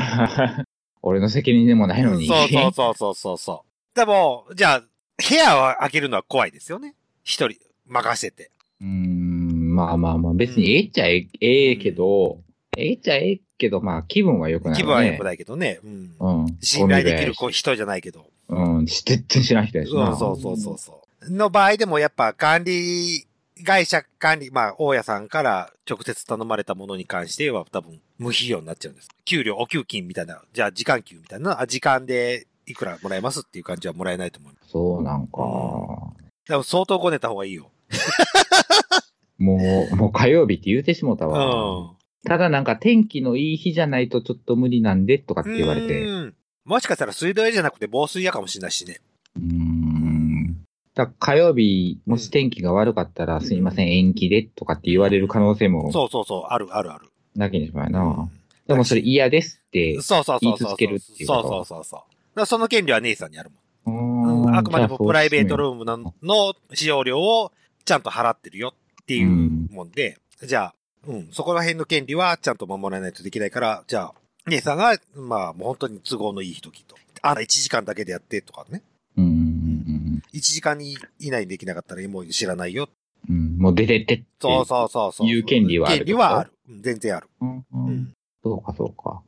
Speaker 2: え。俺の責任でもないのに。
Speaker 1: そうそうそうそうそうそう。でも、じゃあ、部屋を開けるのは怖いですよね。一人。任せて。
Speaker 2: うーん、まあまあまあ、別にええっちゃええけど、ええっちゃええけど、まあ気分は良くない、ね。
Speaker 1: 気分は良くないけどね。うん。
Speaker 2: うん。
Speaker 1: 信頼できる子
Speaker 2: ゴミ
Speaker 1: 人じゃないけど。
Speaker 2: ぐらい。うん、し全然知らん人やし
Speaker 1: そ
Speaker 2: な。
Speaker 1: うそうそうそうそう。の場合でもやっぱ管理、会社管理、まあ、大家さんから直接頼まれたものに関しては多分無費用になっちゃうんです。給料、お給金みたいな、じゃあ時間給みたいな、あ時間でいくらもらえますっていう感じはもらえないと思う。
Speaker 2: そうなんか。
Speaker 1: でも相当こねた方がいいよ。
Speaker 2: もう、もう火曜日って言うてしもた
Speaker 1: う
Speaker 2: わ。
Speaker 1: ん。
Speaker 2: ただなんか天気のいい日じゃないとちょっと無理なんでとかって言われて。う
Speaker 1: うん。もしかしたら水道屋じゃなくて防水屋かもしれないしね。
Speaker 2: ーん。だから火曜日、もし天気が悪かったら、すいません、延期でとかって言われる可能性も
Speaker 1: そうそうそう、あるあるある。
Speaker 2: なきにしもあら
Speaker 1: う。
Speaker 2: なんでもそれ嫌ですって。
Speaker 1: そうそうそうそう。
Speaker 2: 言い続けるっていう
Speaker 1: そ
Speaker 2: こ
Speaker 1: う
Speaker 2: と
Speaker 1: そうそうそう。だからその権利は姉さんにあるもん。
Speaker 2: う
Speaker 1: うん
Speaker 2: ーん
Speaker 1: あくまでもプライベート
Speaker 2: ー
Speaker 1: ルームなのの使用料をちゃんと払ってるよっていうもんで、じゃあ、うん、そこら辺の権利はちゃんと守らないとできないから、じゃあ、姉さんが、まあ、もう本当に都合のいい時と。あら、1時間だけでやってとかね。
Speaker 2: ム。うん
Speaker 1: 1時間に以内にできなかったらもう知らないよ。
Speaker 2: うんうん。もう出てってって。
Speaker 1: そうそうそうそう。
Speaker 2: いう権利はある
Speaker 1: 権利はある。うん全然ある。
Speaker 2: うんう。
Speaker 1: うんん
Speaker 2: そうか、そうか。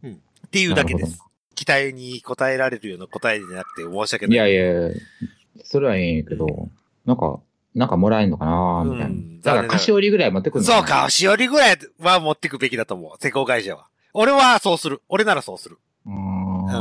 Speaker 1: っていうだけで
Speaker 2: なる
Speaker 1: す。期待に応えられるような答えじゃなくて申し訳ない
Speaker 2: い。やいやいや、それはええんやけど、なんか、なんかもらえんのかなみたいな。
Speaker 1: うん
Speaker 2: だから、菓子折りぐらい持ってくる
Speaker 1: そうか、。しおりぐらいは持ってくべきだと思う。施工会社は。俺はそうする。俺ならそうする。
Speaker 2: うー
Speaker 1: う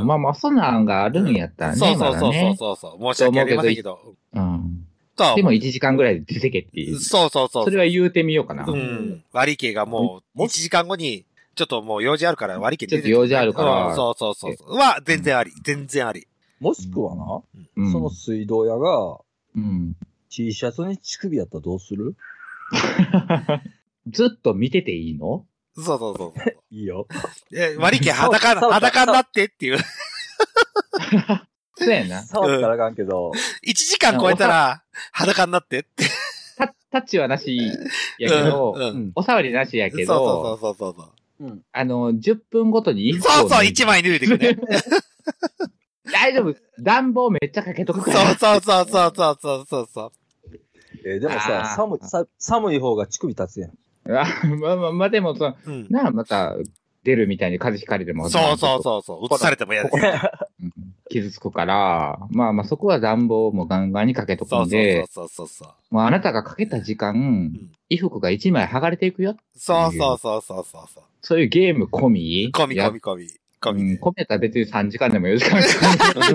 Speaker 1: ん
Speaker 2: ん。まあまあ、そんなんがあるんやったらね。
Speaker 1: そうそう
Speaker 2: ま
Speaker 1: そ
Speaker 2: だ
Speaker 1: うそう
Speaker 2: ね
Speaker 1: そうそう。申し訳ありませんけど。
Speaker 2: うん。
Speaker 1: とは
Speaker 2: で
Speaker 1: 思
Speaker 2: も
Speaker 1: う
Speaker 2: 1時間ぐらいで出てけっていう。
Speaker 1: そうそうそう。
Speaker 2: それは言うてみようかな。
Speaker 1: う
Speaker 2: ち
Speaker 1: ん。割り系がもう、1時間後に、ちょっともう用事あるから割り系出
Speaker 2: ょってと
Speaker 1: きて
Speaker 2: 用事あるか
Speaker 1: うん
Speaker 2: ら。
Speaker 1: そうそうそうそう。は、全然あり。全然あり。
Speaker 3: もしくはな、
Speaker 2: うん
Speaker 3: その水道屋が
Speaker 2: うん
Speaker 3: T シャツに乳首やったらどうする
Speaker 2: ずっと見てていいの
Speaker 1: そうそうそうそう。
Speaker 3: い いよ。
Speaker 1: え割り系裸な、
Speaker 3: そうそう
Speaker 1: 裸になってっていう。
Speaker 2: そうやな。
Speaker 3: 触ったらあかんけど、
Speaker 1: 1時間超えたら、裸になってって。
Speaker 2: タタッチはなしやけど、
Speaker 1: うんうん
Speaker 2: うんお触りなしやけ
Speaker 1: そ
Speaker 2: ど
Speaker 1: う、そうそうそう
Speaker 2: あの、10分ごとに
Speaker 1: そう。
Speaker 2: 衣服を
Speaker 1: そうそう、
Speaker 2: 脱いで
Speaker 1: 1枚脱いでく ね。
Speaker 2: 大丈夫。暖房めっちゃかけと
Speaker 1: そ
Speaker 2: く
Speaker 1: う
Speaker 2: から。
Speaker 1: そうそうそうそうそうそうそう。
Speaker 3: えーでも
Speaker 2: あ
Speaker 3: さ
Speaker 2: ー
Speaker 3: 寒いさ、寒い方が乳首立つ やん。
Speaker 2: あまあまあまあ、でもその、
Speaker 1: うん。
Speaker 2: なあ、また出るみたいに風邪ひかれても。
Speaker 1: そうそうそうそう。映されても嫌です。
Speaker 2: うん。傷つくから、まあまあそこは暖房もガンガンにかけとく
Speaker 1: そ
Speaker 2: ん
Speaker 1: う
Speaker 2: で、
Speaker 1: そうそうそうそう。
Speaker 2: もうあなたがかけた時間、衣服が一枚剥がれていくよ。
Speaker 1: そうそうそうそうそうそう。
Speaker 2: そういうゲーム込み
Speaker 1: 込み
Speaker 2: や
Speaker 1: 込み込み。込
Speaker 2: うん
Speaker 1: み、ね。
Speaker 2: 込みやったら別に3時間でも4時間 で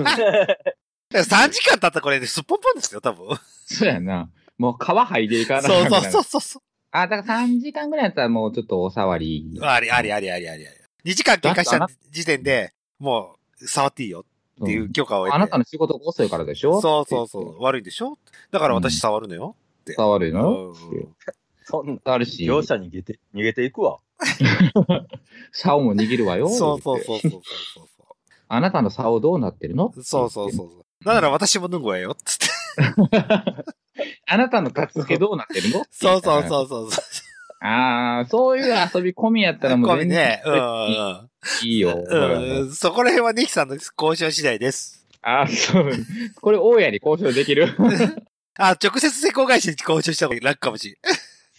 Speaker 2: も。
Speaker 1: 3時間経ったらこれですっぽんぽんですよ、多分。
Speaker 2: そうやな。もう皮剥いでいかな。
Speaker 1: そうそうそううそうそ
Speaker 2: あ、だから3時間ぐらいやったらもうちょっとお触り。
Speaker 1: う。ありありありありありあり。2時間経過した時点で、もう、触っていいよっていう許可を
Speaker 2: う
Speaker 1: 得て。
Speaker 2: んあなたの仕事が遅いからでしょ
Speaker 1: そうそうそう。悪いんでしょだから私触るのよ。
Speaker 2: 触るの、
Speaker 1: うん
Speaker 3: そんな
Speaker 2: あるし、
Speaker 3: 業者に逃げて、逃げていくわ。
Speaker 2: 竿も握るわよ。
Speaker 1: そうそうそうそうそう
Speaker 2: あなたの竿どうなってるの
Speaker 1: そう。そうそうそう。だから私も脱ぐわよ。つって。
Speaker 2: あなたのタツけどうなってるの
Speaker 1: そうそう
Speaker 2: う。
Speaker 1: そうそうそう。
Speaker 2: ああ、そういう遊び込みやった らもう
Speaker 1: これ
Speaker 2: 全
Speaker 1: ね
Speaker 2: 然、
Speaker 1: うんうん。
Speaker 2: いいよ。
Speaker 1: うんそこら辺はネキさんの交渉次第です。
Speaker 2: ああ、そう。これ、大家に交渉できる。
Speaker 1: あ、直接施工会社に交渉した方が楽かもし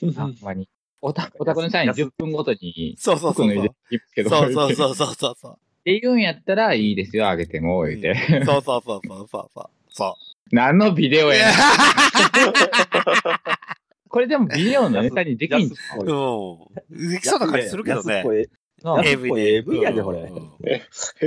Speaker 1: れん。
Speaker 2: あんまに。おた、お宅の社員10分ごとに、
Speaker 1: そうそう
Speaker 2: 服
Speaker 1: そう
Speaker 2: 脱い
Speaker 1: そ
Speaker 2: で
Speaker 1: う。
Speaker 2: いくけど。
Speaker 1: そうそう
Speaker 2: う。
Speaker 1: そうそうそうそう。
Speaker 2: っていうんやったら、いいですよ、あげても、言うて。
Speaker 1: そうそうそうそうそうそう。そ
Speaker 2: 何のビデオ
Speaker 1: う。
Speaker 2: やねん これでもビデオのネタにできんじゃん。
Speaker 1: うん。できそうな感じするけどね。
Speaker 2: なあ
Speaker 3: 安っぽい AV やで、
Speaker 1: うん
Speaker 3: これ
Speaker 1: う。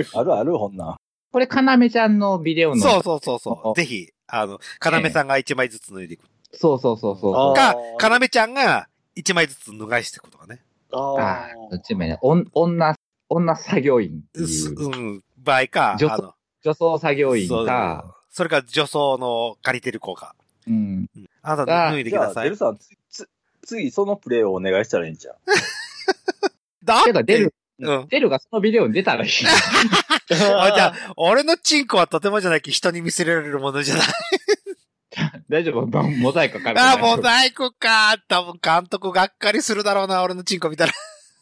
Speaker 1: ん
Speaker 3: あるある、ほんなん。
Speaker 2: これ、かなめちゃんのビデオの。
Speaker 1: そうそうそうそう。ぜひ、あの、かなめさんが一枚ずつ脱いでいく。
Speaker 2: そうそうそうそう。
Speaker 4: あー
Speaker 1: か、かなめちゃんが一枚ずつ脱がしていくとかね。
Speaker 4: あ
Speaker 2: ああ、ど
Speaker 4: ー
Speaker 2: っちもいいね。おん女、女作業員って
Speaker 1: う
Speaker 2: いう。
Speaker 1: ん。場合か、
Speaker 2: 女装女装作業員
Speaker 1: そう
Speaker 2: か。
Speaker 1: それか女装の借りてる子か。
Speaker 2: うん。
Speaker 1: あなた脱いで
Speaker 3: じ
Speaker 1: く
Speaker 3: ゃ
Speaker 1: だ
Speaker 3: あ、
Speaker 1: さ
Speaker 3: デ
Speaker 1: い
Speaker 3: ル。さん、つつ次そのプレイをお願いしたらいいんじゃん。
Speaker 1: だって
Speaker 2: か、出 る、
Speaker 1: うん。
Speaker 2: 出るがそのビデオに出たらいい。
Speaker 1: あ、じゃあ、俺のチンコはとてもじゃないけど人に見せられるものじゃない。
Speaker 2: 大丈夫まモザイクかかるから。
Speaker 1: あ、モザイクか。多分監督がっかりするだろうな、俺のチンコ見たら。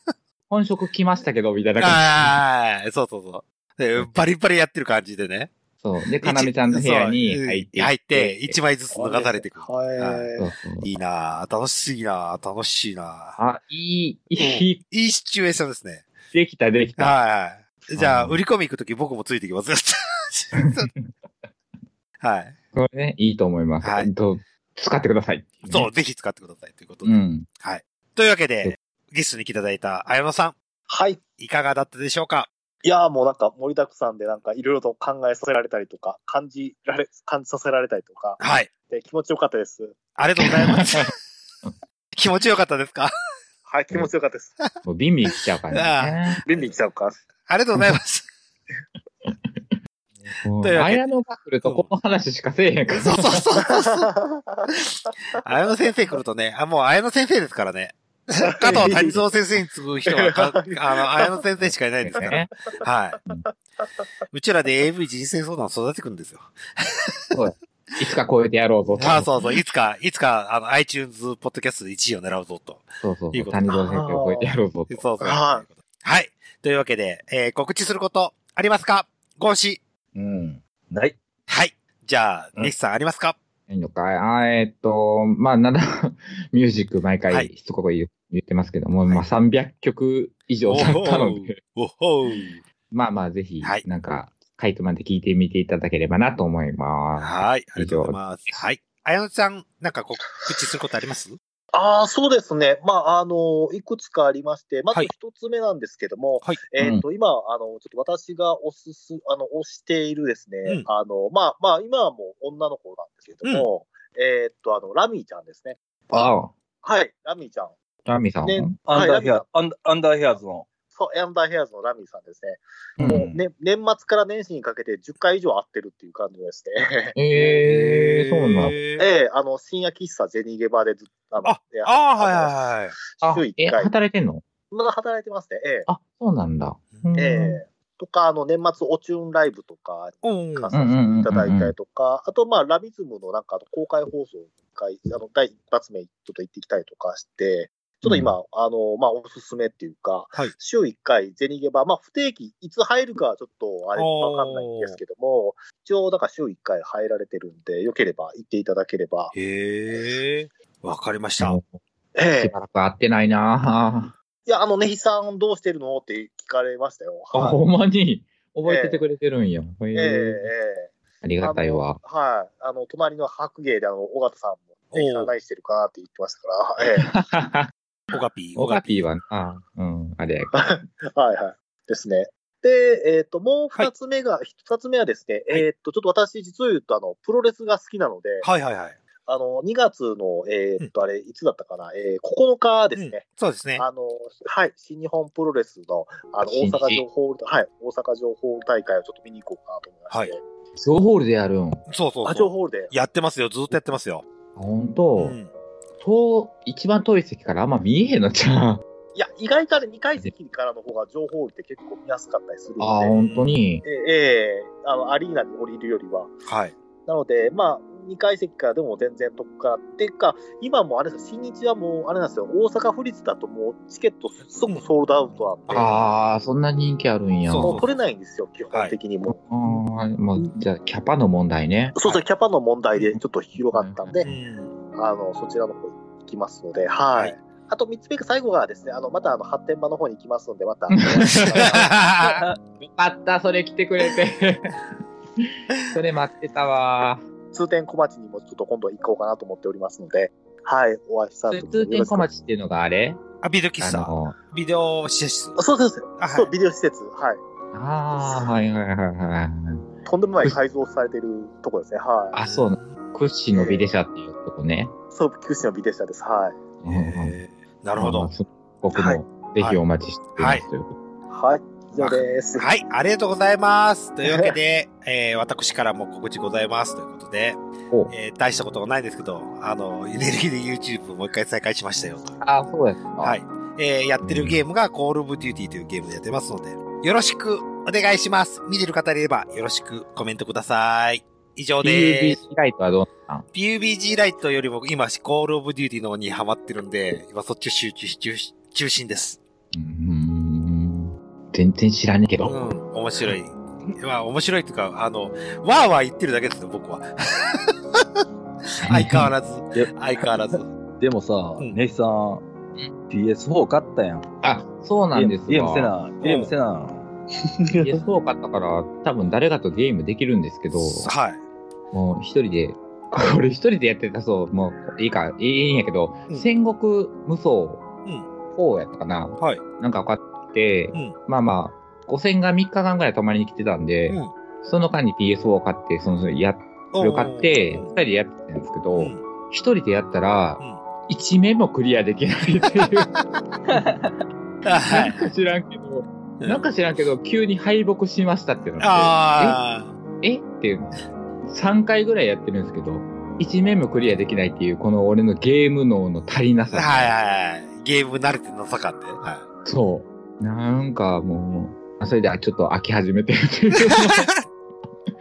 Speaker 2: 本職来ましたけど、みたいな感
Speaker 1: ああ、そうそうそう。でバリバリやってる感じでね。
Speaker 2: そう。で、かなめちゃんの部屋に
Speaker 1: そう
Speaker 2: 入って。
Speaker 1: 入って、一枚ずつ流されてくる。
Speaker 4: はい
Speaker 2: そうそう
Speaker 1: いいなぁ楽しすぎなぁ楽しいなぁ
Speaker 2: あ、いい、い
Speaker 1: い
Speaker 2: い、
Speaker 1: いシチュエーションですね。
Speaker 2: できた、できた。
Speaker 1: はいはい。じゃあ、
Speaker 2: うん
Speaker 1: 売り込み行くとき僕もついてき ます。 はい。
Speaker 2: これね、いいと思います。
Speaker 1: はい
Speaker 2: えっと使ってください。
Speaker 1: そう、ぜひ使ってくださいということ
Speaker 2: う
Speaker 1: で。
Speaker 2: ん。
Speaker 1: というわけで、ゲストに来ていただいた綾野さん、
Speaker 4: はい。
Speaker 1: いかがだったでしょうか
Speaker 4: いやーもうなんか盛りだくさんでなんかいろいろと考えさせられたりとか、感じられ、 感じさせられたりとか、
Speaker 1: はい。
Speaker 4: で気持ちよかったです。
Speaker 1: ありがとうございます。 気持ちよかったですか
Speaker 4: はい、気持ちよかった です。
Speaker 2: もうビンビン来ちゃうからね。
Speaker 4: 便利に来ちゃうか。
Speaker 1: ありがとうございます。
Speaker 2: もう
Speaker 1: というわけで
Speaker 2: 綾野が来るとこの話しかせえへんから。
Speaker 1: そうそうそうそうそう。綾野先生来るとね、あ、もう綾野先生ですからね。加藤谷蔵先生に次ぐ人 はか、あの、綾野先生しかいないですから。
Speaker 2: ね
Speaker 1: はい。うちらで AV 人生相談を育ててくんですよ。
Speaker 2: いつか超えてやろうぞと。
Speaker 1: あそうそう。いつか、いつか、あの、iTunes ポッドキャストで1位を狙うぞと。
Speaker 2: そうそう
Speaker 1: い
Speaker 2: そうう。
Speaker 1: こと
Speaker 2: 谷蔵先生を超えてやろうぞと。
Speaker 1: そうそう。
Speaker 4: は
Speaker 1: はい。というわけで、えー告知することありますかゴンシ
Speaker 3: うん。ない。
Speaker 1: はい。じゃあ、
Speaker 3: うん
Speaker 1: ネヒさんありますか
Speaker 2: いいのかいあーえーっと、まあ、なんだ、 ミュージック毎
Speaker 1: は
Speaker 2: 回
Speaker 1: い
Speaker 2: しつこく言う言ってますけども、
Speaker 1: い
Speaker 2: まあ、300曲以上だったの
Speaker 1: う
Speaker 2: で、
Speaker 1: おほう。
Speaker 2: まあまあ、ぜひ
Speaker 1: はい、
Speaker 2: なんか、かいつまんで聞いてみていただければなと思います。
Speaker 1: はい。ありがとうございます。はい。あやのちゃん、なんかこう、告知することあります
Speaker 4: ああ、そうですね。まあ、あの、いくつかありまして、まず
Speaker 1: はい
Speaker 4: 一つ目なんですけども、
Speaker 1: はい
Speaker 4: えっ、と、今、あの、ちょっと私がおすす、あの、推しているですね、
Speaker 1: うん
Speaker 4: あの、まあ、まあ、今はもう女の子なんですけども、えっと、あの、ラミーちゃんですね。
Speaker 2: ああ、
Speaker 4: はい、ラミーちゃん。
Speaker 2: ラミさん。
Speaker 4: ね
Speaker 3: ア
Speaker 4: は
Speaker 3: ン
Speaker 4: い
Speaker 3: ダーヘ
Speaker 4: ラミ
Speaker 3: ア、アンダアンダーヘアーズの。
Speaker 4: そう、アンダーヘアーズのラミーさんですね。
Speaker 2: うん
Speaker 4: もうね、年末から年始にかけて10回以上会ってるっていう感じですね。
Speaker 2: ええそうなの。
Speaker 4: え
Speaker 1: の。
Speaker 4: えあの、深夜喫茶ゼニゲバでずっと、あの、いや
Speaker 1: ああ、はいはいはい。
Speaker 2: あ
Speaker 4: 週、
Speaker 2: え、
Speaker 4: 1回。
Speaker 2: 働いてんの
Speaker 4: まだ働いてますね。え
Speaker 2: あ、そうなんだ。うん
Speaker 4: えええとか、あの、年末オチューンライブとか、
Speaker 1: うん。
Speaker 4: 観
Speaker 1: は
Speaker 4: 察していただいたりとか、あと、まあ、ラミズムのなんか、公開放送一回、あの、第一発目、ちょっと行ってきたりとかして、ちょっと今、あの、まあ、おすすめっていうか、
Speaker 1: はい
Speaker 4: 週1回、ゼニゲバ、まあ、不定期、いつ入るかはちょっと、あれ、
Speaker 1: おー
Speaker 4: わかんないんですけども、一応、だから週1回入られてるんで、よければ行っていただければ、
Speaker 1: へえ。わかりまし
Speaker 2: あ
Speaker 1: た。
Speaker 4: え
Speaker 2: し
Speaker 4: え
Speaker 2: ばらく会ってな いなぁ
Speaker 4: いや、あの、ネヒさんどうしてるのって聞かれましたよ。
Speaker 2: あ、
Speaker 4: はい
Speaker 2: ほんまに覚えててくれてるんや。へえ
Speaker 4: ええええ
Speaker 2: ありがたいわ。
Speaker 4: はい。あの、隣の白芸で、あの、尾形さんも、ネヒさ
Speaker 1: おうん
Speaker 4: 何してるかなって言ってましたから、ええ
Speaker 1: オガピー、
Speaker 2: オガピーはな、あうん、あれやけど
Speaker 4: はいはい。ですね。で、えっ、と、もう二つ目が、二、つ目はですね、
Speaker 1: はい
Speaker 4: えっ、と、ちょっと私、実を言うと、あの、プロレスが好きなので、
Speaker 1: はいはいはい。
Speaker 4: あの、2月の、えっ、と、あれ、いつだったかな、えー、9日ですね。
Speaker 1: そうですね。
Speaker 4: あの、はい、新日本プロレスの、あの、
Speaker 2: 新
Speaker 4: 大
Speaker 2: 日
Speaker 4: 阪城ホール、はい、大阪城ホール大会をちょっと見に行こうかなと思いまして。はい。
Speaker 2: ソーホールでやるん。
Speaker 1: そうそう
Speaker 4: あ、
Speaker 1: そ
Speaker 4: 城
Speaker 1: う。
Speaker 4: ホールで。
Speaker 1: やってますよ。ずっとやってますよ。
Speaker 2: ほん
Speaker 1: う
Speaker 2: と、
Speaker 1: ん。
Speaker 2: 遠、一番遠い席からあんま見えへんのちゃう。
Speaker 4: いや、意外とあれ、2階席からの方が城ホールって結構見やすかったりする
Speaker 2: ああ、
Speaker 4: の
Speaker 2: ほんとに。
Speaker 4: で、えええあの、アリーナに降りるよりは、
Speaker 1: はい。
Speaker 4: なので、まあ、2階席からでも全然得か。っていうか、今もあれですよ、新日はもう、あれなんですよ、大阪府立だともうチケットすごくソールドアウトなんで、
Speaker 2: ああ、そんな人気あるんや。
Speaker 1: そう
Speaker 4: もう取れないんですよ、基本的にもう。
Speaker 2: あーもうじゃあ、キャパの問題ね。
Speaker 4: そうそう、キャパの問題でちょっと広がったんで
Speaker 1: う、ん。
Speaker 4: あの、そちらの方行きますので、はい。
Speaker 1: はい
Speaker 4: あと3つ目が最後がですね、あの、またあの、発展場の方に行きますので、ま た。
Speaker 2: あよかった、それ来てくれて。 それ待ってたわ。
Speaker 4: 通天小町にもちょっと今度行こうかなと思っておりますので、はい、お会いした
Speaker 2: そ
Speaker 4: い
Speaker 2: れ
Speaker 4: と思い
Speaker 2: 通天小
Speaker 4: ます
Speaker 2: 町っていうのがあれ
Speaker 1: あ、ビデオ喫
Speaker 2: あ
Speaker 1: 茶。
Speaker 2: の、
Speaker 1: ビデオ施設。
Speaker 4: そうそうそう、
Speaker 1: あ、は
Speaker 4: そう、
Speaker 1: い。
Speaker 4: ビデオ施設、はい。
Speaker 2: ああ、はいはいはいはい。
Speaker 4: とんでもない改造されてるとこですね、はい。
Speaker 2: あ、そうな。屈指の美デシャっていうとこね。
Speaker 4: そう、屈指の美でしたです。はい。
Speaker 2: うんうん
Speaker 1: へーなるほど。
Speaker 2: まあ。僕
Speaker 4: はい
Speaker 2: も、ぜひお待ちしてます、
Speaker 1: はい
Speaker 2: ということで
Speaker 4: はい。以上です。
Speaker 1: はい、ありがとうございます。というわけで、えー私からも告知ございますということで
Speaker 2: お、
Speaker 1: えー大したこともないんですけど、あの、エネルギーで YouTube もう一回再開しましたよと。
Speaker 2: あ、そうですか。
Speaker 1: はい。えーやってるゲームが Call of Duty というゲームでやってますので、よろしくお願いします。見てる方いればよろしくコメントください。以上で
Speaker 2: PUBG
Speaker 1: す。
Speaker 2: ライトはどうなん
Speaker 1: PUBG ライトよりも今、Call of Duty の方にハマってるんで、今そっち集中し、中心中心です。
Speaker 2: うーん全然知らねえけ
Speaker 1: う
Speaker 2: ど。
Speaker 1: ん、面白い。まあ、面白いっていうか、あの、わーわー言ってるだけですね、僕は。 相変わら ず
Speaker 3: で、
Speaker 1: 相変わらず。
Speaker 3: でもさ、
Speaker 1: うん
Speaker 3: ネヒさん、PS4 買ったやん。
Speaker 2: あ、そうなんです
Speaker 3: ゲームせ
Speaker 2: よ。
Speaker 3: な、ゲームせな。
Speaker 2: PS4 買ったから、多分誰かとゲームできるんですけど、
Speaker 1: はい。
Speaker 2: もう一人で、これ一人でやってたそう、もういいか、いいんやけど、
Speaker 1: うん
Speaker 2: 戦国無双
Speaker 1: うん
Speaker 2: 4やったかな、
Speaker 1: はい。
Speaker 2: なんか分かって、
Speaker 1: うん
Speaker 2: まあまあ、5000が3日間ぐらい泊まりに来てたんで、
Speaker 1: うん
Speaker 2: その間に PS4 を買って、その、や、それを買って、
Speaker 1: うん
Speaker 2: 2人でやってたんですけ
Speaker 1: う
Speaker 2: ど、
Speaker 1: ん
Speaker 2: 一人でやったら
Speaker 1: うん、
Speaker 2: 一面もクリアできないっていう、
Speaker 1: あは
Speaker 2: なん
Speaker 1: い。
Speaker 2: か知らんけど、
Speaker 1: うん
Speaker 2: なんか知らんけど、急に敗北しましたってなって、
Speaker 1: ああ。
Speaker 2: えっていう、3回ぐらいやってるんですけど、1面もクリアできないっていう、この俺のゲーム脳の足りなさ。
Speaker 1: はいはいはい。ゲーム慣れてなさかって。は
Speaker 2: そう。なんかもう、それでちょっと飽き始めてるって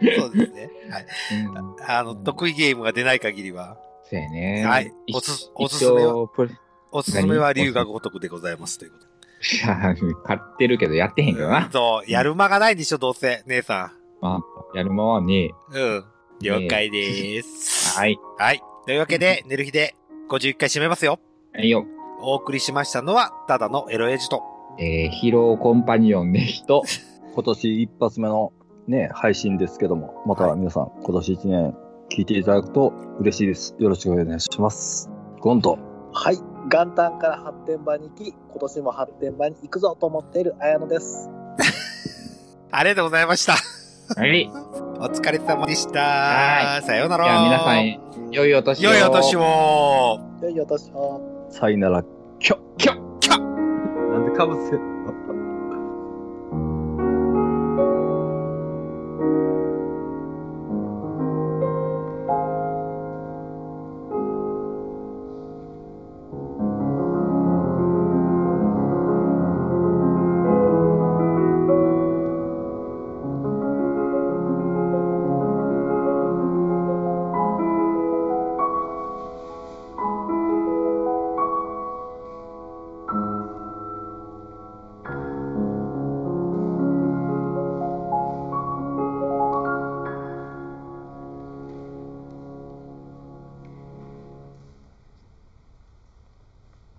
Speaker 2: いう。
Speaker 1: い。そうですね。はい。
Speaker 2: うん
Speaker 1: あの、得意ゲームが出ない限りは、
Speaker 2: そうやね。
Speaker 1: はい
Speaker 2: 一
Speaker 1: おすおすすめは
Speaker 2: 一応プレ
Speaker 1: おすすめは龍が如くでございますということで。
Speaker 2: いや買ってるけどやってへんけどな。
Speaker 1: そう、やる間がないんでしょ、どうせ、姉さ
Speaker 2: まあ、やるままに。
Speaker 1: ん。うん。了解です。
Speaker 2: はい。
Speaker 1: はい。というわけで、寝る日で51回締めますよ。
Speaker 2: はいよ。
Speaker 1: お送りしましたのは、ただのエロエジと。
Speaker 2: えー、ヒローコンパニオンね、人。
Speaker 3: 今年一発目のね、配信ですけども、また皆さん、今年一年聞いていただくと嬉しいです。よろしくお願いします。ゴンと、
Speaker 4: はい。元旦から発展場に行き、今年も発展場に行くぞと思っている綾乃です。
Speaker 1: ありがとうございました。
Speaker 2: はい。 じ
Speaker 1: お疲れ様でした。
Speaker 2: は
Speaker 1: さようなら。
Speaker 2: ゃあ皆さん、良いお年を。
Speaker 1: 良いお年を。
Speaker 4: 良いお年を。
Speaker 3: さいなら、キョッキョッキョッなんでかぶせ